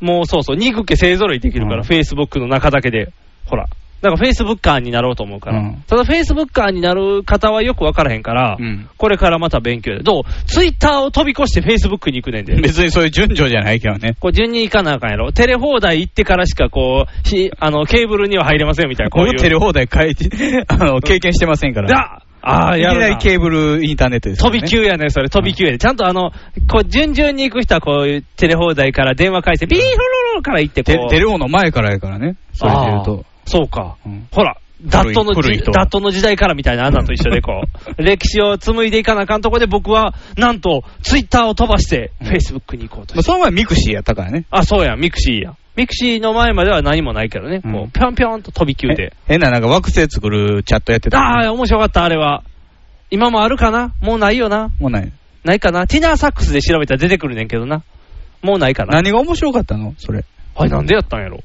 もうそうそう、肉家勢揃いできるかうら、んフェイスブックの中だけで、ほら。だからフェイスブッカーになろうと思うから。うんただフェイスブッカーになる方はよく分からへんから、うんこれからまた勉強で。どうツイッターを飛び越してフェイスブックに行くねんで。別にそういう順序じゃないけどね。こう順に行かなあかんやろ。テレ放題行ってからしかこう、ひあの、ケーブルには入れませんみたいな。こうこいうう。テレ放題書いて、あの、経験してませんから。だああ、いきやるななりケーブルインターネットです飛よね。び級やね、それ、飛び級やで、ちゃんとあの、こう、順々に行く人は、こういうテレ放題から電話回線、ビーロロロから行って、テこう。テレオの前からやからね。それで言うあーと。そうか。うんほら、ダットの古いじ、人ダットの時代からみたいなあなたと一緒でこう、歴史を紡いでいかなあかんとこで僕は、なんと、ツイッターを飛ばして、フェイスブックに行こうとまあ、その前ミクシーやったからね。あ、そうや、ミクシーや。ミクシーの前までは何もないけどね、うんこう、ぴょんぴょんと飛び級え。で変ななんか惑星作るチャットやってた。ああ、面白かった、あれは。今もあるかなもうないよなもうない。ないかなティナーサックスで調べたら出てくるねんけどな。もうないかな何が面白かったのそれ。あれなんでやったんやろ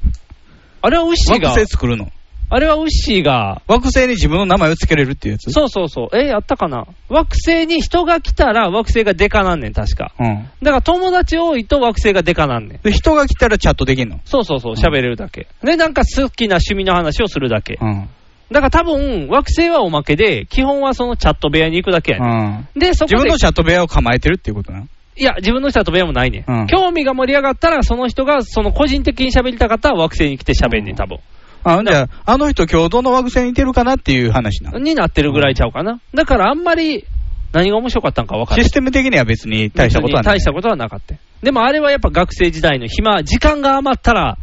あれはウッシー惑が、星作るの。あれはウッシーが、惑星に自分の名前を付けれるっていうやつそうそうそう、え、やったかな惑星に人が来たら惑星がデカなんねん、確か。うん。だから友達多いと惑星がデカなんねん。で、人が来たらチャットできんの。そうそうそう、喋れるだけ。で、なんか好きな趣味の話をするだけ。うん。だから多分、惑星はおまけで、基本はそのチャット部屋に行くだけやうねん。ん。で、そ自こで分のチャット部屋を構えてるっていうことな。いや、自分の人は飛べもないね、うんん。興味が盛り上がったら、その人が、その個人的に喋りたかったら惑星に来て喋んねん、多分。あ、じゃあ、あの人今日どの惑星にいてるかなっていう話な。になってるぐらいちゃうかな。だからあんまり、何が面白かったんか分からシない。ステム的には別に大したことはない。大したことはなかった。でもあれはやっぱ学生時代の暇、時間が余ったら、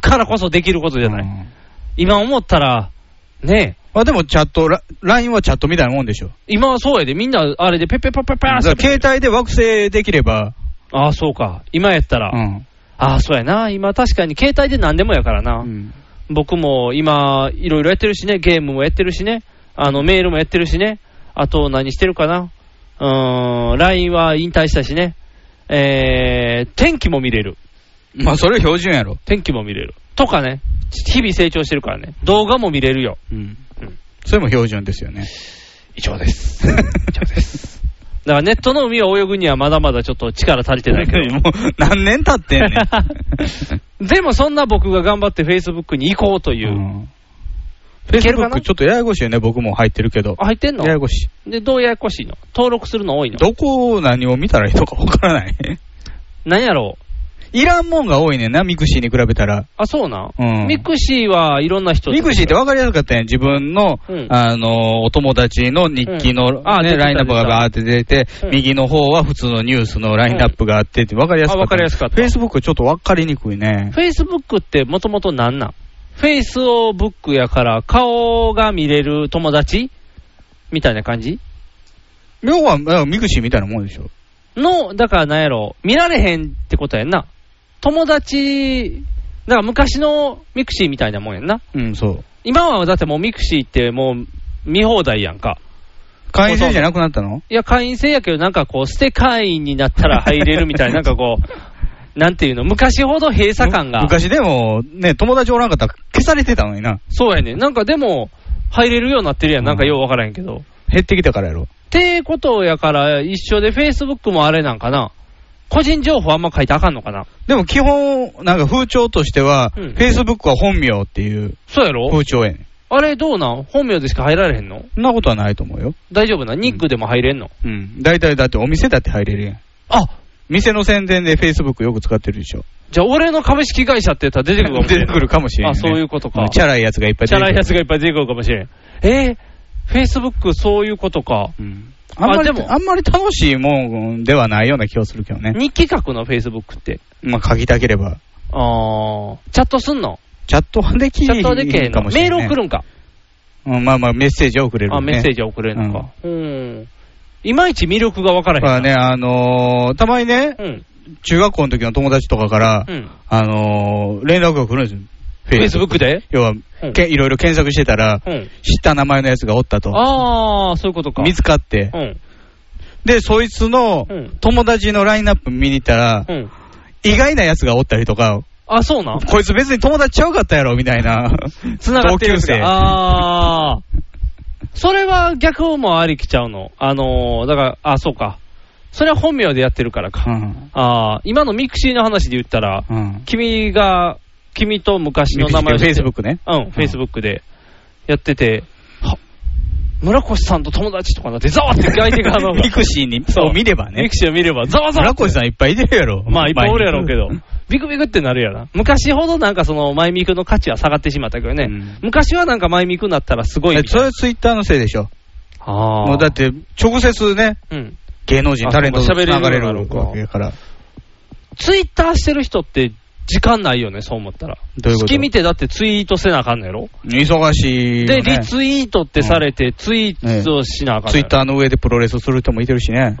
からこそできることじゃない。うん今思ったら、ねえ、まあでもチャット、ラ LINE はチャットみたいなもんでしょ。今はそうやで、みんなあれでペッペッパッペッパだーかっらて。携帯で惑星できれば、ああ、そうか。今やったら。うん。ああ、そうやな。今確かに携帯で何でもやからな。うん僕も今、いろいろやってるしね、ゲームもやってるしね、あのメールもやってるしね、あと何してるかな、うーん、LINE は引退したしね、えー、天気も見れる、まあそれ標準やろ。天気も見れる、とかね、日々成長してるからね、動画も見れるよ、うん。それも標準ですよね。以上です。以上です。 だからネットの海を泳ぐにはまだまだちょっと力足りてな いけど。もう何年経ってんねん。でもそんな僕が頑張って Facebook に行こうと いうう。ん。いけるか Facebook なちょっとややこしいよね、僕も入ってるけどあ。入ってんのややこしい。で、どうややこしいの登録するの多いのどこを何を見たらいいのかわからない。 何やろういらんもんが多いねんな、ミクシーに比べたら。あ、そうなん、うんミクシーはいろんな人ミクシーって分かりやすかったやん。自分の、うんあの、お友達の日記の、うんあ出ね、てたラインナップがバーって出て、うん右の方は普通のニュースのラインナップがあってって分かりやすかった。あ分かりやすかったフェイスブックちょっと分かりにくいね。フェイスブックってもともとなんなんフェイスをブックやから顔が見れる友達みたいな感じ要は、あミクシーみたいなもんでしょ。の、だからなんやろ、見られへんってことやんな。友達、だから昔のミクシーみたいなもんやんな。うん、そう。今はだってもうミクシーってもう見放題やんか。会員制じゃなくなったのいや、会員制やけどなんかこう、捨て会員になったら入れるみたいな、なんかこ う、なんていうの、昔ほど閉鎖感が。昔でも、ね、友達おらんかったら消されてたのにな。そうやね。なんかでも、入れるようになってるやうんん。なんかようわからへんけど。っ減ってきたからやろ。てことやから、一緒で Facebook もあれなんかな。個人情報あんま書いてあかんのかな。でも基本、なんか風潮としては、うん Facebook は本名っていうそうやろ風潮やねん。あれどうなん本名でしか入られへんのそんなことはないと思うよ。大丈夫なニックでも入れんの、うん。大体だってお店だって入れるやん。あ店の宣伝で Facebook よく使ってるでしょ。じゃあ俺の株式会社って言ったら出てくるかもし出れてん。くるかもしれん、ね。あ、そういうことか。チャラいやつがいっぱいチ出ャてくラる。いやつがいっぱい出てくるかもしれん。えー、Facebook そういうことか。うん。あんまり、ああでもんまり楽しいもんではないような気がするけどね。日記書くの Facebook って。まあ、書きたければ。あー、チャットすんのチャットはできチるャットはできへんのかもしれメーなルい、送るんか。うん、まあまあ、メッセージを送れる、ね。あ、メッセージは送れるのか。うん。いまいち魅力が分からだかへらんね、な。あのーたまにね、うん。中学校の時の友達とかから、うん。あのー連絡が来るんですよ。フェイスブックで要は、けいろいろ検索してたら、うん。知った名前のやつがおったと。ああ、そういうことか。見つかって。うん。で、そいつのうん友達のラインナップ見に行ったら、うん。意外なやつがおったりとか、あ、そう なんこいつ別に友達ちゃうかったやろ、みたいな。つながってるん同級すか生。ああ。それは逆もありきちゃうの。あのー、だから、あ、そうか。それは本名でやってるからうか。ん。ああ、今のミクシーの話で言ったら、うん。君が、君と昔の名前をフ知ェっイてスブックね。うん、フェイスブックでやってて、は村越さんと友達とかなって、ざわって相手が あのミクシーに、そう見ればミねク。シーを見れば、ざわざわ村越さんいっぱいいてるやろ。まあ、いっぱいおるやろうけど前に、ビクビクってなるやな。昔ほどなんかその、マイミクの価値は下がってしまったけどね、うん昔はなんかマイミクになったらすごいみえそれたいな。はツイッターのせいでしょ。あもうだっ、て、直接ね、うん。芸能人、あタレントとそうか流れ喋れるようになるるのかわけやから。ツイッターしてる人って、時間ないよね、そう思ったら。どういうこと月見てだってツイートせなあかんのやろ忙しいよね。で、リツイートってされて、ツイートしなあかんのツイやッろターの上でプロレスする人もいてるしね。あー。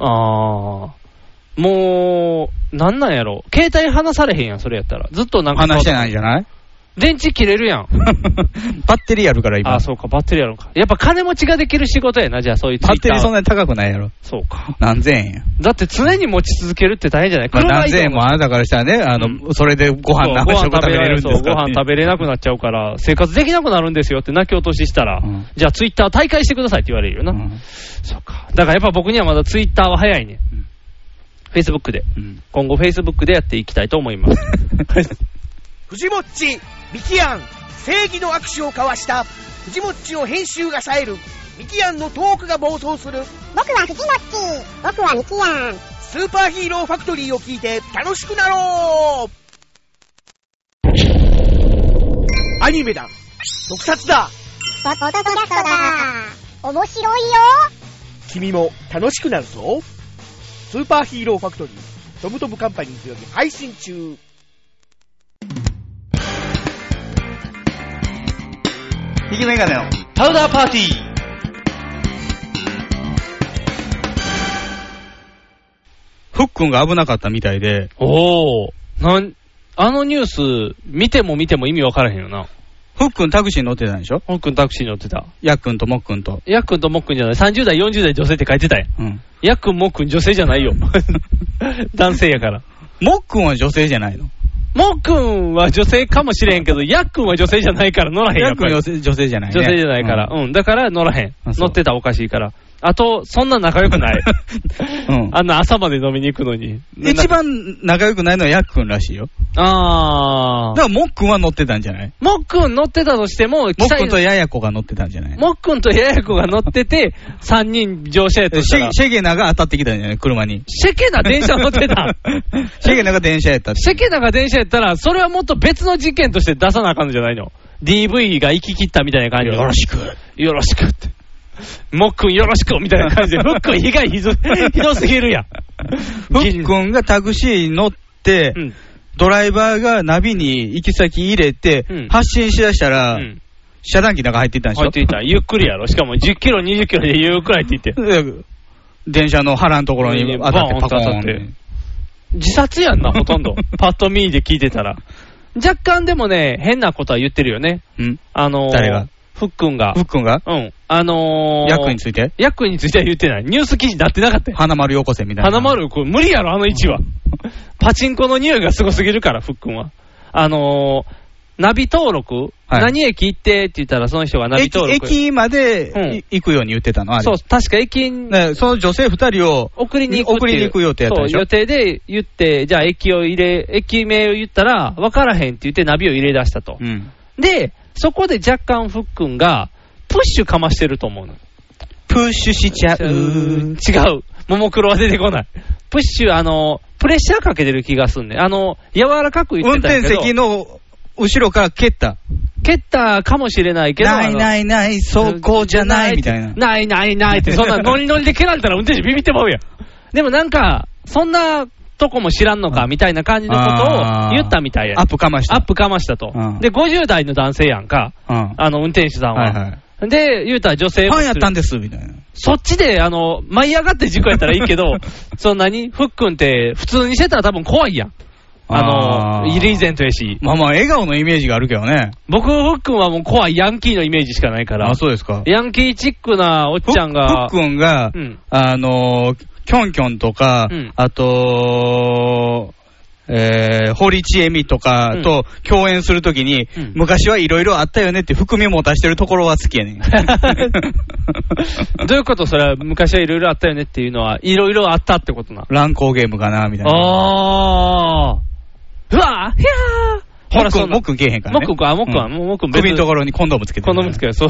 もう、なんなんやろ携帯離されへんやん、それやったら。ずっとなんか。話してないんじゃない 電池切れるやん。バッテリーやるから今。あー、そうか、バッテリーやろうか。やっぱ金持ちができる仕事やな、じゃあ、そういうツイッバターッテリーそんなに高くないやろ。そうか。何千円や。だって常に持ち続けるって大変じゃないまあ、車が何千円もあなたからしたらね、あの、それでご飯何食食べれるんですそうかご飯食べれなくなっちゃうから、生活できなくなるんですよって泣き落とししたら、うんじゃあツイッター大会してくださいって言われるよな。うんそうか。だからやっぱ僕にはまだツイッターは早いね。うんフェイスブックで。うん今後フェイスブックでやっていきたいと思います。藤もっち、ミキアン、正義の握手を交わした、藤もっちの編集が冴える、ミキアンのトークが暴走する、僕は藤もっち、僕はミキアン、スーパーヒーローファクトリーを聞いて楽しくなろうアニメだ特撮だポポトキャストだ面白いよ君も楽しくなるぞスーパーヒーローファクトリー、トムトムカンパニーズより配信中ひげメガネのパウダーパーティーふっくんが危なかったみたいで、おー、なん、あのニュース、見ても見ても意味わからへんよな。ふっくんタクシーに乗ってたんでしょほんくんタクシーに乗ってた。やっくんともっくんと。やっくんともっくんじゃない。30代、40代女性って書いてたやん。うん。やっくんもっくん女性じゃ ないよ。男性やから。もっくんは女性じゃないのもっくんは女性かもしれへんけど、やっくんは女性じゃないから乗らへんややっっくぱんり女性女性じゃない、ね、女性じゃないから。うん。だから乗らへん。あそう乗ってたらおかしいから。あと、そんな仲良く ない。うん。うんあんな朝まで飲みに行くのに。一番仲良くないのはやっくんらしいよ。あだーか。らもっくんは乗ってたんじゃないもっくん乗ってたとしても、もっくんとやややこが乗ってたんじゃない もっくんとややこが乗ってて、3人乗車やとえしシたらェシェゲナが当たってきたんじゃない車に。。シェケな電車乗ってた シェゲナが電車やったって。世間が電車やったら、それはもっと別の事件として出さなあかんのじゃないの ?DV が行き切ったみたいな感じで。よろしく。よろしくって。もっくんよろしくみたいな感じ で、もっくん被害ひどひどすぎるやん。ふっくんがタクシーに乗って、うん。ドライバーがナビに行き先入れて、うん発信しだしたうら、ん。遮断機なんか入っていったんでしょ入っていった。ゆっくりやろ。しかも10キロ、20キロでゆっくり入っていって。で電車の腹のところに当たってボーンパコーン当ったってて。。自殺やんな、ほとんど パッと見で聞いてたら。若干でもね、変なことは言ってるよね。うんあのー、誰がふっくんがふ。っくんがうん。あのー、役についてヤックンについては言ってない。ニュース記事になってなかったよ。花丸よこせみたいな。花丸、これ無理やろ、あの位 置は。パチンコの匂いがすごすぎるから、ふっくんは。あのー、ナビ登録、はい何駅行ってって言ったら、その人がナビ駅登録。駅までうんい行くように言ってたの、あれ。そう、確か駅にねその女性二人を送りに行くっていう送りに行く予定やったでしそょう予。定で言って、じゃあ駅を入れ、駅名を言ったら、分からへんって言ってナビを入れ出したと。うんで、そこで若干ふっくんが、プッシュかましてると思うの。プッシュしちゃう。違う。ももクロは出てこない。プッシュ、あの、プレッシャーかけてる気がすんねん。あの、柔らかく言っ運てたんや転けど。席の後ろから蹴った。蹴ったかもしれないけど。、ないないいない、そこじゃないみたいな。ないないない って、そんなノリノリで蹴られたら運転手ビビってまうやん。でもなんか、そんなとこも知らんのかみたいな感じのことを言ったみたいやねアップかました。アップかましたとう。んで、50代の男性やんか、うん。あの、運転手さんはいは。はい。で、言うたら女性ファンやったんで。です、みたいな。そっちで、あの、舞い上がって事故やったらいいけど、 そんなに、ふっくんって、普通にしてたら多分怖いやん。ああの、ーイリーゼントやし。まあまあ、笑顔のイメージがあるけどね。僕、ふっくんはもう怖いヤンキーのイメージしかないからあ、。そうですか。ヤンキーチックなおっちゃんがふ、っくんがうん、 あのー、キョンキョンとかうん、あと、えー、堀ちえみとかと共演するときにうん、昔はいろいろあったよねって含み持たしてるところは好きや ねん。どういうことそれは昔はいろいろあったよねっていうのは、いろいろあったってことな。乱行ゲームかな、みたいな。ああ。うわーひゃーほら、そそんう、なもっくんけえへんからね。もっくんか、あもっくんは、うもうもっくん別首のところ。ろにコンドームつけて。好みつけど、そう。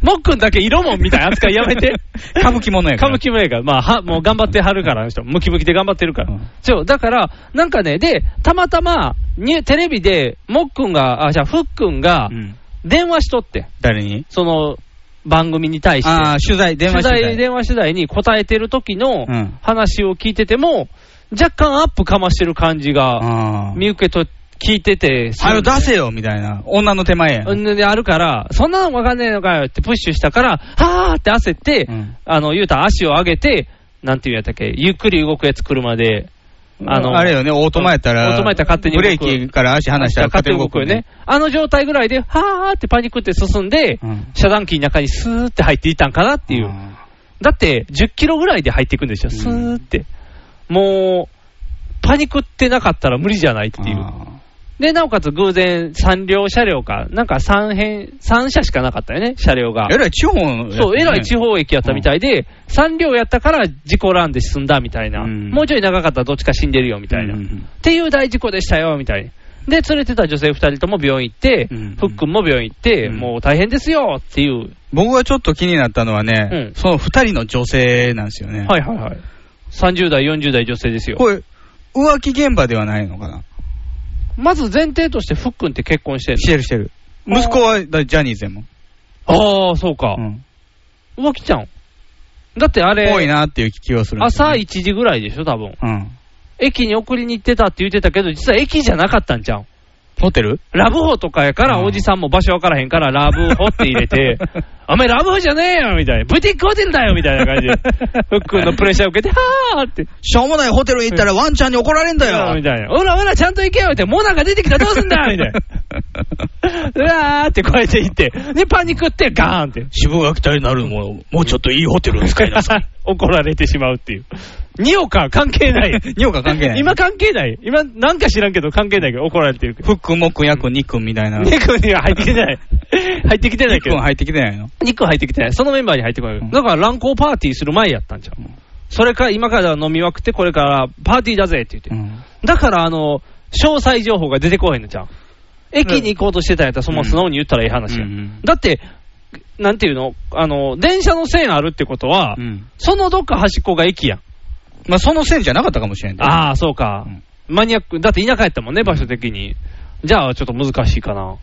もっくんだけ色もんみたいな扱いやめて 歌舞伎ものやから歌舞伎もやから。まあ、は、もう頑張ってはるから、あの人。ムキムキで頑張ってるからうん。ちょ、だから、なんかね、で、たまたま、にテレビで、もっくんが、あ、じゃあ、ふっくんがう、ん電話しとって。誰にその、番組に対して。ああ、取材、電話取取材材。電話取材に答えてる時のうん話を聞いてても、若干アップかましてる感じがあー見受けと聞いてて、あれ出せよみたいな、女の手前やん。うんであるから、そんなのわかんねえのかよってプッシュしたから、はーって焦って、あの、言うたら足を上げて、なんていうんやったっけ、ゆっくり動くやつ車で、あのあれよね、オートマやったら、オートマやったら勝手にブ動くレーキから足離したら勝手に動くよよねね。。あの状態ぐらいで、はーってパニックって進んで、遮断機の中にスーって入っていったんかなっていう。だって、10キロぐらいで入っていくんですよ、スーって。もう、パニックってなかったら無理じゃないっていう。で、なおかつ偶然、3両車両か、なんか3編、三車しかなかったよね、車両が。えらい地方のやつねそう、えらい地方駅やったみたいで、3両やったから事故らんで済んだみたいな、もうちょい長かったらどっちか死んでるよみたいな、っていう大事故でしたよみたいな。で、連れてた女性2人とも病院行って、ふっくんも病院行って、もう大変ですよっていう。僕がちょっと気になったのはね、その二人の女性なんですよね。はいはいはい。30代、40代女性ですよ。これ、浮気現場ではないのかなまず前提として、ふっくんって結婚してるしてるしてる。息子はだジャニーズやもん。ああ、そうか。浮気ちゃん。だってあれ、多いなっていう気がする。朝1時ぐらいでしょ、多分うん。駅に送りに行ってたって言ってたけど、実は駅じゃなかったんちゃうホテルラブホとかやから、おじさんも場所わからへんから、ラブホって入 れて、お前ラブホじゃねえよみたいな、ブティックホテルだよみたいな感 じで、ふっくんのプレッシャー受けて、はーって。しょうもないホテルに行ったらワンちゃんに怒られんだよみたいな。ほらほら、ちゃんと行けよみたいな。モナが出てきたらどうすんだみたいな。 うわーって超えていって、で、パニックってガーンって。自分が期待になるもも うちょっといいホテルを使いなさい。怒られてしまうっていう。におか関係ない。におか関係ない今関係ない。今、なんか知らんけど関係ないけど怒られてるけど。ふっくん、もっくん、やくん、にっくんみ たいな。ニックには入ってきてない。入ってきてないけど。ニックン入ってきてないのニックン入ってきてない。そのメンバーに入ってこない。だから乱行パーティーする前やったんじゃん。それから今から飲みまくって、これからパーティーだぜって言って。だから、あの、詳細情報が出てこへんのじゃん。駅に行こうとしてたんやったら、そのまま素直に言ったらいい話や。だって、なんていうのあの、電車の線あるってことは、そのどっか端っこが駅やん。まあ、その線じゃなかったかもしれんねああ、そうか、マニアック、だって田舎やったもんね、場所的に。じゃあ、ちょっと難しいかな。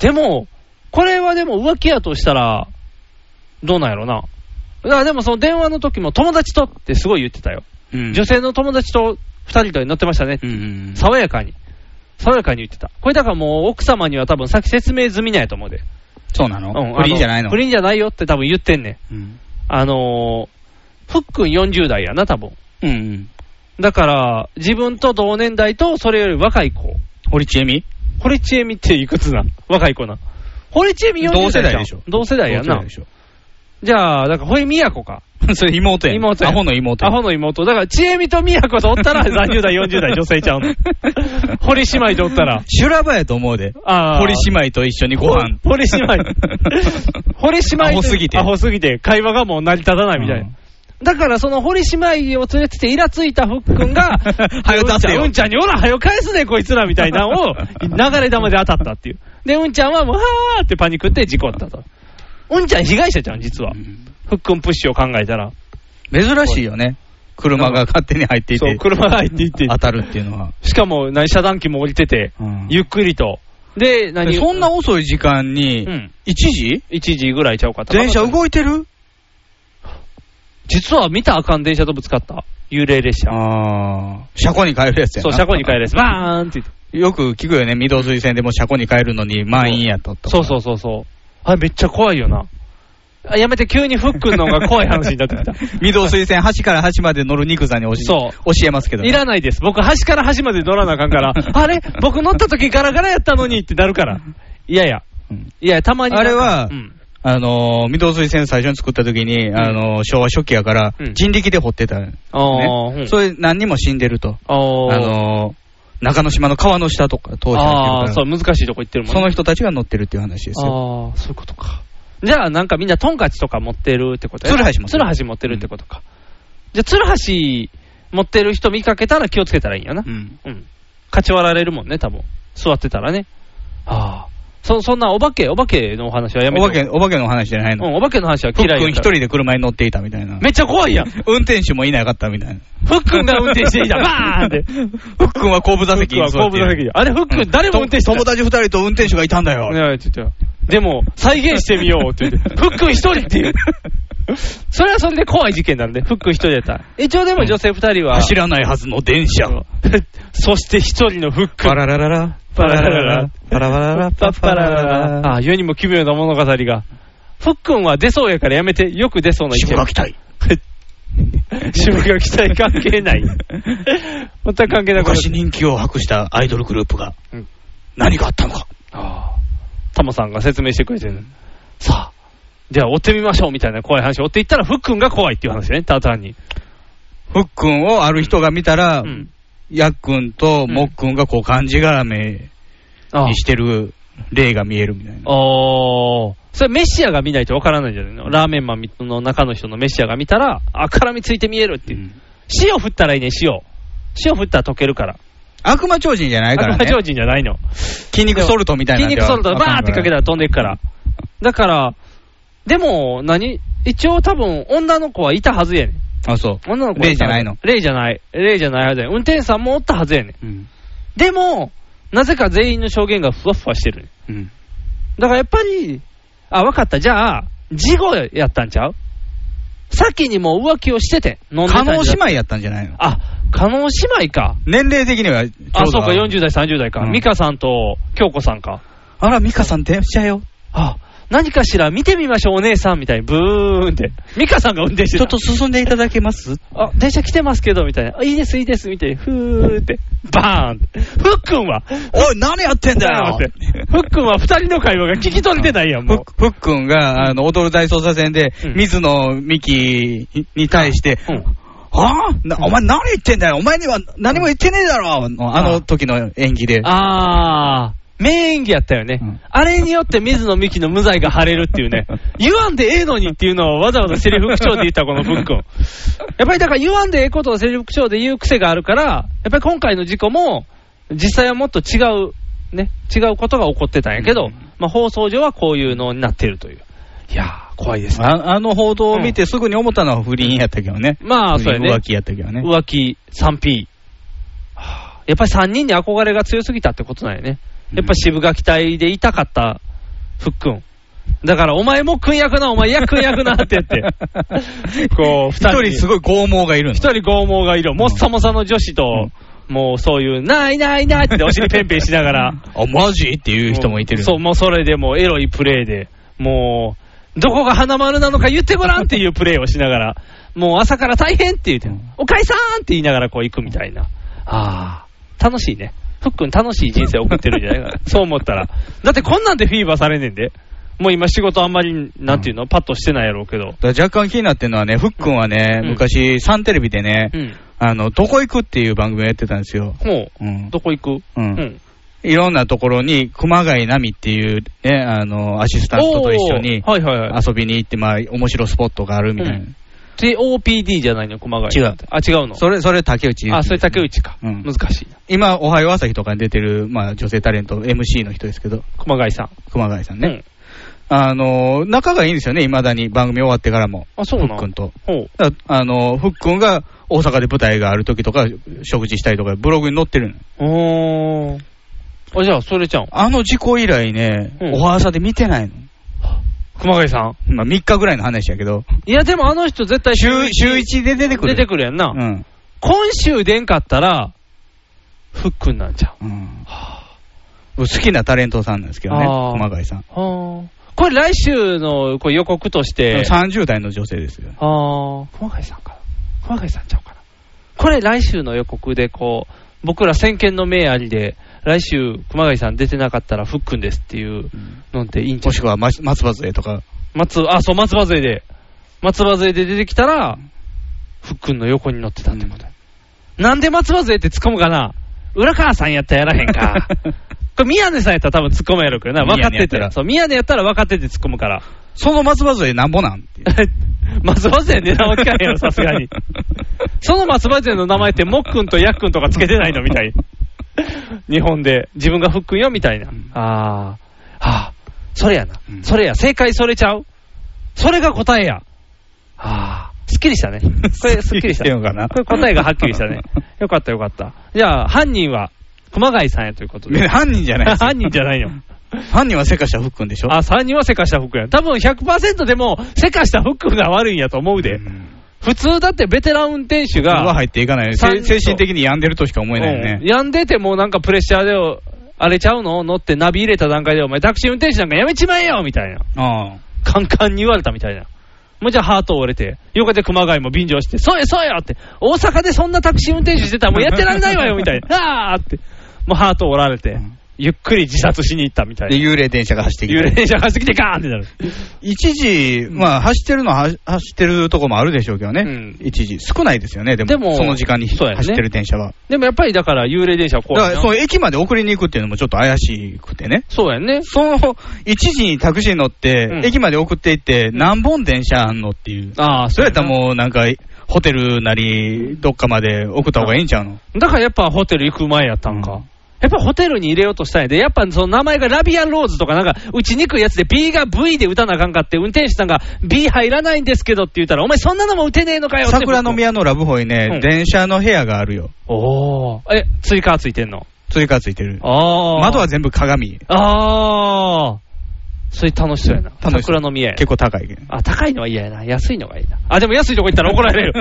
でも、これはでも浮気やとしたら、どうなんやろな。だからでも、その電話の時も、友達とってすごい言ってたよ。女性の友達と2人と乗ってましたね、爽やかに。爽やかに言ってた。これだからもう奥様には多分さっき説明済みなんやと思うで。そうなうんあの不倫じゃないの不倫じゃないよって多分言ってんね、ん。あのー、ふっくん40代やな、多分。うんうん。だから、自分と同年代とそれより若い子。堀ちえみ堀ちえみっていくつな若い子な。堀ちえみ40代同世じ代ゃんでしょ。同世代やん同な世代で。しょじゃあ、だから、堀美也子か。 それ妹やん。妹やアホの妹やアん。ホの妹。だから、ちえみと美也子とおったら、30代、40代女性ちゃう の。堀姉妹とおったら。修羅場やと思うで。あー堀姉妹と一緒にご飯。ほ堀 姉妹。堀姉妹。アホすぎてアホすぎて、会話がもう成り立たないみたいな。だから、その堀姉妹を連れてて、イラついたふっくん が、はよ出せようんちゃんに、おら、はよ返すね、こいつら、みたいなのを、流れ玉で当たったっていう。で、うんちゃんは、もう、はーってパニックって事故ったと。うんちゃん被害者じゃん、実は。ふっくんプッシュを考えたら。珍しいよね。車が勝手に入っていて。そう車が入っていって当たるっていうのは。しかも、何、遮断機も降りてて、ゆっくりと。で、何そんな遅い時間に、1時 ?1 時ぐらいちゃうかったかな電車動いてる実は見たらあかん電車とぶつかった。幽霊列車。車庫に帰るやつやそう、な車庫に帰るやつ。バーンって言って。よく聞くよね。御堂筋線でも車庫に帰るのに満員やったと。そうそうそうそう。あれめっちゃ怖いよな。あやめて、急にふっくんの方 が怖い話になってきた。御堂筋線端から端まで乗る肉さんに教えそう教えますけどね。いらないです。僕、端から端まで乗らなあか んから、あれ僕乗った時ガラガラやったのにってなるから。いやいや。いや、たまに。あれはうんあのー、御堂筋線最初に作った時に、あのー昭和初期やから、人力で掘ってた、ねあーうんそれ何人も死んでると。ああのー、中之島の川の下とか、当時あー、そう、う難しいとこ行ってるもんその人たちが乗ってるっていう話ですよ。ああ、そういうことか。じゃあ、なんかみんなトンカチとか持ってるってことツルハシ持ってるる。ツルハシ持ってるってことか。じゃあ、ツルハシ持ってる人見かけたら気をつけたらいいんやな。うん。うん。勝ち割られるもんね、多分。座ってたらね。ああ。そ、そんなお化け、お化けのお話はやめて。お化け、お化けの話じゃないの。うん、お化けの話はふっ嫌いやくんから一人で車に乗っていたみたいな。めっちゃ怖 いやん。ふ運転手もいなかったみたいな。っくんが運転していた。バーンって。ふっくんは後部 座席に座っているふっくんは後部座席にあれふっくん誰も運転してない友達二人と運転手がいたんだよ。ねえ、ちょっと。でも、再現してみようって言って。ふっくん一人っていう。それはそれで怖い事件なんで、フック一人やったら。一応でも女性二人は。走らないはずの電車。そして一人のフック。パララララ、パララララ、パラパララ、パッパララララ。あ、世にも奇妙な物語が。フックンは出そうやからやめて、よく出そうな意見。渋が来たい。趣味が期待関係ない。全く関係なくなっ昔人気を博したアイドルグループがうん、何があったのか。ああ、タモさんが説明してくれてる。さあ、じゃあ追ってみましょうみたいな怖い話を追っていったら、フックンが怖いっていう話ね、ただ単に。ふっくんをある人が見たらう、ん。やっくんともっくんがこう漢字絡めああにしてる例が見えるみたいな。おー。それメシアが見ないとわからないんじゃないのラーメンマンの中の人のメシアが見たら、あ、絡みついて見えるっていう。塩振ったらいいね、塩。塩振ったら溶けるから。悪魔超人じゃないから悪魔ね。超人じゃないの。筋肉ソルトみたいな筋んで肉はソルト、わかんバなーいってかけたら飛んでいくから。だから、でも、何一応多分、女の子はいたはずやねん。あ、そう。女の子例じゃないの例じゃない。例じゃないはずやねん。運転手さんもおったはずやねん。うん。でも、なぜか全員の証言がふわふわしてるねん。うん。だからやっぱり、あ、わかった。じゃあ、事後やったんちゃう先にもう浮気をしてて、飲んで可たんちゃ能う姉妹やったんじゃないのあ、加納姉妹か。年齢的にはちょうど。あ、そうか、40代、30代か。うん美香さんと京子さんか。あら、ミカさん電車よ。あ、何かしら見てみましょう、お姉さんみたいに、ブーンって。美香さんが運転してちょたっと進んでいただけますあ、電車来てますけど、みたいな。あいいです、いいです、みたいな。ふーって。バーンって。ふっくんはおい、何やってんだよふっくんは二人の会話が聞き取れてないやん、ふもうっ。ふっくんが、あの、踊る大捜査線でうん、水野美紀に対して、うんはぁなお前何言ってんだよお前には何も言ってねえだろのあの時の演技で。あー、名演技やったよね。うんあれによって水野美紀の無罪が晴れるっていう ね。言わんでええのにっていうのをわざわざセリフ口調で言った、このふっくん。やっぱりだから言わんでええことをセリフ口調で言う癖があるから、やっぱり今回の事故も、実際はもっと違う、ね、違うことが起こってたんやけど、まあ放送上はこういうのになってるという。いやー、怖いですね。ああの報道を見てすぐに思ったのは不倫やったけどね。まあ、不そう倫やね。浮気やったけどね。浮気 3P、はあやっぱり3人に憧れが強すぎたってことなんやね、やっぱ渋垣隊でいたかった、ふっくん。だから、お前も君役な、お前や君役なって言って、 こう、2一人に、人すごい剛毛がいるの。一人剛毛がいる、もっさもさの女子と、もうそういう、ないないないってお尻ペンペンしながら、あ、マジっていう人もいてる。そう、もうそれでもうエロいプレーで、もう、どこが花丸なのか言ってごらんっていうプレーをしながら、もう朝から大変って言って、おかえさんって言いながらこう行くみたいな。ああ、楽しいね。ふっくん楽しい人生送ってるんじ ゃないかな。そう思ったら。だってこんなんでフィーバーされねえんで。もう今仕事あんまり、なんていうの、パッとしてないやろうけど。だから若干気になってるのはね、ふっくんはね、うん昔、サンテレビでね、うん。あの、どこ行くっていう番組をやってたんですよ。もうう、ん。どこ行くうんうん。いろんなところに、熊谷奈美っていうね、あの、アシスタントと一緒におーはいはいはい。遊びに行って、まあ、面白スポットがあるみたいな。う TOPD じゃないの、熊谷。違うあ、違うの。それ、それ竹内ですあ、それ竹内か。うん難しいな。今、おはよう朝日とかに出てる、まあ、女性タレント、MC の人ですけど、熊谷さん。熊谷さんうね。ん。あの、仲がいいんですよね、未だに番組終わってからも。あ、そうふなっのくんと。ほう。だからあの、ふっくんが大阪で舞台がある時とか、食事したりとか、ブログに載ってるの。おー。あ、じゃあ、それちゃん。あの事故以来ね、うんおは朝で見てないの。熊谷さん。まあ、3日ぐらいの話やけど、いや、でもあの人絶対週、週1で出てくる。出てくるやんな。うん。今週出んかったら、フックになんちゃう。うん好きなタレントさんなんですけどね、あー熊谷さん。はー。これ来週のこれ予告として、 30代の女性ですよ。あー、熊谷さんかな。熊谷さんちゃうかな。これ来週の予告で、こう、僕ら先見の明ありで、来週熊谷さん出てなかったらフックンですっていうのっていいんちゃもうしくは松松葉杖とか、松、あ、そう、松葉杖で。松葉杖で出てきたら、ふっくんの横に乗ってたってことや、なんで松葉杖って突っ込むかな浦川さんやったらやらへ んか。これ宮根さんやったら多分突っ込むやろうけどな。分かって宮根やったて。らそう、宮根やったら分かってて突っ込むから。その松葉杖なんぼなんって いう。松葉杖値段は聞かへんやろ、さ すがに。その松葉杖の名前って、もっくんとやっくんとかつけてないのみたい。日本で。自分がふっくんよ、みたいな。ああ。はあ。それやな。うんそれや。正解それちゃうそれが答えや。ああ。すっきりし たね。これ、すすっっきりしきりしてた。んのかなこれ答えがはっきりした ね。よかったよかった。じゃあ、犯人は、熊谷さんやということ で。ね犯人じゃないですよ 犯人じゃないの。 3人はせかしたふっくんでしょあ、3人はせかした服やん。多分100%でも、せかした服が悪いんやと思うで。普通だってベテラン運転手僕はが、入っていかない。三せ精人神的に病んでるとしか思えないよね。病んでてもうなんかプレッシャーで、あれちゃうの乗ってナビ入れた段階で、お前タクシー運転手なんかやめちまえよみたいな。ああ。カンカンに言われたみたいな。もうじゃあハート折れて、よかで熊谷も便乗して、そうやそうやって、大阪でそんなタクシー運転手してたらもうやってられないわよみたい な。あーって。もうハート折られて、ゆっくり自殺しに行ったみたいなで、。幽霊電車が走ってき幽て。霊電車が走ってきてガーンってなる。一時、まあ、走ってるのは走走ってるとこもあるでしょうけどね、一時、少ないですよね、でも、でもその時間にそうやね走ってる電車は。でもやっぱりだから幽霊電車はだ怖かいら、な。その駅まで送りに行くっていうのもちょっと怪しくてね、そうやね。その一時にタクシー乗って、うん駅まで送って行って、何本電車あんのっていう、ああ、それやったらもうなんか、ホテルなり、どっかまで送った方がいいんちゃうの、だからやっぱホテル行く前やったんか。やっぱホテルに入れようとしたんやで、やっぱその名前がラビアンローズとかなんか、打ちにくいやつで B が V で打たなあかんかって、運転手さんが B 入らないんですけどって言ったら、お前そんなのも打てねえのかよって。桜の宮のラブホイね、うん電車の部屋があるよ、おー。え、追加ついてんの追加ついてる、あー。窓は全部鏡、あー。それ楽しそうやな。楽しそう桜の宮や。結構高いけど。あ、高いのは嫌やな。安いのがいいな。あ、でも安いとこ行ったら怒られる。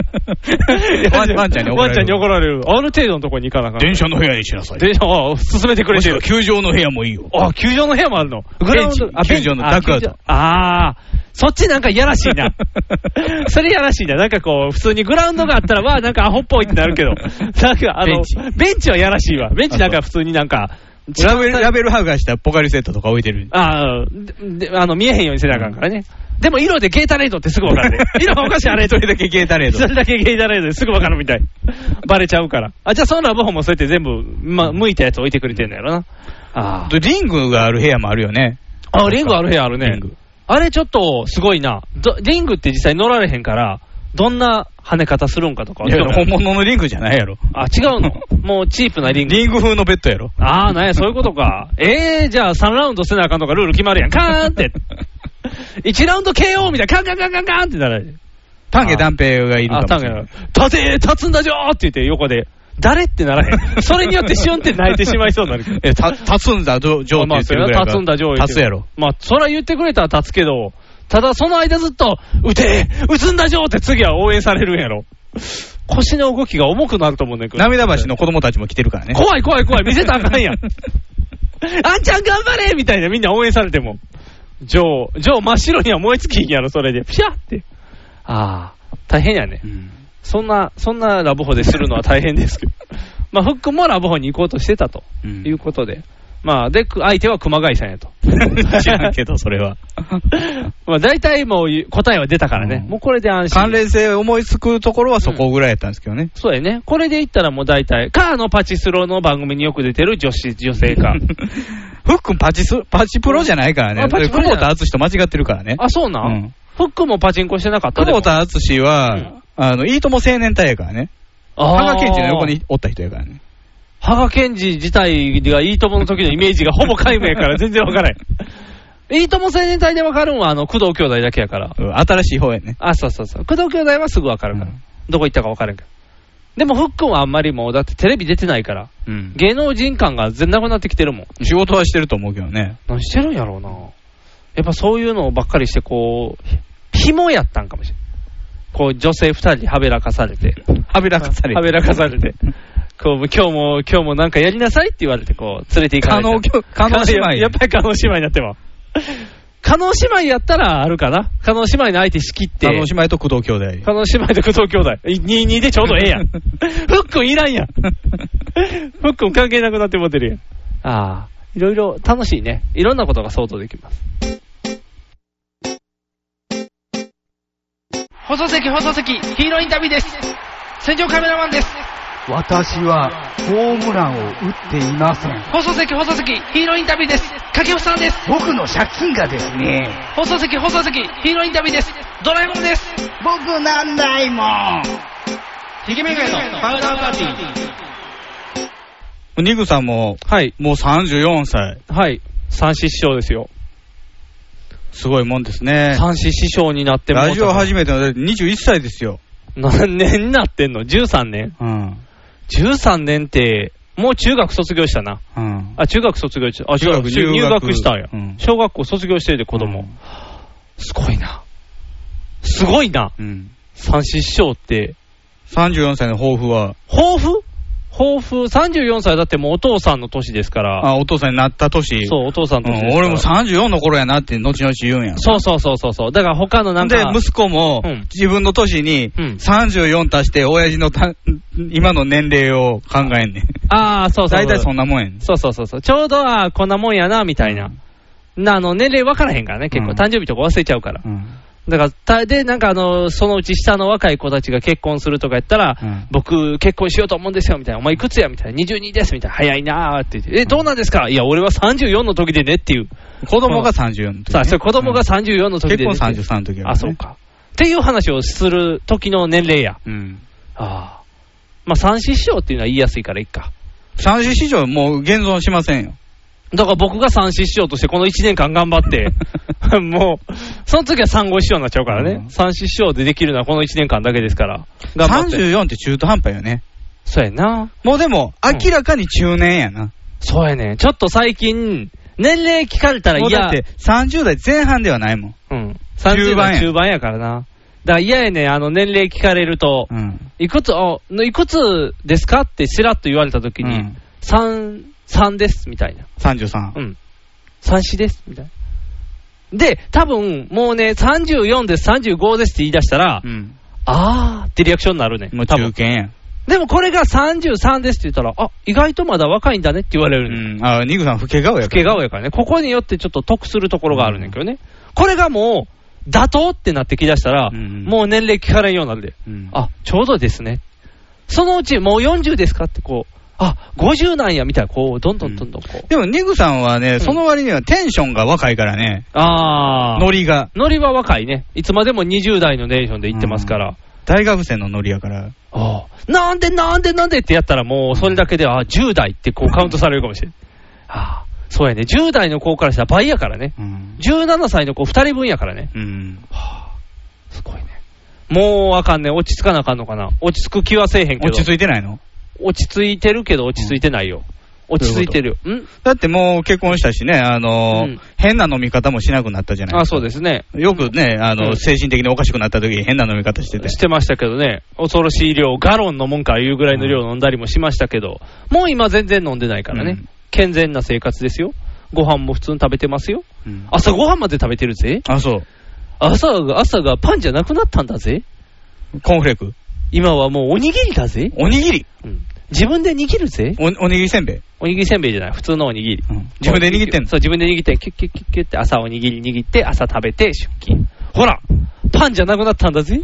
ワ ンワンちゃんに怒られるワンちゃんに怒られる。ある程度のとこに行かなあかん。電車の部屋にしなさい。電車、あ、進めてくれてるもし。くは球場の部屋もいいよ。あ、球場の部屋もあるの。グラウンドベンチ、球場のダッグアウト。球場ああ、そっちなんかいやらしい な。それいやらしいな。なんかこう、普通にグラウンドがあったら、わあ、なんかアホっぽいってなるけ ど、なんかあの、ベベンンチチはいやらしいわ。ベンチなんか普通になんか、ラベル、ラベルハウがしたポカリセットとか置いてる。ああ、でであの、見えへんようにせなあかんからね。でも色でゲータレードってすぐわか るね。色がおかしいあれそれだけゲータレードそ。れだけゲイだねですぐ分かるみたい。バレちゃうから。あ、じゃあそのラブホもそうやって全部、ま、向いたやつ置いてくれてんのやろな。あでリングがある部屋もあるよね。あ。あ、リングある部屋あるリねング。あれちょっとすごいな。どリングって実際乗られへんから、どんな跳ね方するんかとか。いや、本物のリングじゃないやろ。あ、違 うの。もうチープなリング。リング風のベッドやろ。ああ、なんや、そういうことか。えー、じゃあ3ラウンドせなあかんとかルール決まるやん。カーン って。1ラウンド KO みたいな、カンカンカンカンカンってなる。丹下断平がいるあ、かたもんしれない。立て、立つんだじょーって言って横で、誰ってならへん。それによってシュンって泣いてしまいそうになるけど 。え、た、立つんだ、ジョジョーってま言あ、ってそれるぐらいはが立つんだ上位立つやろ。。まあ、それは言ってくれたら立つけど、ただその間ずっと、打て、 打つんだ上って次は応援されるんやろ。腰の動きが重くなると思うねんけど。涙橋の子供たちも来てるからね。怖い怖い怖い、見せたらあ かんやん。あんちゃん頑張れみたいな、みんな応援されても。ジョー、ジョー真っ白には燃え尽きひんやろ、それで。ピシャって。ああ、大変やね。そんな、そんなラブホでするのは大変ですけど。 まあ、フックもラブホに行こうとしてたとうんいうことで。まあ、で、く相手は熊谷さんやと。 知らんけど、それ は。まあ、大体もう答えは出たからね。もうこれで安心関。連性思いつくところはそこぐらいやったんですけどね。そうやね。これで言ったらもう大体、カーのパチスロの番組によく出てる女子、女性 か。ふっくんパチス、パチプロじゃないからあね。パチプ久ロじゃない保田敦と間違ってるからね。あ、そうな、うんん、フックもパチンコしてなかった久保田敦は、あの、いいとも青年隊やからね。羽羽賀健二の横に。おった人やからね。羽賀健二自体がいいともの時のイメージがほぼ解明や から全然わからない。いいとも青年隊でわかるんは、あの、工藤兄弟だけやから。うん新しい方やね。あ、そうそうそう。工藤兄弟はすぐわかるから。うんどこ行ったかわからんけど。でも、ふっくんはあんまりもう、だってテレビ出てないから、うん。芸能人感が全然なくなってきてるもん。仕事はしてると思うけどね。何してるんやろうな。やっぱそういうのばっかりして、こう、ひ紐やったんかもしれん。こう、女性二人にはべらかされて。はべらかされはべて。らかされて。こう、今日も、今日もなんかやりなさいって言われて、こう、連れて行か可れて。能、可能姉妹。やっぱり可能姉妹になっても。可能姉妹やったらあるかな。可能姉妹の相手仕切って。可能姉妹と工藤兄弟。加納姉妹と工藤兄弟。22でち ょうどええや ん。フックンいら んやん。フックン関係なくなってもてるやん。ああ、いろいろ楽しいね。いろんなことが想像できます。放送席、放送席、ヒーローインタビューです。戦場カメラマンです。私はホームランを打っていません。放送席、放送席、ヒーローインタビューです。掛布さんです。僕の借金がですね、放送席、放送席、ヒーローインタビューです。ドラえもんです。僕なんないもん。ひげめがえのパウダーパーティー。ニグさんも、はい。もう34歳。はい。三子師匠ですよ。すごいもんですね。三子師匠になってもうたラジオ始めてのだって21歳ですよ。何年になってんの ?13 年うん。 ?13 年って、もう中学卒業したな。うん。あ、中学卒業した。あ、中学中入入学学したんや、うん小学校卒業してるで、子供、すごいな。すごいな。うん。三子師匠って、 34歳の抱負は、抱負抱負、34歳だってもうお父さんの年ですから。あ、お父さんになった年。そう、お父さんのう年ですかんら。俺も34の頃やなって、後々言うんや。そうそうそうそうそう。だから他のなんでか、、息子もうん、自分の年に、34足して、親父のた今の年齢を考えんねん。ああ、そうそう。大体そんなもんやねん。そうそうそうそう。ちょうど、あーこんなもんやな、みたいな。な、あの、年齢分からへんからね、結構。誕生日とか忘れちゃうから。だからた、で、なんかあの、そのうち下の若い子たちが結婚するとかやったら、僕、結婚しようと思うんですよ、みたいな。お前いくつやみたいな。22です、みたいな。早いなーって言って。え、どうなんですかいや、俺は34の時でねっていう。子供が34の時、ね。さあ、それ子供が34の時で、ね。結婚33の時やからねあ、そうか。っていう話をする時の年齢や。うん。ああ。まあ、三子師匠っていうのは言いやすいからいっか。三子師匠もう現存しませんよ。だから僕が三子師匠としてこの1年間頑張 って、もう、その時は三五師匠になっちゃうからね。三子師匠でできるのはこの1年間だけですから。頑張って。 34って中途半端よね。そうやな。もうでも、明らかに中年やな。そうやね。ちょっと最近、年齢聞かれたらもう嫌。だって30代前半ではないもん。うん。中30盤代や中盤やからな。だから嫌やね、あの年齢聞かれると、いくつ、あのいくつですかってしらっと言われたときに、3、3ですみたいな。 33。うん。3、4ですみたいな。で、多分もうね、34です、35ですって言い出したら、あーってリアクションになるね。もう中堅やん。でもこれが33ですって言ったら、あ意外とまだ若いんだねって言われるね、うん。あ、ニグさん、老け顔や老け顔やからね、ここによってちょっと得するところがあるねんけどね、これがもう、妥当ってなってきだしたら、もう年齢聞かれんようになるで、あちょうどですね、そのうちもう40ですかって、こう、あ50なんやみたいな、こう、どんどんどんどんこう、でも、ニグさんはね、その割にはテンションが若いからね。あーノリが。ノリは若いね、いつまでも20代のネーションで行ってますから、大学生のノリやから。あーなんでなんでなんでってやったら、もうそれだけで、あ10代ってこうカウントされるかもしれない。あーそうやね、10代の子からしたら倍やからね、17歳の子2人分やからね。うん。もうあかんね、落ち着かなあかんのかな、落ち着く気はせえへんけど、落ち着いてないの落ち着いてるけど、落ち着いてないよ、落ち着いてるよ、んだってもう結婚したしね、あのー変な飲み方もしなくなったじゃないあそうですね、よくね、あの、うん精神的におかしくなった時に変な飲み方してて。してましたけどね、恐ろしい量、ガロンのもんかいうぐらいの量飲んだりもしましたけど、もう今、全然飲んでないからね、健全な生活ですよ、ご飯も普通に食べてますよ、朝ご飯まで食べてるぜ、あ、そう。朝が朝がパンじゃなくなったんだぜ、コーンフレーク今はもうおにぎりだぜ、おにぎり自分で握るぜ。おおにぎりせんべいおにぎりせんべいじゃない、普通のおにぎり。自分で握ってんのそう、自分で握って、キュッキュッキュッキュッって朝おにぎり握って、朝食べて出勤。ほら、パンじゃなくなったんだぜ。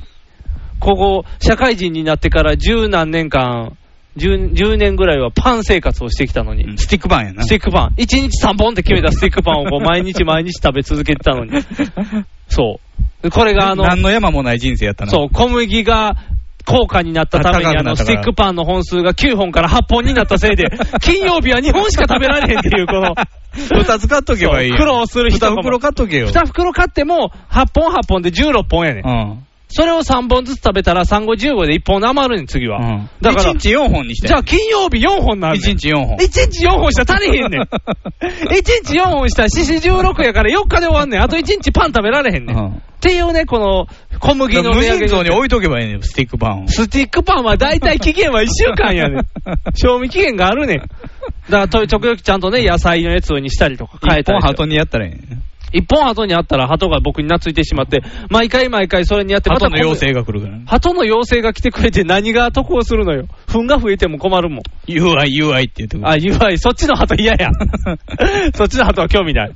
ここ、社会人になってから十何年間、10, 10年ぐらいはパン生活をしてきたのに、スティックパンやな。スティックパン、1日3本って決めたスティックパンをこう毎日毎日食べ続けてたの に、そう、でこれがあの、何の山もない人生やったな。そう、小麦が高価になったために、高くなあったからの、スティックパンの本数が9本から8本になったせい で、金曜日は2本しか食べられへんっていう、この。 2つ買っとけばいいやん。そう苦労する人2袋買っとけよ。 2袋買っても、8本8本で16本やねん。うん。それを3本ずつ食べたら、3、5、15で1本余るねん、次は。だから、 1日4本にして。じゃあ金曜日4本なんねん。 1日4本。 1日4本したら足り へんねん。1日4本したら4、16やから4日で終わんねん。あと1日パン食べられへんねん。っていうね、この小麦の無値上尽げによっ蔵てに置いとけばいいねんスティックパンを。スティックパンは大体期限は1週間や ねん。賞味期限があるねん。だから、と時々ちゃんとね、野菜のやつにしたりとか変え一たり本とか。鳩にやったらいいねん。一本鳩にあったら鳩が僕に懐いてしまって、毎回毎回それにやって鳩の妖精精が来るからね。鳩の妖精が来てくれて何が得をするのよ。糞が増えても困るもん。 UI、UI って言ってくる。あ、UI、そっちの鳩嫌 や。そっちの鳩は興味ない。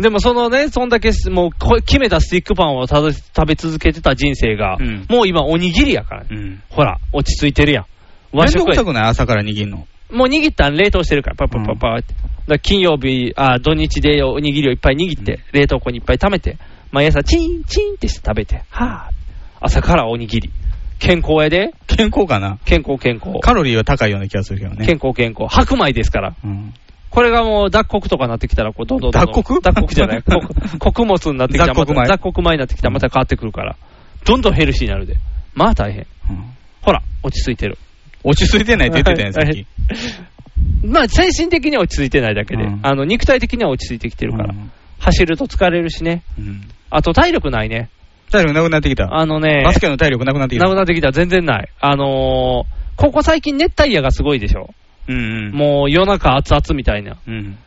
でもそのね、そんだけもうこ決めたスティックパンをたど食べ続けてた人生が、もう今おにぎりやからね。ほら、落ち着いてるやん。めん和ど食くやさくない朝から握んの。もう握ったん冷凍してるから、パッパッパッパッって。だから金曜日、あ土日でおにぎりをいっぱい握って、冷凍庫にいっぱい溜めて、毎朝チンチンってして食べて、はぁ、朝からおにぎり。健康やで。健康かな健康健康。カロリーは高いような気がするけどね。健康健康。白米ですから。これがもう脱穀とかなってきたら、こう、どんどんどんど脱ん穀脱穀じ ゃない。穀穀物になってきたら、ま雑穀米た雑穀米になってきたら、また変わってくるから。どんどんヘルシーになるで。まあ大変。ほら、落ち着いてる。落ち着いてないって言ってたやん、さっき。まあ、精神的には落ち着いてないだけで、あの肉体的には落ち着いてきてるから、走ると疲れるしね、あと体力ないね、体力なくなってきた。あのね、バスケの体力なくなってきた。なくなってきた、全然ない、あのーここ最近、熱帯夜がすごいでしょ、うんうん。もう夜中、熱々みたいな、うん。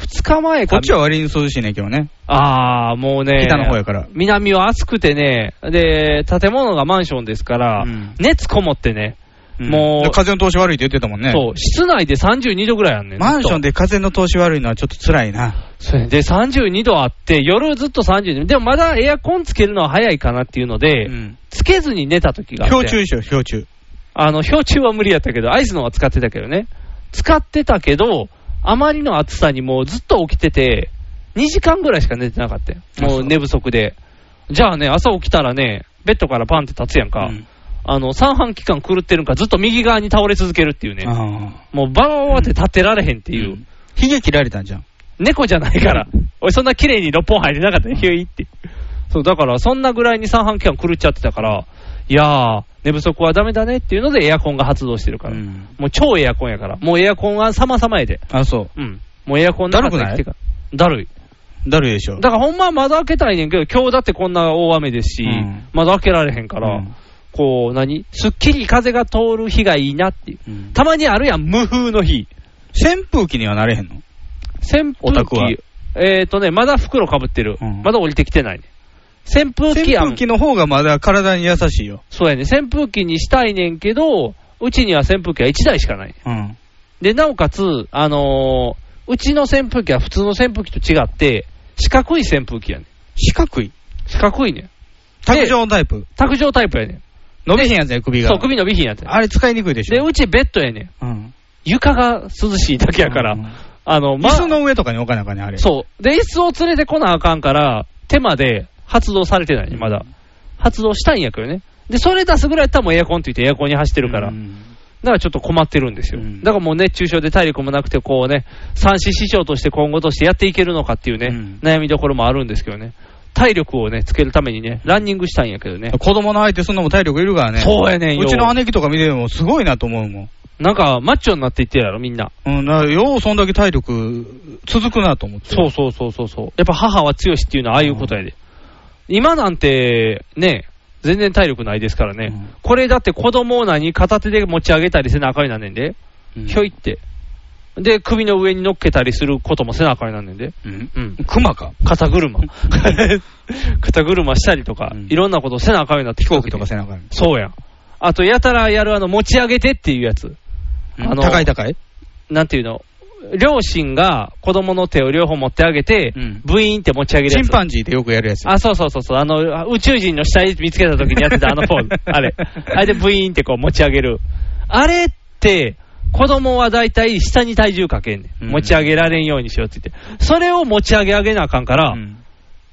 2日前こかっちは割に涼しいね、今日ね。あー、もうね、北の方やから南は暑くてね、で、建物がマンションですから、熱こもってね、もう、風の通し悪いって言ってたもんね。そう、室内で32度ぐらいあんねん。マンションで。で風の通し悪いのはちょっと辛いな。で、32度あって、夜ずっと32度。でもまだエアコンつけるのは早いかなっていうので、つけずに寝た時があって。氷柱でしょ、氷柱。あの、氷柱は無理やったけど、アイスのは使ってたけどね。使ってたけど、あまりの暑さにもうずっと起きてて、2時間ぐらいしか寝てなかったよ。もう寝不足で。じゃあね、朝起きたらね、ベッドからパンって立つやんか。あの、三半期間狂ってるんか、ずっと右側に倒れ続けるっていうね。もうバーって立ってられへんっていう。ひげ切られたんじゃん。猫じゃないから。おい、そんな綺麗に6本入れなかったね、ヒュイって。そう、だから、そんなぐらいに三半期間狂っちゃってたから、いやー、寝不足はダメだねっていうので、エアコンが発動してるから。もう超エアコンやから。もうエアコンは様々やで。あ、そう。うん。もうエアコンだるくないいだるい。だるいでしょ。だから、ほんまは窓開けたいねんけど、今日だってこんな大雨ですし、窓開けられへんから、こう、何すっきり風が通る日がいいなっていう。たまにあるやん、無風の日。扇風機にはなれへんの扇オタ風クは機、えーとね、まだ袋かぶってる、まだ降りてきてないね、扇風機扇や風ん、機の方がまだ体に優しいよ。そうやね、扇風機にしたいねんけど、うちには扇風機は1台しかない、ね、うん。でなおかつ、あのーうちの扇風機は普通の扇風機と違って、四角い扇風機やね四角い四角いね卓上タイプ。卓上タイプやね伸びひんやつや、首が。そう、首伸びひんやつあれ使いにくいでしょ。で、うちベッドやねうん。床が涼しいだけやから、あの、椅子の上とかに置かなあかんね、あれ。そう。で、椅子を連れてこなあかんから、手まで発動されてないね、まだ。発動したいんやけどね。で、それ出すぐらいやったらもうエアコンついてエアコンに走ってるから。だからちょっと困ってるんですよ。だからもう熱中症で体力もなくて、こうね、三子師匠として今後としてやっていけるのかっていうね、悩みどころもあるんですけどね。体力をね、つけるためにね、ランニングしたいんやけどね。子供の相手そんなもん体力いるからね。そうやねんようちの姉貴とか見ててもすごいなと思うもん。なんか、マッチョになっていってるやろ、みんな。うん、だからようそんだけ体力続くなと思って。そうそうそうそうそう。やっぱ母は強しっていうのはああいうことやで。今なんて、ね、全然体力ないですからね。これだって子供を何片手で持ち上げたりせなあかんになんねんで。ひょいって。で、首の上に乗っけたりすることもせなあかんになんねんで。うん。熊か肩車。 肩車したりとか、いろんなことせなあかんようになって飛行機とかせなあかん。そうやん。あと、やたらやるあの、持ち上げてっていうやつ。あの高い高いなんていうの両親が子供の手を両方持ってあげて、ブイーンって持ち上げるやつ。チンパンジーでよくやるやつ。あ、そうそうそうそう。あの、宇宙人の死体見つけた時にやってたあ のポーズ。あれ。あれでブイーンってこう持ち上げる。あれって、子供は大体下に体重かけんねん。持ち上げられんようにしようって言って。それを持ち上げ上げなあかんから、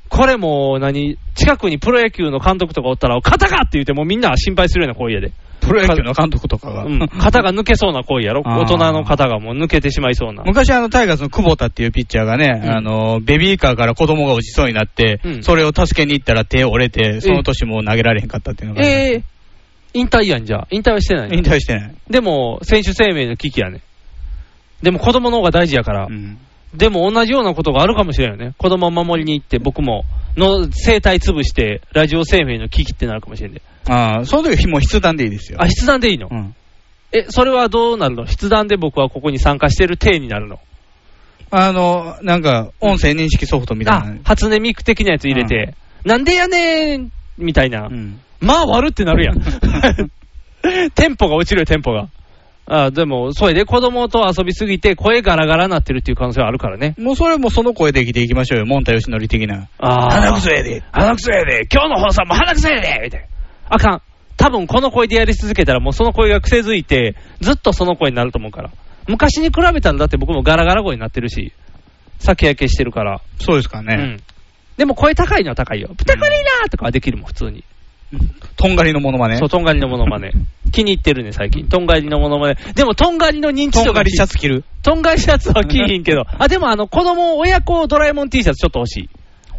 これもう何、近くにプロ野球の監督とかおったら、肩かって言ってもうみんな心配するような声やで。プロ野球の監督とかが。うん。肩が抜けそうな声やろ。あー大人の肩がもう抜けてしまいそうな。 昔、あのタイガースの久保田っていうピッチャーがね、あのベビーカーから子供が落ちそうになって、うんそれを助けに行ったら手折れて、その年もう投げられへんかったっていうのが、ええ引退やんじゃあ。引退はしてない。引退してない。でも、選手生命の危機やね。でも子供の方が大事やから。でも同じようなことがあるかもしれんよね。子供を守りに行って、僕も、の、生体潰して、ラジオ生命の危機ってなるかもしれんで。ああ、その時もう筆談でいいですよ。あ、筆談でいいの、んえ、それはどうなるの筆談で僕はここに参加してる体になるのあの、なんか、音声認識ソフトみたいな。初音ミク的なやつ入れて、なんでやねんみたいな、まあ悪ってなる やん、テンポが落ちるよ、テンポが。あでも、そうやで、子供と遊びすぎて、声ガラガラなってるっていう可能性はあるからね。もうそれもその声で生きていきましょうよ、モンタヨシノリ的な。あ鼻くそやで。鼻くそやで、今日の放送も鼻くそやでみたいな。あかん。多分この声でやり続けたら、もうその声が癖づいて、ずっとその声になると思うから。昔に比べたら、だって僕もガラガラ声になってるし、酒焼けしてるから。そうですかね。うん。でも声高いのは高いよ。プタコリラーとかはできるもん、普通に。とんがりのモノマネ。そう、とんがりのモノマネ。気に入ってるね、最近。とんがりのモノマネ。でも、とんがりの認知度が。とんがりシャツ着る。とんがりシャツは着いひんけど。あ、でも、あの、子供、親子ドラえもん T シャツちょっと欲しい。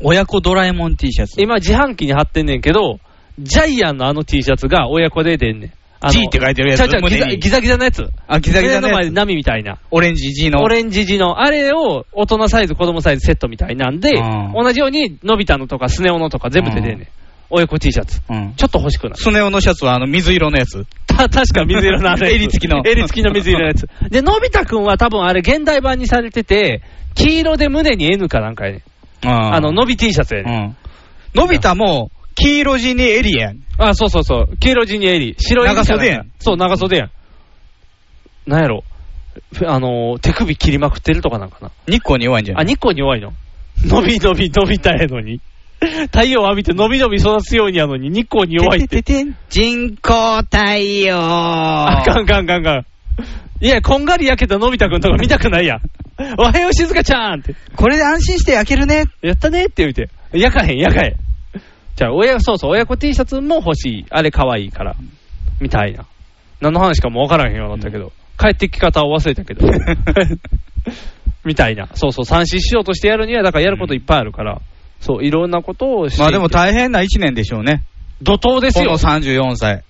親子ドラえもん T シャツ。今、自販機に貼ってんねんけど、ジャイアンのあの T シャツが親子で出んねん。あの G って書いてるやつちゃうちゃうギ胸ザにギザギザのやつ。あギザギザのやつ胸前波みたいな。オレンジ G の。オレンジ地の、あれを大人サイズ、子供サイズセットみたいなんで、同じように、のび太のとか、スネ夫のとか全部出てんねん。およこ T シャツ。うんちょっと欲しくなる。スネ夫のシャツはあの水色のやつ。た、 確か水色のあれ。襟付きの襟付きの水色のやつ。で、のび太くんは多分あれ、現代版にされてて、黄色で胸に N かなんかやねん。ああの、のび T シャツやね、のび太も、黄色地にエリやん。ん。あ、そうそうそう。黄色地に襟。白襟かなんか長袖やん。そう、長袖やん。なんやろ。ふあのー、手首切りまくってるとかなんかな。日光に弱いんじゃなあ、い日光に弱いの伸び伸び伸びたやのに。太陽を浴びて伸び伸び育つようにやのに日光に弱いって。人工太陽。あかんかんかんかん。いや、こんがり焼けたのび太くんとか見たくないやん。おはよう、静香ちゃんって。これで安心して焼けるね。やったねって言うて。焼かへん、焼かへん。じゃあ、親、そうそう、親子 T シャツも欲しい。あれ可愛いから。みたいな。何の話かもわからへんようになったけど。帰ってき方を忘れた けど。みたいな。そうそう、三振しようとしてやるには、だからやることいっぱいあるから。そう、いろんなことをして。まあでも大変な1年でしょうね。怒涛ですこよの。34歳。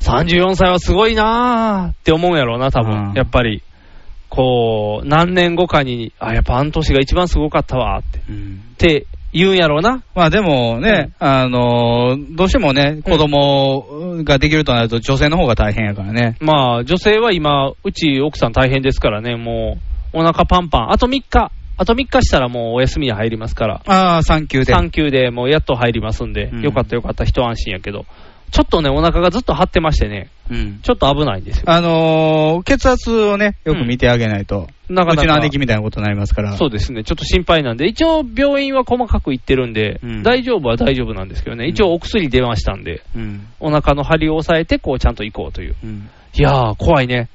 34歳はすごいなーって思うんやろうな、多分。やっぱり。こう、何年後かに、あ、やっぱあの年が一番すごかったわーって。って言うんやろうな。まあでもね、あのーどうしてもね、子供ができるとなると女性の方が大変やからね。まあ、女性は今、うち奥さん大変ですからね、もう、お腹パンパン。あと3日。あと3日したらもうお休みに入りますから。ああ、産休で。 3級でもうやっと入りますんで、よかったよかった、一安心やけど。ちょっとね、お腹がずっと張ってましてね、うん。ちょっと危ないんですよ。あのー血圧をね、よく見てあげないと、うなかなかちの姉貴みたいなことになりますから。そうですね、ちょっと心配なんで、一応病院は細かく行ってるんで、大丈夫は大丈夫なんですけどね、一応お薬出ましたんで、うん。お腹の張りを抑えて、こうちゃんと行こうという。うん。いやー、怖いね。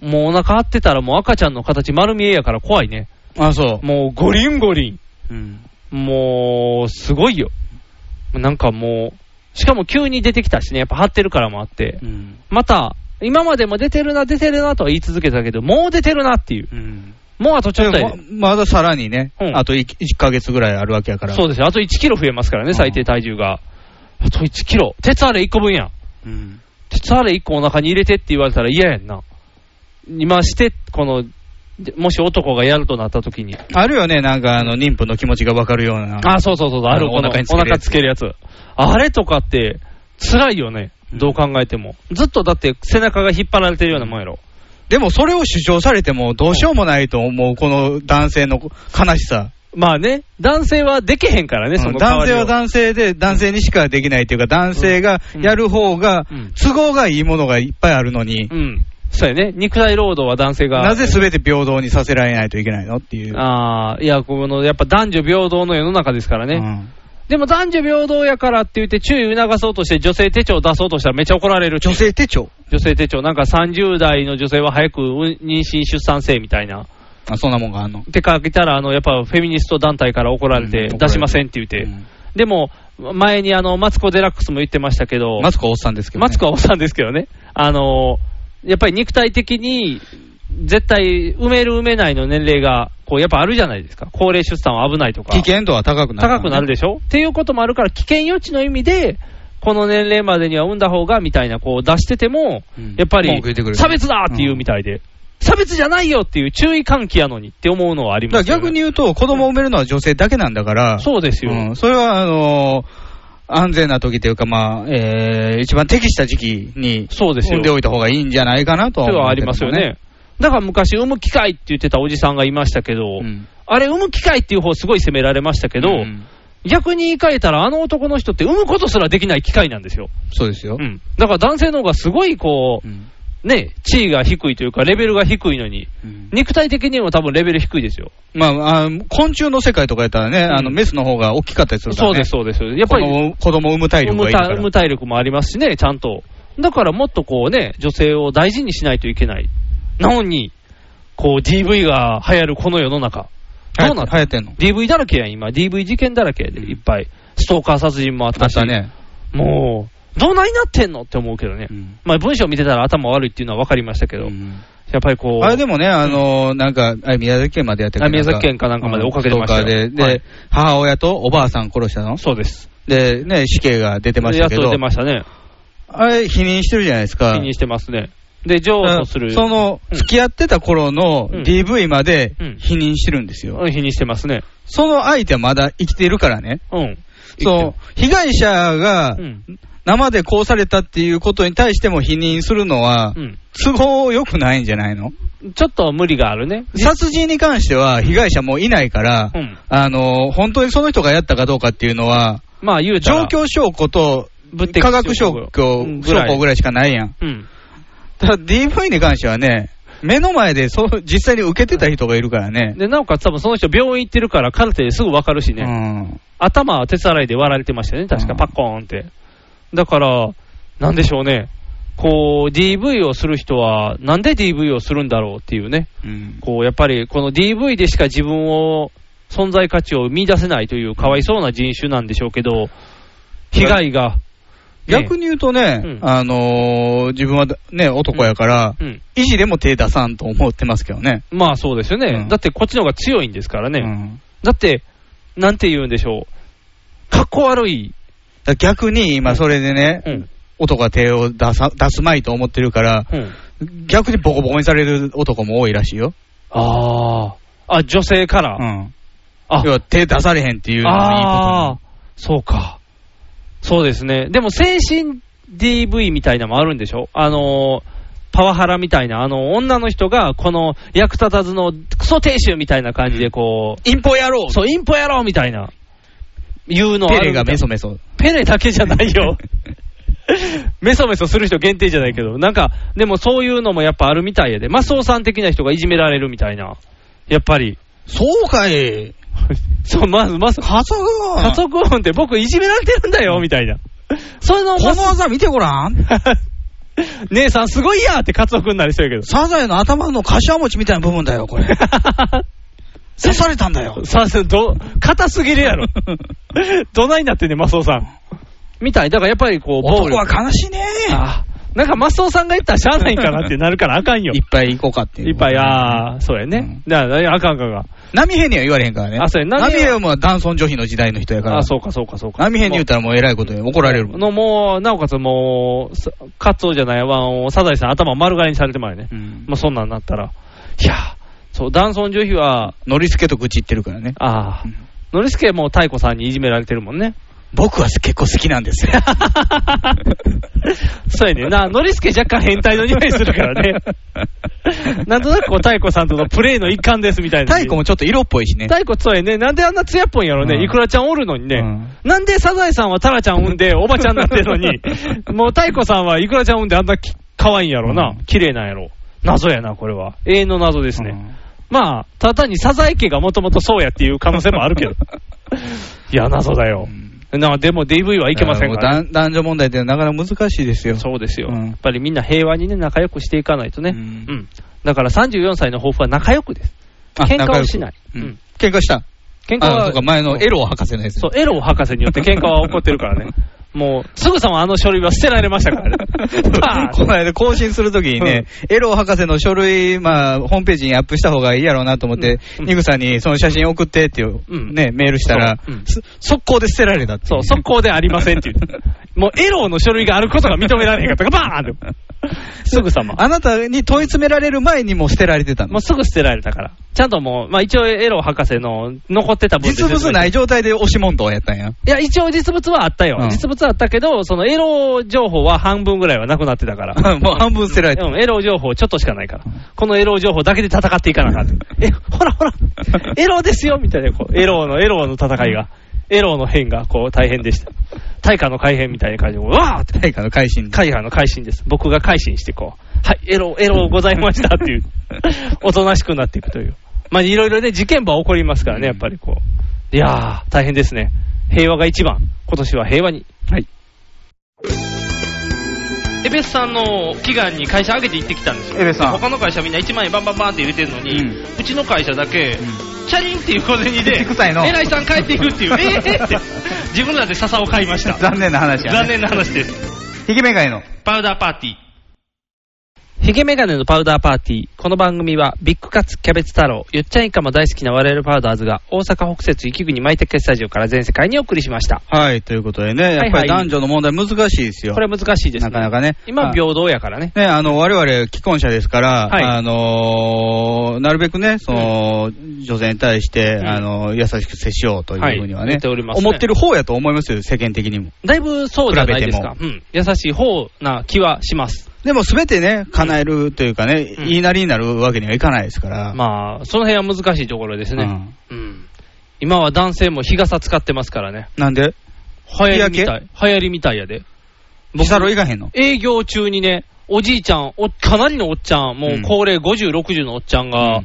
もうお腹張ってたらもう赤ちゃんの形丸見えやから怖いね。あ、そう。もうゴリンゴリン。うん。もう、すごいよ。なんかもう、しかも急に出てきたしね、やっぱ張ってるからもあって、うん。また、今までも出てるな、出てるなとは言い続けてたけど、もう出てるなっていう。うん。もうあとちょっとやででもままださらにね、うんあと 1, ヶ月ぐらいあるわけやから。そうですよ。あと1キロ増えますからね、最低体重が。あと1キロ。鉄あれ1個分やん。うん。鉄あれ1個お腹に入れてって言われたら嫌やんな。今して、この、でもし男がやるとなった時に。あるよね、なんかあの、妊婦の気持ちがわかるような。あ、そうそうそうそう、ああるのこのお腹につおける腹やつつけるやつ。あれとかって、辛いよね。どう考えても。ずっとだって背中が引っ張られてるようなもんやろ。でもそれを主張されてもどうしようもないと思う、この男性の悲しさ。まあね、男性はでけへんからね、その代男わり性をは男性で、男性にしかできないというか、男性がやる方がん、都合がいいものがいっぱいあるのに、うん。そうやね。肉体労働は男性が。なぜすべて平等にさせられないといけないのっていう。ああ、いや、この、やっぱ男女平等の世の中ですからね。うんでも男女平等やからって言って注意促そうとして女性手帳出そうとしたらめっちゃ怒られる。女性手帳女性手帳。なんか30代の女性は早くうん妊娠出産せえみたいな。あそんなもんがあんの。って書いたら、あの、やっぱフェミニスト団体から怒られてうん、出しませんって言って。でも、前にあの、マツコ・デラックスも言ってましたけど、マツコはおっさんですけど、ね。マツコはおっさんですけどね。あのーやっぱり肉体的に、絶対、埋める埋めないの年齢が、こう、やっぱあるじゃないですか。高齢出産は危ないとか。危険度は高くなる、高くなるでしょっていうこともあるから、危険予知の意味で、この年齢までには産んだ方がみたいな、こう出してても、やっぱ文り句言ってくる差別だっていうみたいで、差別じゃないよっていう注意喚起やのにって思うのはありまだすからよね逆に言うと、子供を産めるのは女性だけなんだから、そうですよ、うん、それはあの安全な時というか、まあえー一番適した時期にそうですよ産んでおいた方がいいんじゃないかなとそはれ思はあうけりどますよね。。だから昔、産む機会って言ってたおじさんがいましたけど、んあれ、産む機会っていう方すごい責められましたけど、うん逆に言い換えたら、あの男の人って産むことすらできない機会なんですよ。そうですよ。うん、だから男性の方がすごいこう、ね、地位が低いというか、レベルが低いのに、肉体的にも多分レベル低いですよ。まあ、あ昆虫の世界とかやったらね、あのメスの方が大きかったりするから、そうね、です、そうです。やっぱり、子供子供を産む体力がいいから産む体力もありますしね、ちゃんと。だからもっとこうね、女性を大事にしないといけない。なのに、こう DV が流行るこの世の中。どうな流行ってんの ?DV だらけやん、今。DV 事件だらけやで、いっぱい。ストーカー殺人もあっあたっし。たね。もう、どないなってんのって思うけどね。まあ文章見てたら頭悪いっていうのは分かりましたけど、やっぱりこう。あれでもね、あのなんか、あれ宮崎県までやってあ宮崎県かなんかまで追っかけてましたようんストーカーで、で、はい母親とおばあさん殺したのそうです。で、ね、死刑が出てましたけやっとど出、ましたね。あれ、否認してるじゃないですか。否認してますね。で、譲う歩んする。その、付き合ってた頃の DV まで否認してるんですよ。うん、否認してますね。その相手はまだ生きてるからね。うん。そう、被害者がん生でこうされたっていうことに対しても否認するのは、都合良くないんじゃないのちょっと無理があるね。殺人に関しては被害者もいないから、うんあの、本当にその人がやったかどうかっていうのは、まあ言うた状ら。況証拠と科学証拠ぐら証い拠ぐらいしかないやん。うん。ただ DV に関してはね、目の前でそう実際に受けてた人がいるからね。で、なおかつ多分その人病院行ってるからカルテですぐわかるしね。頭は手洗いで割られてましたよね。確かパッコーンって。だから、なんでしょうね。こう、DV をする人は、なんで DV をするんだろうっていうね。こう、やっぱりこの DV でしか自分を、存在価値を見出せないというかわいそうな人種なんでしょうけど、被害が。逆に言うとね、あのー自分はだね、男やから、うん意地でも手出さんと思ってますけどね。まあそうですよね、だってこっちの方が強いんですからね、だって、なんて言うんでしょう、かっこ悪い、だから逆に今それでね、男が手を出さ出すまいと思ってるから、逆にボコボコにされる男も多いらしいよ。ああ、あ女性から、要は手出されへんっていうのがいいことああ、そうか、そうですね、でも精神 DV みたいなのもあるんでしょ、あのーパワハラみたいな、あの女の人がこの役立たずのクソ亭主みたいな感じで、こう、インポ野郎そう、インポ野郎みたいな、言うのあるペレみたがいメソメソ。ペレだけじゃないよ。メソメソする人限定じゃないけど、なんか、でもそういうのもやっぱあるみたいやで、マスオさん的な人がいじめられるみたいな、やっぱり。そうかい。そう、まず、まず、加速音加速音って僕いじめられてるんだよ、みたいな。それの、この技見てごらん。 姉さんすごいやーって加速になりそうやけど。サザエの頭の柏餅みたいな部分だよ、これ。刺されたんだよ。さすど、硬すぎるやろ。どないなってんねん、マスオさん。みたい。だからやっぱりこう、暴力男は悲しいね。あなんかマスオさんが言ったらしゃあないんかなってなるからあかんよ。いっぱい行こうかっていっぱい、ああ、そうやね。だからあかんあかんあかん。波平には言われへんからね。あそうや波波平平はもう男尊女卑の時代の人やから。あそうかそうかそうか。波平に言ったらもうえらいことに怒られるもん。のもう、なおかつもう、さカツオじゃないわ、もうサザエさん頭丸刈りにされてまうよね。まあそんなんなったら。いやーそう、男尊女卑は、ノリスケと愚痴言ってるからね。ああ、ノリスケも太鼓さんにいじめられてるもんね。 僕は結構好きなんですよ。そうやねんな。ノリスケ若干変態の匂いするから ね。なんとなくこう、太鼓さんとのプレイの一環ですみたいな。太鼓もちょっと色っぽいしね。太鼓そうやね。なんであんな艶っぽいんやろうんね。イクラちゃんおるのにね。なんでサザエさんはタラちゃん産ん でおばちゃんになってるの に、もう太鼓さんはイクラちゃん産んであんなき可愛いんやろな。綺麗なんやろ。謎やな、これは。永遠の謎ですね。まあ、ただ単にサザエ家がもともとそうやっていう可能性もあるけ ど。いや、謎だよ。なでも DV はいけませんから、だもう男男女問題ってなかなか難しいですよ。そうですよ。やっぱりみんな平和にね、仲良くしていかないとね。うん。だから34歳の抱負は仲良くです。あ喧嘩をしない。仲良くうん喧嘩した。喧嘩あはそうか前のエロー博士のやつそう、エロー博士によって喧嘩は起こってるから ね。もう、すぐさまあの書類は捨てられました からね。バーン この間更新するときにね、エロー博士の書類、まあ、ホームページにアップした方がいいやろうなと思って、ニグさんにその写真送ってっていう、うんね、メールしたら、す速攻で捨てられたってそう、速攻でありません って言って。もうエローの書類があることが認められへんかったから、バーンって。すぐさま。あなたに問い詰められる前にもう捨てられてたの。もうすぐ捨てられたから。ちゃんともう、まあ一応エロー博士の残ってた分で実物ないい状態で押し問答やったんや。いや、一応実物はあったよ。実物はあったけど、そのエロ情報は半分ぐらいはなくなってた から。もう半分捨てられたうん、エロ情報ちょっとしかないから。このエロ情報だけで戦っていかなあかん。 え、ほらほら、エロですよみたいな、こう、エロの、エロの戦いが。エロの変が、こう、大変でした。大化の改変みたいな感じで、わーって。大化の改心。大化の改心です。僕が改心して、こう、はい、エロ、エロございました っていう、おとなしくなっていくという。まあ、いろいろね、事件簿は起こりますからね、やっぱりこう。いやー、大変ですね。平和が一番。今年は平和に。はい。エベスさんの祈願に会社上げて行ってきたんですよエベスさん他の会社みんな1万円バンバンバンって入れてるのに、うちの会社だけ、チャリンっていう小銭で臭 いの偉いさん帰っていくっていうえーって自分らで笹を買いま した残念な話やね残念な話ですひげめがいの。パウダーパーティーヒゲメガネのパウダーパーティー。この番組は、ビッグカツ、キャベツ太郎、ゆっちゃんいかも大好きな我々パウダーズが、大阪北節雪国マイテックスタジオから全世界にお送りしました。はい、ということでね、やっぱり男女の問題難しいですよ。これ難しいですなね。かなかね。今、平等やからね。ね、あの、我々、既婚者ですから、はいあのーなるべくね、その、女性に対して、あのー優しく接しようというふうにははいね、言っておりますね思ってる方やと思いますよ、世間的にも。だいぶそうじゃないですか。比うん。優しい方な気はします。でも、すべてね、叶えるというかね、言いなりになるわけにはいかないですから。まあ、その辺は難しいところですね。うん。今は男性も日傘使ってますからね。なんで流行りみたい。流行りみたいやで。僕サロ行かへんの営業中にね、おじいちゃん、おかなりのおっちゃん、もう高齢50、60のおっちゃんが、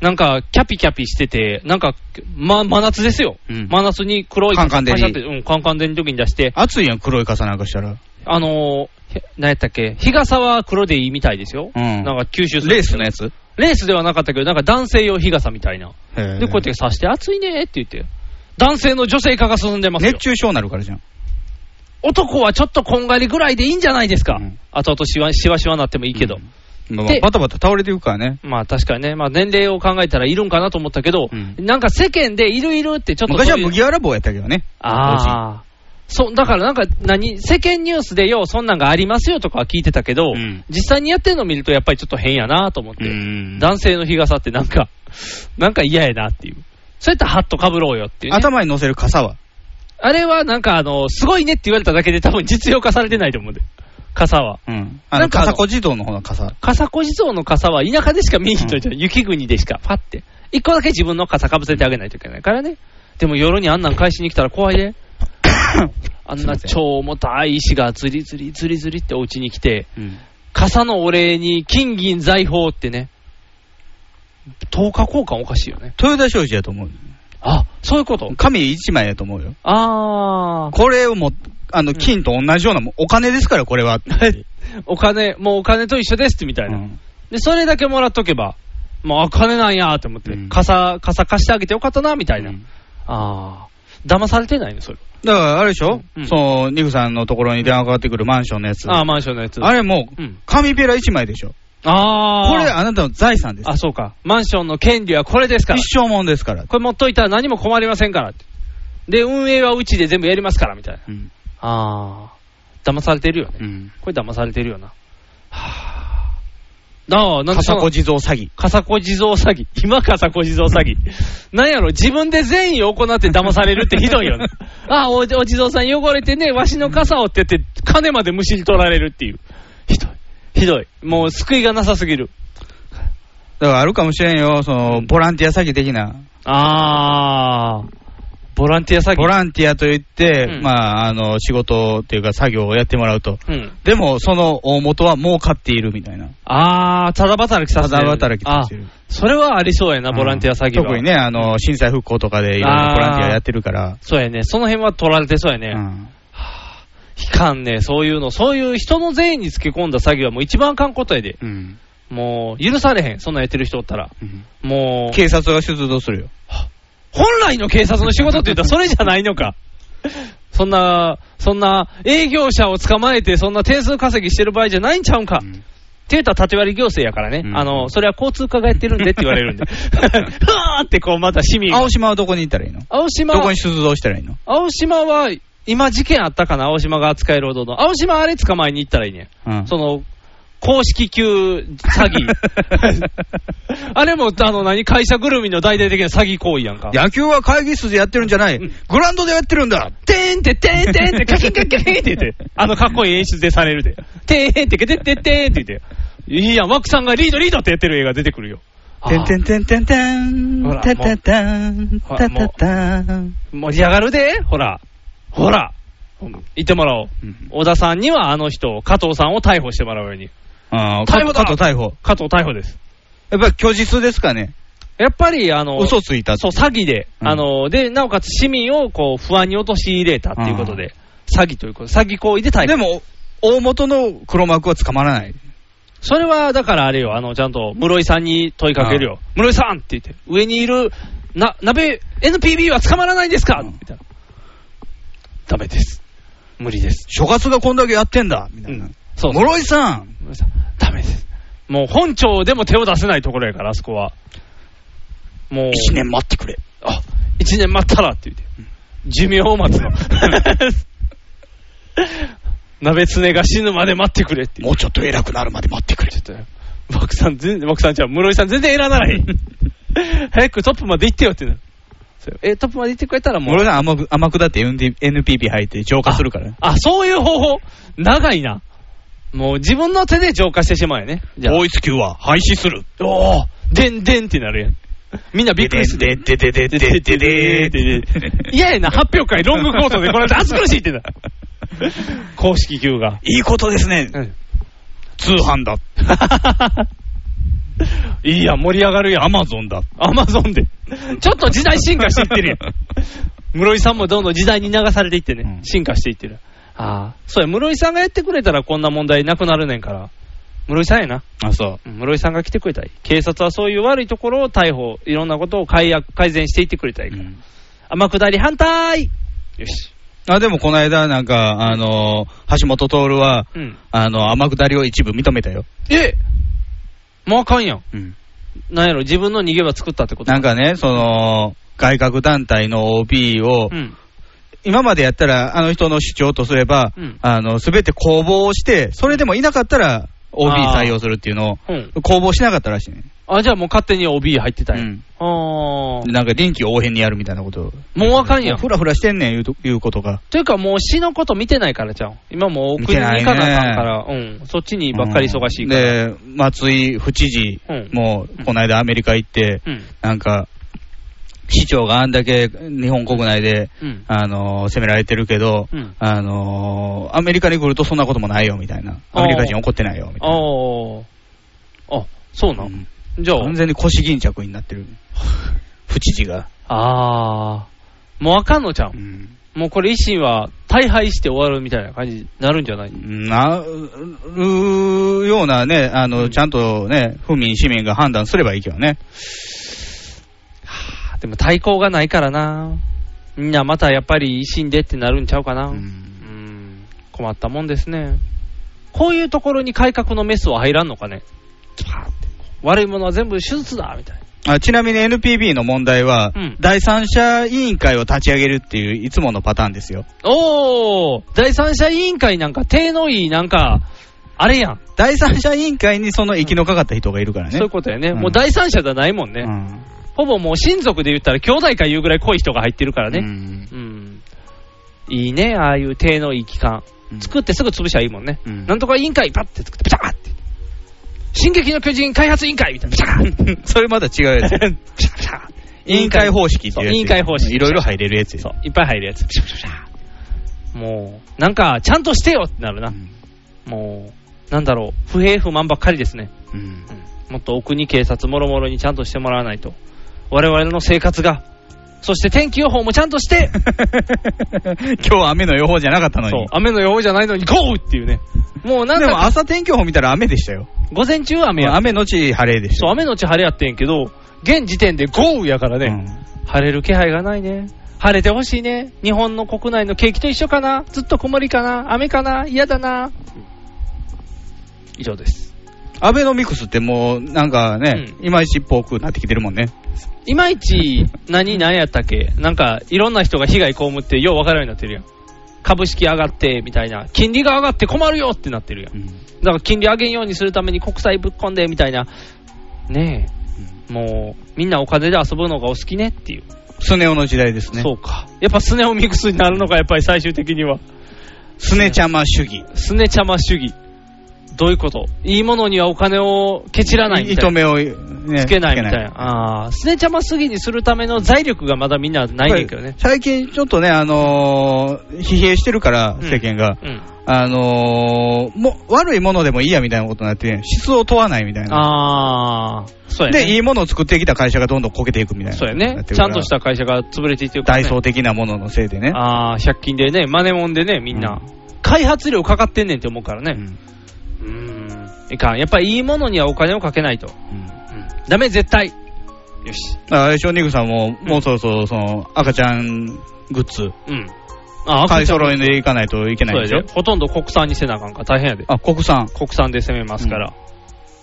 なんか、キャピキャピしてて、なんか、ま、真夏ですよ。真夏に黒いカンカン照りパシャってうん、カンカン照りの時に出して、暑いやん、黒い傘なんかしたら。あのー、へ何やったっけ、日傘は黒でいいみたいですよ。うんなんか吸収する。レースのやつレースではなかったけど、なんか男性用日傘みたいな。へーで、こうやって刺して、暑いねーって言って。男性の女性化が進んでますよ。熱中症になるからじゃん。男はちょっとこんがりぐらいでいいんじゃないですか。あとあとしわしわしわなってもいいけど。まあでバタバタ倒れていくからね。まあ確かにね、まあ年齢を考えたらいるんかなと思ったけど、なんか世間でいるいるってちょっとそう昔いう。は麦わら帽やったけどね。ああ。そう、だからなんか何、世間ニュースでようそんなんがありますよとかは聞いてたけど、実際にやってるのを見るとやっぱりちょっと変やなと思って、男性の日傘ってなんか、 なんか嫌やなっていう。そういったらハットかぶろうよっていう、ね。頭に乗せる傘は。あれはなんかあの、すごいねって言われただけで多分実用化されてないと思うんで。傘は。うん。あなの、んかあ笠の子児童の方の傘。笠子地蔵の傘は田舎でしか見に行っといて、雪国でしか、パって。一個だけ自分の傘かぶせてあげないといけないからね。でも夜にあんなん返しに来たら怖いで。あんな超重たい石がずりずりずりずりってお家に来て、傘のお礼に金銀財宝ってね、10日交換おかしいよね。豊田商事やと思う。あ、そういうこと紙一枚やと思うよ。あこれをもう、あの、金と同じようなもん、お金ですから、これは。ー、お金、もうお金と一緒ですってみ たいな。で、それだけもらっとけば、もう、あ、金なんやーって思って、傘、傘貸してあげてよかったな、みたいな。ああ、騙されてないね、それ。だから、あれでしょ、その、ニグさんのところに電話かかってくるマンションのやつ。ああ、マンションのやつ。あれもう、紙ペラ一枚でしょ。ああ。これ、あなたの財産です。あ、そうか。マンションの権利はこれですから。一生もんですから。これ持っといたら何も困りませんからって。で、運営はうちで全部やりますから、みたいな。うんああ、騙されてるよね。これ騙されてるよな。はあ。ああ、なんでそ笠んな子地蔵詐欺。笠子地蔵詐欺。 今笠子地蔵詐欺。なんやろ、自分で善意を行って騙されるってひどいよ ね。ああ、おお地蔵さん汚れてね、わしの傘をって言って、金までむしり取られるっていう。ひどい。ひどい。もう救いがなさすぎる。だから、あるかもしれんよ、その、ボランティア詐欺的な。ああ、ボランティア詐欺。ボランティアと言って、まあ、あの、仕事っていうか作業をやってもらうと。うん。でも、その大元は儲かっているみたいな。ああ、ただ働きさせてる。ただ働きさせてるあそれはありそうやな、ボランティア詐欺は。特にね、あの、震災復興とかでいろんなボランティアやってるから。そうやね。その辺は取られてそうやね。はあいかんね、そういうの。そういう人の善意につけ込んだ詐欺はもう一番あかんことやで。もう、許されへん。そんなんやってる人おったら。もう。警察が出動するよ。本来の警察の仕事って言ったらそれじゃないのか。 そんな、そんな営業者を捕まえて、そんな点数稼ぎしてる場合じゃないんちゃうんか。って言ったら縦割り行政やからね、あの、それは交通課がやってるんでって言われるん で。ふわーってこうまた市民が青島はどこに行ったらいいの青島どこに出動したらいいの青島は、今事件あったかな、青島が扱えるほどの。青島あれ捕まえに行ったらいいね。うんその、公式級詐欺。 あれも、あの、何、会社ぐるみの大々的な詐欺行為やんか。野球は会議室でやってるんじゃない、グラウンドでやってるんだてーんててーんてーんって、カキンカキンって言って、あのかっこいい演出でされるで。てーんてけてっててーんって言って。いいやん、マックさんがリードリードってやってる映画出てくるよ。てんてんてんてんてんほらたたたんほたらたもたん盛り上がるで、ほら。ほら。言ってもらおう。小田さんにはあの人、加藤さんを逮捕してもらうように。あー逮捕だ加藤逮捕。加藤逮捕です。やっぱり虚実ですかね。やっぱり、あの、嘘ついたってそう、詐欺で、あの、で、なおかつ市民をこう、不安に陥れたっていうことで、詐欺ということ、詐欺行為で逮捕。でも、大元の黒幕は捕まらない。それは、だからあれよ、あの、ちゃんと、室井さんに問いかけるよ。室井さんって言って、上にいる、な、鍋、NPB は捕まらないんですかみたいな。ダメです。無理です。所轄がこんだけやってんだみたいな。そう室井さんダメです。もう本庁でも手を出せないところやから、あそこは。もう。一年待ってくれ。あ、一年待ったらって言って。寿命を待つの。鍋つねが死ぬまで待ってくれって。もうちょっと偉くなるまで待ってくれって。漠さん、全然、漠さんじゃう室井さん全然偉ならへん。早くトップまで行ってよってなる。そうえ、トップまで行ってくれたらもう。俺が甘く甘くだって NPB 入って浄化するからね。あ、そういう方法長いな。もう自分の手で浄化してしまうよね。統一級は廃止する。おー、でんでんってなるやん。みんなびっくりすでる。ででででででで嫌やな、発表会、ロングコートでこれ、暑苦しいってな。公式級が。いいことですね。通販だ。 いいや、盛り上がるやん。アマゾンだ。アマゾンで。ちょっと時代進化してい ってるやん。室井さんもどんどん時代に流されていってね、進化していってる。ああ、そうや、室井さんがやってくれたらこんな問題なくなるねんから。室井さんやな。あ、そうん室井さんが来てくれたらいい。警察はそういう悪いところを逮捕、いろんなことを改悪改善していってくれたらいいから。天下り反対よし。う。あ、でもこの間、なんか、あのー、橋本徹は、うん。あの、天下りを一部認めたよ。えもうあかんやん。うんなんやろ、自分の逃げ場作ったってことなんかね、その、外郭団体の OB を、ん今までやったら、あの人の主張とすればうん、あの、すべて公募をして、それでもいなかったら、OB 採用するっていうのを、うん。公募しなかったらしいね。あ、じゃあもう勝手に OB 入ってたんや。うんあー。なんか臨機応変にやるみたいなことを。もうあかんやん。ふらふらしてんねん、いうということが。というかもう死のこと見てないからじゃん。今もう送りに行かなあかんから、うん。そっちにばっかり忙しいから。で、松井府知事うんも、この間アメリカ行って、うん。なんか、市長があんだけ日本国内で、うん。あのー責められてるけど、うんあのーアメリカに来るとそんなこともないよみたいな、あアーメリカ人怒ってないよみたいあー。あ、そうな。な、うんんじゃあ、完全に腰巾着にな ってる、府知事が、あー。もうあかんのじゃん。もうこれ維新は大敗して終わるみたいな感じになるんじゃないなるようなね、あのちゃんとね、府民、市民が判断すればいいけどね、でも対抗がないからな。みんなまたやっぱり維新でってなるんちゃうかな。うん困ったもんですね。こういうところに改革のメスは入らんのかね。悪いものは全部手術だみたいな。あちなみに NPB の問題は、うん第三者委員会を立ち上げるっていう、いつものパターンですよ。おー第三者委員会なんか、手のいいなんか、あれやん。第三者委員会にその息のかかった人がいるからね。そういうことやね。んもう第三者じゃないもんね。うんほぼもう親族で言ったら兄弟かいうぐらい濃い人が入ってるからね。うんいいね、ああいう手のいい機関。作ってすぐ潰しゃいいもんね。うんなんとか委員会、パッて作って、ピチャーって。進撃の巨人開発委員会みたいな。ピチャー それまた違 うやつ。ピチャーピチャー委員会方式っていうやつ。委員会方式いろいろ入れるやつよ。いっぱい入るやつ。ピシャピシャピシャもう、なんか、ちゃんとしてよってなるな。もう、なんだろう、不平不満ばっかりですね。うんもっとお国警察もろもろにちゃんとしてもらわないと。我々の生活が、そして天気予報もちゃん として、今日雨の予報じゃなかったのそうに。、雨の予報じゃないのに、ゴーっていうね。もうなんでもだか、朝天気予報見たら雨でしたよ。午前中雨や。雨のち晴れでしたそう、雨のち晴れやってんけど、現時点で豪雨やからよ。ね、晴れる気配がないね。晴れてほしいね。日本の国内の景気と一緒かな。ずっと曇りかな。雨かな。嫌だな。以上です。アベノミクスってもうなんかね、いまいちっぽくなってきてるもんね。いまいち、何、何やったっけなんか、いろんな人が被害被って、よう分からんようになってるやん。株式上がって、みたいな。金利が上がって困るよってなってるやん。だから金利上げんようにするために国債ぶっ込んで、みたいな。ねえ。もう、みんなお金で遊ぶのがお好きねっていう。スネ夫の時代ですね。そうか。やっぱスネオミクスになるのか、やっぱり最終的には。スネちゃま主義。スネちゃま主義。どういうこといいものにはお金をケチらないみた糸いな。目を、ねつけないみたいな。。ああー、スネちゃま主義にするための財力がまだみんなないねんけどね。最近ちょっとね、あのー疲弊してるから、うん世間が。うん。あのーも、悪いものでもいいやみたいなことになって、質を問わないみたいな。ああ、そうやね。で、いいものを作ってきた会社がどんどんこけていくみたいな。そうやねなっ。てるちかゃらんとした会社が潰れていってるからダねイソー的なもののせいでね。ああ、100均でね、マネモンでね、みんな、開発料かかってんねんって思うからね。うーん。いかん。やっぱりいいものにはお金をかけないと。うんダメ、絶対。よし。だから、ショーニグさんも、もうそろそろ、その、赤ちゃんグッズ、うん。あ買いそう揃えでいかないといけないやでしょで。ほとんど国産にせなあかんから大変やで。あ、国産。国産で攻めますから。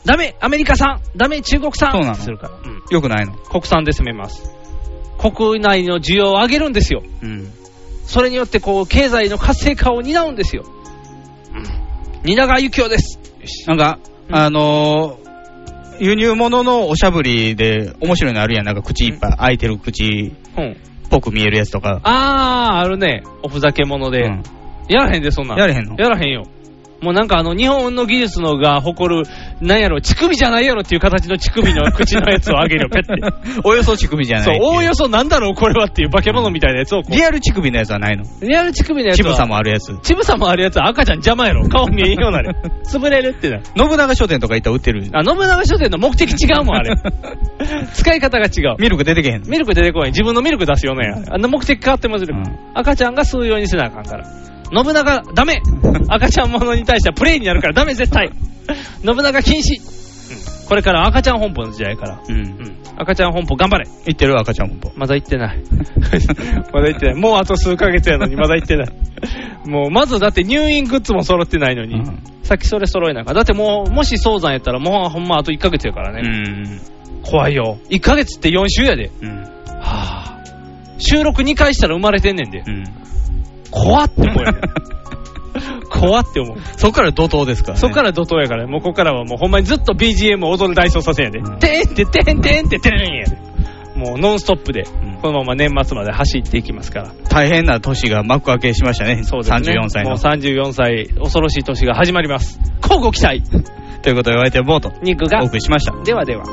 ダメ、アメリカ産、ダメ、中国産そうなのするから、うんよくないの。国産で攻めます。国内の需要を上げるんですよ。うん。それによって、こう、経済の活性化を担うんですよ。うん。蜷川幸雄です。なんか、あのー輸入物のおしゃぶりで面白いのあるやん。なんか口いっぱい開いてる口うん。っぽく見えるやつとか。あー、あるね。おふざけ者で。やらへんで、そんなん。やれへんのやらへんよ。もうなんかあの、日本の技術のが誇る、なんやろ、乳首じゃないやろっていう形の乳首の口のやつをあげるよ、ペッて。 およそ乳首じゃそなうい、。おおよそなんだろう、これはっていう化け物みたいなやつをこうリアル乳首のやつはないの。リアル乳首のやつ乳は。房もあるやつ。チブさもあるやつは赤ちゃん邪魔やろ。顔見えんようなれ。 潰れるってな。信長書店とか行ったら売ってる。あ、信長書店の目的違うも ん、あれ。使い方が違う。ミルク出てけへんの。ミルク出てこない。自分のミルク出すよね。あんな目的変わってますよ。赤ちゃんが吸うようにせなあかんから。信長、ダ メ赤ちゃんものに対してはプレイになるからダメ、絶対信長禁止、うんこれから赤ちゃん本舗の時代から。うん。赤ちゃん本舗頑張れ行ってる赤ちゃんも。まだ行ってない。 まだ行ってない。もうあと数ヶ月やのに、まだ行ってない。もう、まずだって入院グッズも揃ってないのに、さっきそれ揃えなあかんだってもう、もし早産やったら、もうほんまあと1ヶ月やからね。うん。怖いよ。1ヶ月って4週やで。うんはぁ、収録2回したら生まれてんねんで。うん。怖って思う よね。怖って思う。そっから怒涛ですからね。そっから怒涛やから、もうここからはもうほんまにずっと BGM を踊る大捜査線やで。てんててんてんててんやで。もうノンストップで、このまま年末まで走っていきますから。大変な年が幕開けしましたね。そうですね34歳もうの。 34歳、恐ろしい年が始まります。交互期待ということで、お相手はボート。肉がお送りしました。ではでは。